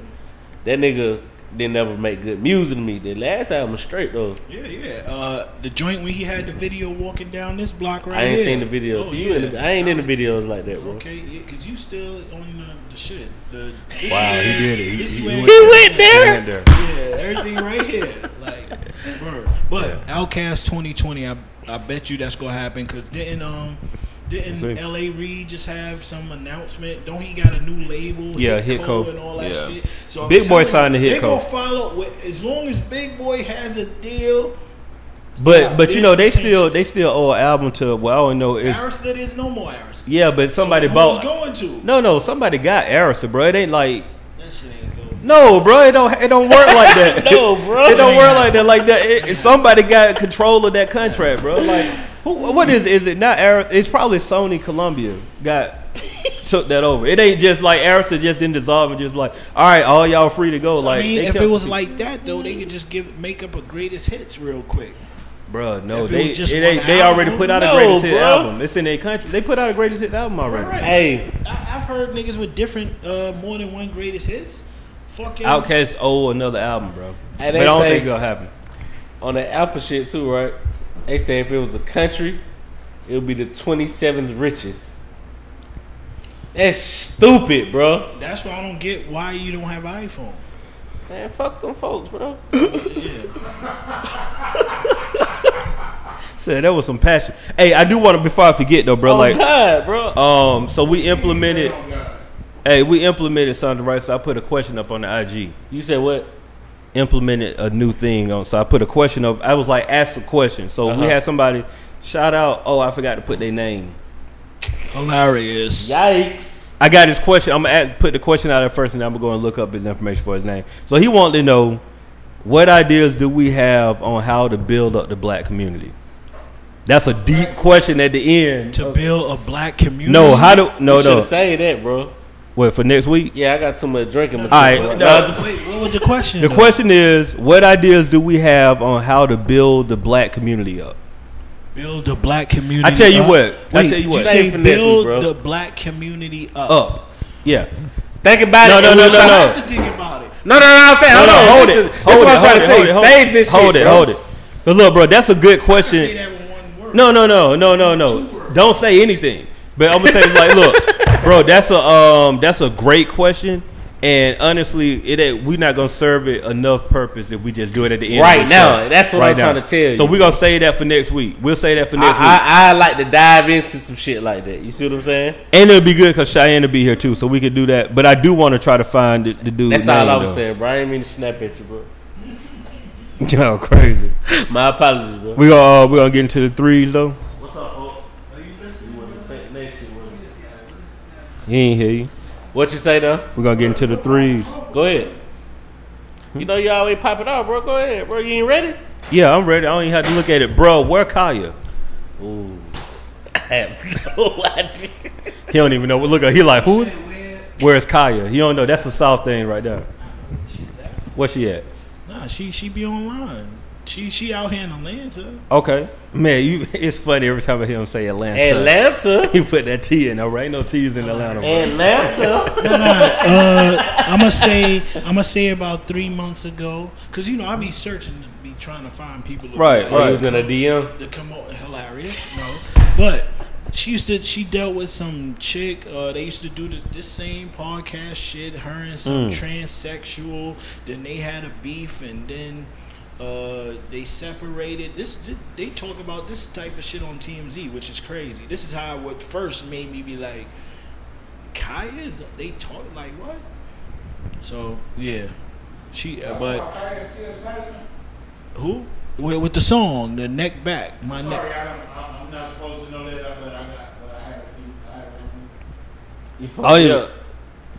S1: that nigga didn't ever make good music to me. The last album was straight though.
S3: Yeah, yeah. Uh, the joint when he had the video walking down this block right
S1: I ain't
S3: here.
S1: seen the videos.
S3: Oh,
S1: so you, in the,
S3: yeah.
S1: I ain't in the videos like that, bro.
S3: Okay, yeah, cause you still on the, the shit. The,
S2: Wow, he did it. He-
S3: This
S2: he-
S3: way-
S2: he
S1: He
S2: went
S1: went there.
S2: went there.
S3: yeah, everything right here, like, bro. But Outcast 2020, I I bet you that's gonna happen. Cause didn't um didn't
S2: Let's see.
S3: L.A. Reid just have some announcement? Don't he got a new label?
S2: Yeah, Hit Co.
S3: and all that
S2: Yeah.
S3: shit. So I'm
S2: Big Boy
S3: telling you,
S2: signed to Hit
S3: They
S2: Co.
S3: gonna follow with, as long as Big Boy has a deal.
S2: But but you know they
S3: There's
S2: still they still owe an album to well I don't know it's
S3: Arista, there's no more Arista.
S2: yeah but somebody
S3: so
S2: bought
S3: Who's going to?
S2: no no somebody got Arista bro it ain't like
S3: That shit ain't cool.
S2: no bro it don't it don't work like that
S1: No, bro.
S2: it don't work like that like that it, it- somebody got control of that contract bro like who, what is is it not Ari- it's probably Sony Columbia got took that over it ain't just like Arista just didn't dissolve and just like all right all y'all free to go like
S3: I mean,
S2: they
S3: if
S2: kept-
S3: it was like that though, they could just give make up a greatest hits real quick.
S2: bro no
S3: if it
S2: they
S3: was just
S2: it ain't-
S3: one
S2: they already
S3: album,
S2: put out a
S1: no,
S2: greatest hit
S1: bro.
S2: album it's in their country they put out a greatest hit album already.
S3: Right.
S1: Hey,
S3: I, I've heard niggas with different, uh, more than one greatest hits. Fucking
S2: Outcast owe another album, bro.
S1: Hey,
S2: but
S1: they
S2: I don't
S1: say-
S2: think it'll happen.
S1: on that Apple shit too, right? They say if it was a country, it would be the twenty seventh richest. That's stupid, bro.
S3: That's why I don't get why you don't have an iPhone.
S1: Man, fuck them folks, bro.
S2: So that was some passion. Hey, I do want to before I forget though, bro.
S1: oh
S2: like,
S1: God, bro.
S2: um, so we implemented. Hey, we implemented something right. So I put a question up on the IG.
S1: you said what?
S2: Implemented a new thing on. So I put a question up. I was like, ask a question. So
S1: Uh-huh.
S2: we had somebody shout out. Oh, I forgot to put their name.
S3: Hilarious.
S1: Yikes.
S2: I got his question. I'm gonna ask, put the question out there first, and I'm gonna go and look up his information for his name. So he wanted to know what ideas do we have on how to build up the black community. That's a deep question at the end.
S3: To build a black community.
S2: No, how do no
S1: you should
S2: no?
S1: have say that, bro.
S2: Wait for next week.
S1: Yeah, I got too much drinking.
S2: All right.
S3: No, wait, what was the question?
S2: The
S3: though?
S2: question is, what ideas do we have on how to build the black community up?
S3: Build the black community.
S2: I tell you
S3: up.
S2: what, I
S3: Wait,
S2: tell you what.
S3: say
S1: Save for next
S3: build
S1: week, bro.
S3: the black community up.
S2: Up, yeah.
S1: Think about
S2: No,
S1: it.
S2: no,
S1: and
S2: no,
S1: we'll
S2: no,
S1: talk-
S2: Oh, no.
S3: Have to think about it.
S1: No, no, no, I'm saying, hold
S2: No, no,
S1: on,
S2: hold
S1: this
S2: it,
S1: is- this
S2: hold
S1: is
S2: it,
S1: what I'm
S2: hold
S1: trying
S2: it,
S1: to tell
S2: hold
S1: you.
S2: it, hold
S1: Save
S2: it.
S1: this
S2: Hold
S1: shit,
S2: it,
S1: bro.
S2: hold it. Cause look, bro, that's a good
S3: Say
S2: question.
S3: that with one word.
S2: No, no, no, no, no, no. Don't say anything. But I'm gonna say it's like, look, bro, that's a um, that's a great question, and honestly, it ain't, we not gonna serve it enough purpose if we just do it at the end. of
S1: Right
S2: the
S1: now,
S2: show.
S1: that's what I'm trying to tell
S2: So
S1: you.
S2: we gonna say that for next week. We'll say that for next week,
S1: I, I, I like to dive into some shit like that. You see what I'm saying?
S2: and it'll be good because Cheyenne will be here too, so we could do that. But I do want to try to find the, the dude.
S1: That's all I was saying, bro. I didn't mean to snap at you, bro.
S2: Yo, crazy.
S1: My apologies, bro.
S2: We gonna uh, we gonna get into the threes though.
S1: What's up, folks? Are you listening?
S2: He ain't hear you.
S1: What you say, though?
S2: We gonna get into the threes.
S1: Go ahead. You know you always pop it off, bro. Go ahead, bro. You ain't ready?
S2: Yeah, I'm ready. I don't even have to look at it, bro. Where Kaya?
S1: Ooh. I have no idea.
S2: He don't even know. what Look, at he like who? Where's Kaya? He don't know. That's a South thing right there. Where she at?
S3: Nah, she she be online. She she out here in Atlanta.
S2: Okay, man. You, it's funny every time I hear him say Atlanta.
S1: Atlanta.
S2: He put that T in there, right? Ain't No T's in Atlanta. bro.
S1: Atlanta.
S3: Uh, I'ma say I'ma say about three months ago, cause you know I be searching to be trying to find people. to be
S2: Right,
S3: like,
S1: He
S2: right.
S1: was in a DM.
S3: The come on, hilarious. No, but she used to. She dealt with some chick. Uh, they used to do this, this same podcast shit. Her and some
S2: Mm.
S3: transsexual. Then they had a beef, and then uh, they separated. This th- they talk about this type of shit on TMZ, which is crazy. This is how what first made me be like, Kaya is. They talk like what? So yeah, she. Uh, but who? With, with the song, the neck back, my neck.
S6: Sorry, I don't, I'm I'm not supposed to know that, but I got, but I had a few. I had a
S1: Oh,
S2: I don't even,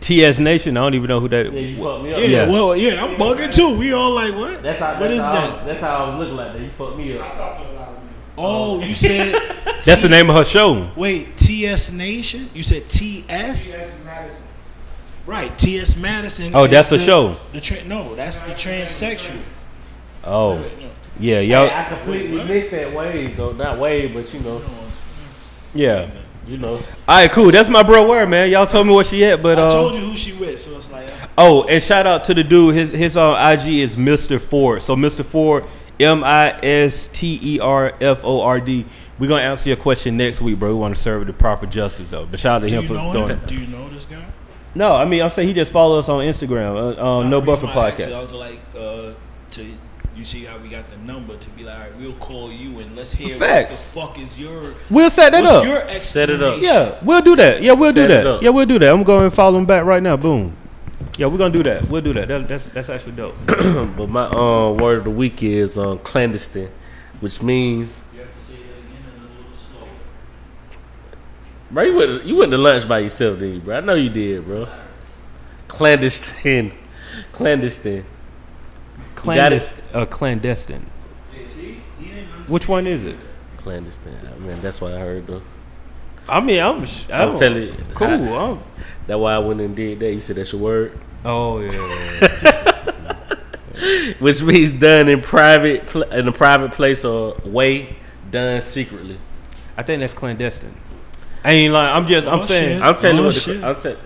S2: TS Oh, Nation. I don't even know who that.
S1: you fucked me up.
S3: Oh, Yeah,
S2: Yeah.
S3: well, yeah, I'm bugging too. We all like, what?
S1: That's how.
S3: what
S1: that's
S3: is
S1: how-
S3: that?
S1: That's how I look like that. You fucked me
S6: few. I
S1: up.
S6: talked to a lot of people.
S3: Oh, you said
S2: That's the name of her show.
S3: Wait, TS Nation? You said TS?
S6: That's Madison.
S3: Right, TS Madison.
S2: Oh,
S3: is
S2: that's the show.
S3: The tra- no, that's the transsexual.
S2: Oh, yeah,
S1: I
S2: y'all.
S1: completely missed that wave though. Not wave, but you know,
S2: Yeah.
S1: you know.
S2: All right, cool. That's my bro. Where man? Y'all told me where she at, but
S3: I
S2: uh,
S3: told you who she with, so it's like uh,
S2: Oh, and shout out to the dude. His his on IG is Mr. Ford. So Mr. Ford, M I S T E R F O R D. We're gonna answer your question next week, bro. We want to serve the proper justice though. But shout out to
S3: do
S2: him
S3: you
S2: for
S3: know
S2: doing
S3: him?
S2: it.
S3: Do you know this guy?
S2: No, I mean I'm saying he just followed us on Instagram. Uh, um, no
S3: The
S2: buffer
S3: reason why I asked you,
S2: podcast.
S3: I was like, uh, to you see how we got the number to be like, all right, we'll call you and let's hear
S2: Facts.
S3: what the fuck is your
S2: We'll set that
S3: what's
S2: up.
S3: your
S1: Set it up.
S3: explanation?
S2: yeah, we'll do that. Yeah, we'll
S1: Set
S2: do
S1: it
S2: that.
S1: up.
S2: Yeah, we'll do that. I'm going to follow him back right now. Boom. Yeah, we're gonna do that. We'll do that. that that's that's actually dope.
S1: but my uh, word of the week is um, clandestine, which means.
S3: You have to say that again and a little slower.
S1: Bro, you went, you went to lunch by yourself, did you, bro? I know you did, bro. Clandestine. Clandestine.
S2: Clandest- uh, clandestine.
S3: Yeah, see? He didn't understand.
S2: Which one is it?
S1: Clandestine. I mean, that's what I heard, though.
S2: I mean, I'm. sh- I
S1: I'm
S2: don't-
S1: telling you.
S2: Cool.
S1: I-
S2: I'm-
S1: That's why I went and did that. You said that's your word?
S2: Oh yeah.
S1: Which means done in private, pl- in a private place or way, done secretly.
S2: I think that's clandestine. I ain't lying. I'm just. I'm
S3: Oh,
S2: saying.
S3: shit.
S1: I'm telling you what
S3: Bullshit.
S1: the, I'm tell,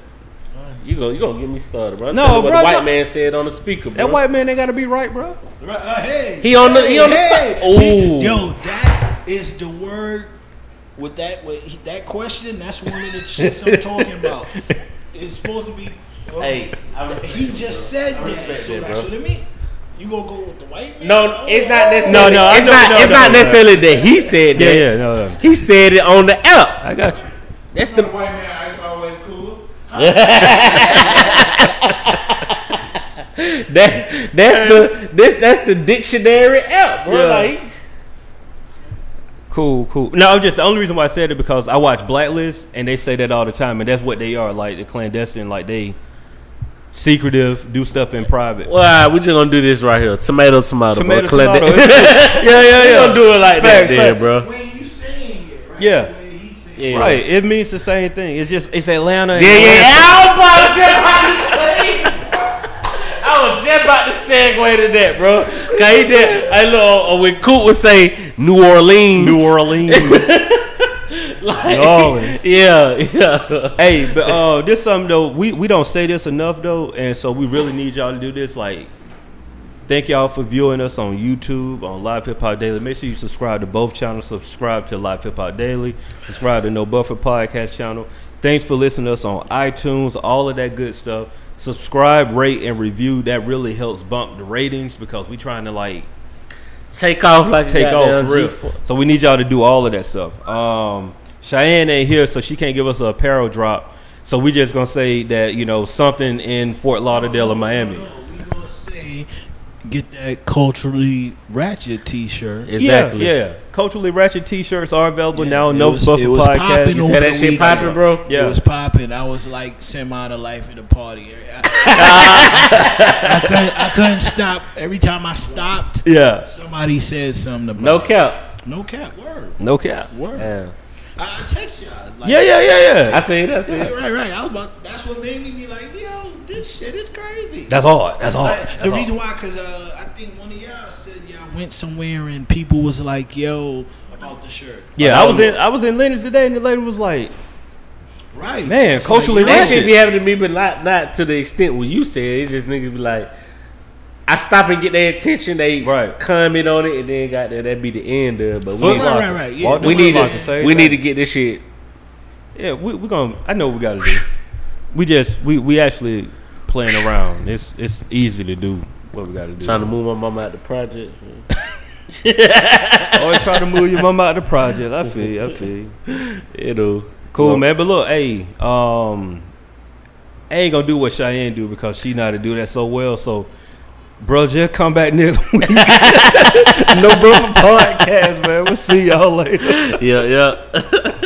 S1: you gonna you gonna get me started, bro. I'm
S2: No,
S1: telling you what
S2: bro,
S1: the white
S2: no.
S1: man said on the speaker, bro.
S2: That white man, they gotta be right, bro.
S3: Right, uh, hey,
S1: He on the- he on the side.
S3: See,
S1: Ooh.
S3: yo, that is the word with that with he- that question. That's one of the shits I'm talking about. It's supposed to be. well,
S1: Hey, I respect
S3: he
S1: that,
S3: just
S1: bro.
S3: said
S1: I
S3: that.
S1: respect
S3: So
S1: that,
S3: that's
S1: bro.
S3: what I mean. You gonna go with the white man? Oh.
S1: No, it's not
S2: No,
S1: necessarily.
S2: no, I
S1: it's
S2: know-
S1: not.
S2: no,
S1: it's
S2: no,
S1: not
S2: no.
S1: necessarily that he said
S2: Yeah,
S1: that.
S2: yeah, no, no.
S1: He said it on the app.
S2: I got you.
S1: That's
S6: The
S1: the
S6: white man, I used to always cool.
S1: that that's the this that's the dictionary app, bro.
S2: Yeah.
S1: Like
S2: Cool, cool. No, I'm just the only reason why I said it because I watch Blacklist and they say that all the time, and that's what they are like the clandestine, like they secretive, do stuff in private.
S1: Well, all right, we just gonna do this right here. Tomato, tomato,
S2: Tomato,
S1: bro. Clan-
S2: tomato. yeah, yeah,
S1: we
S2: yeah.
S1: gonna do it like that,
S2: Facts,
S1: then,
S2: facts.
S1: bro.
S6: When you saying it, right?
S2: Yeah.
S6: The way he said it.
S1: Yeah,
S2: Right, it means the same thing. It's just it's Atlanta. and
S1: Yeah, yeah.
S2: Atlanta.
S1: I was just about to say. I was just about to segue to that, bro. Cause he did. I know uh, when Coop would say New Orleans,
S2: New Orleans.
S1: like,
S2: New Orleans.
S1: Yeah, yeah.
S2: hey, but uh, this something though we we don't say this enough though, and so we really need y'all to do this. Like, thank y'all for viewing us on YouTube on Live Hip Hop Daily. Make sure you subscribe to both channels. Subscribe to Live Hip Hop Daily. Subscribe to No Buffer Podcast channel. Thanks for listening to us on iTunes. All of that good stuff. Subscribe, rate, and review. That really helps bump the ratings because we trying to like
S1: Take off like
S2: take off for real.
S1: real.
S2: So we need y'all to do all of that stuff. Um, Cheyenne ain't here, so she can't give us a apparel drop. So we just gonna say that you know something in Fort Lauderdale or Miami.
S3: We gonna say, get that culturally ratchet T-shirt.
S1: Exactly.
S2: Yeah, yeah. Culturally ratchet T-shirts are available
S3: Yeah,
S2: now.
S3: it
S2: No
S3: was-
S2: buffer
S3: it was
S2: podcast.
S3: popping
S2: You
S3: on-
S2: said
S1: That, that
S3: We-
S1: shit popping, bro.
S2: Yeah.
S3: It was popping. I was like semi out of life at a party. I, I couldn't, I couldn't stop. Every time I stopped,
S2: Yeah.
S3: somebody said something about
S1: No cap.
S3: it. No cap. Word.
S2: No cap.
S3: Word.
S1: Yeah,
S3: I, I text y'all. Like,
S2: Yeah, yeah, yeah,
S1: I
S2: yeah.
S1: see it. I see
S3: Right,
S1: it.
S3: right, right. I was about. That's what made me be like, yo, this shit is crazy.
S2: That's hard. That's hard.
S3: But
S2: Oh, That's
S3: the
S2: hard.
S3: reason why, because uh, I think one of y'all said y'all went somewhere and people was like, yo, about the shirt.
S2: yeah, I was in I was in Lennox today, and the lady was like,
S3: Right.
S2: Man,
S3: it's like,
S2: culturally
S3: yo,
S1: That
S2: ratchet.
S1: shit be happening to me, but not not to the extent what you said. It's just niggas be like, I stop and get their attention. They
S2: Right.
S1: comment on it, and then got there. That be the end of. it. But
S2: Foot
S1: we,
S3: Right,
S2: locker.
S3: right, right, yeah.
S2: Walk the
S1: we
S2: foot
S1: need
S2: locker,
S1: to
S2: say
S1: we
S2: that.
S1: need to get this shit.
S2: Yeah, we we gonna. I know what we gotta do. We just we we actually playing around. It's it's easy to do what we gotta do.
S1: Trying to move my mama out the project. man.
S2: always trying to move your mama out of the project. I feel you, I feel. you.
S1: It'll
S2: Cool
S1: Well-
S2: man, but look, hey, um, I ain't gonna do what Cheyenne do because she know how to do that so well. So, bro, just come back next week. no brother podcast, man. We'll see y'all later.
S1: yeah yeah.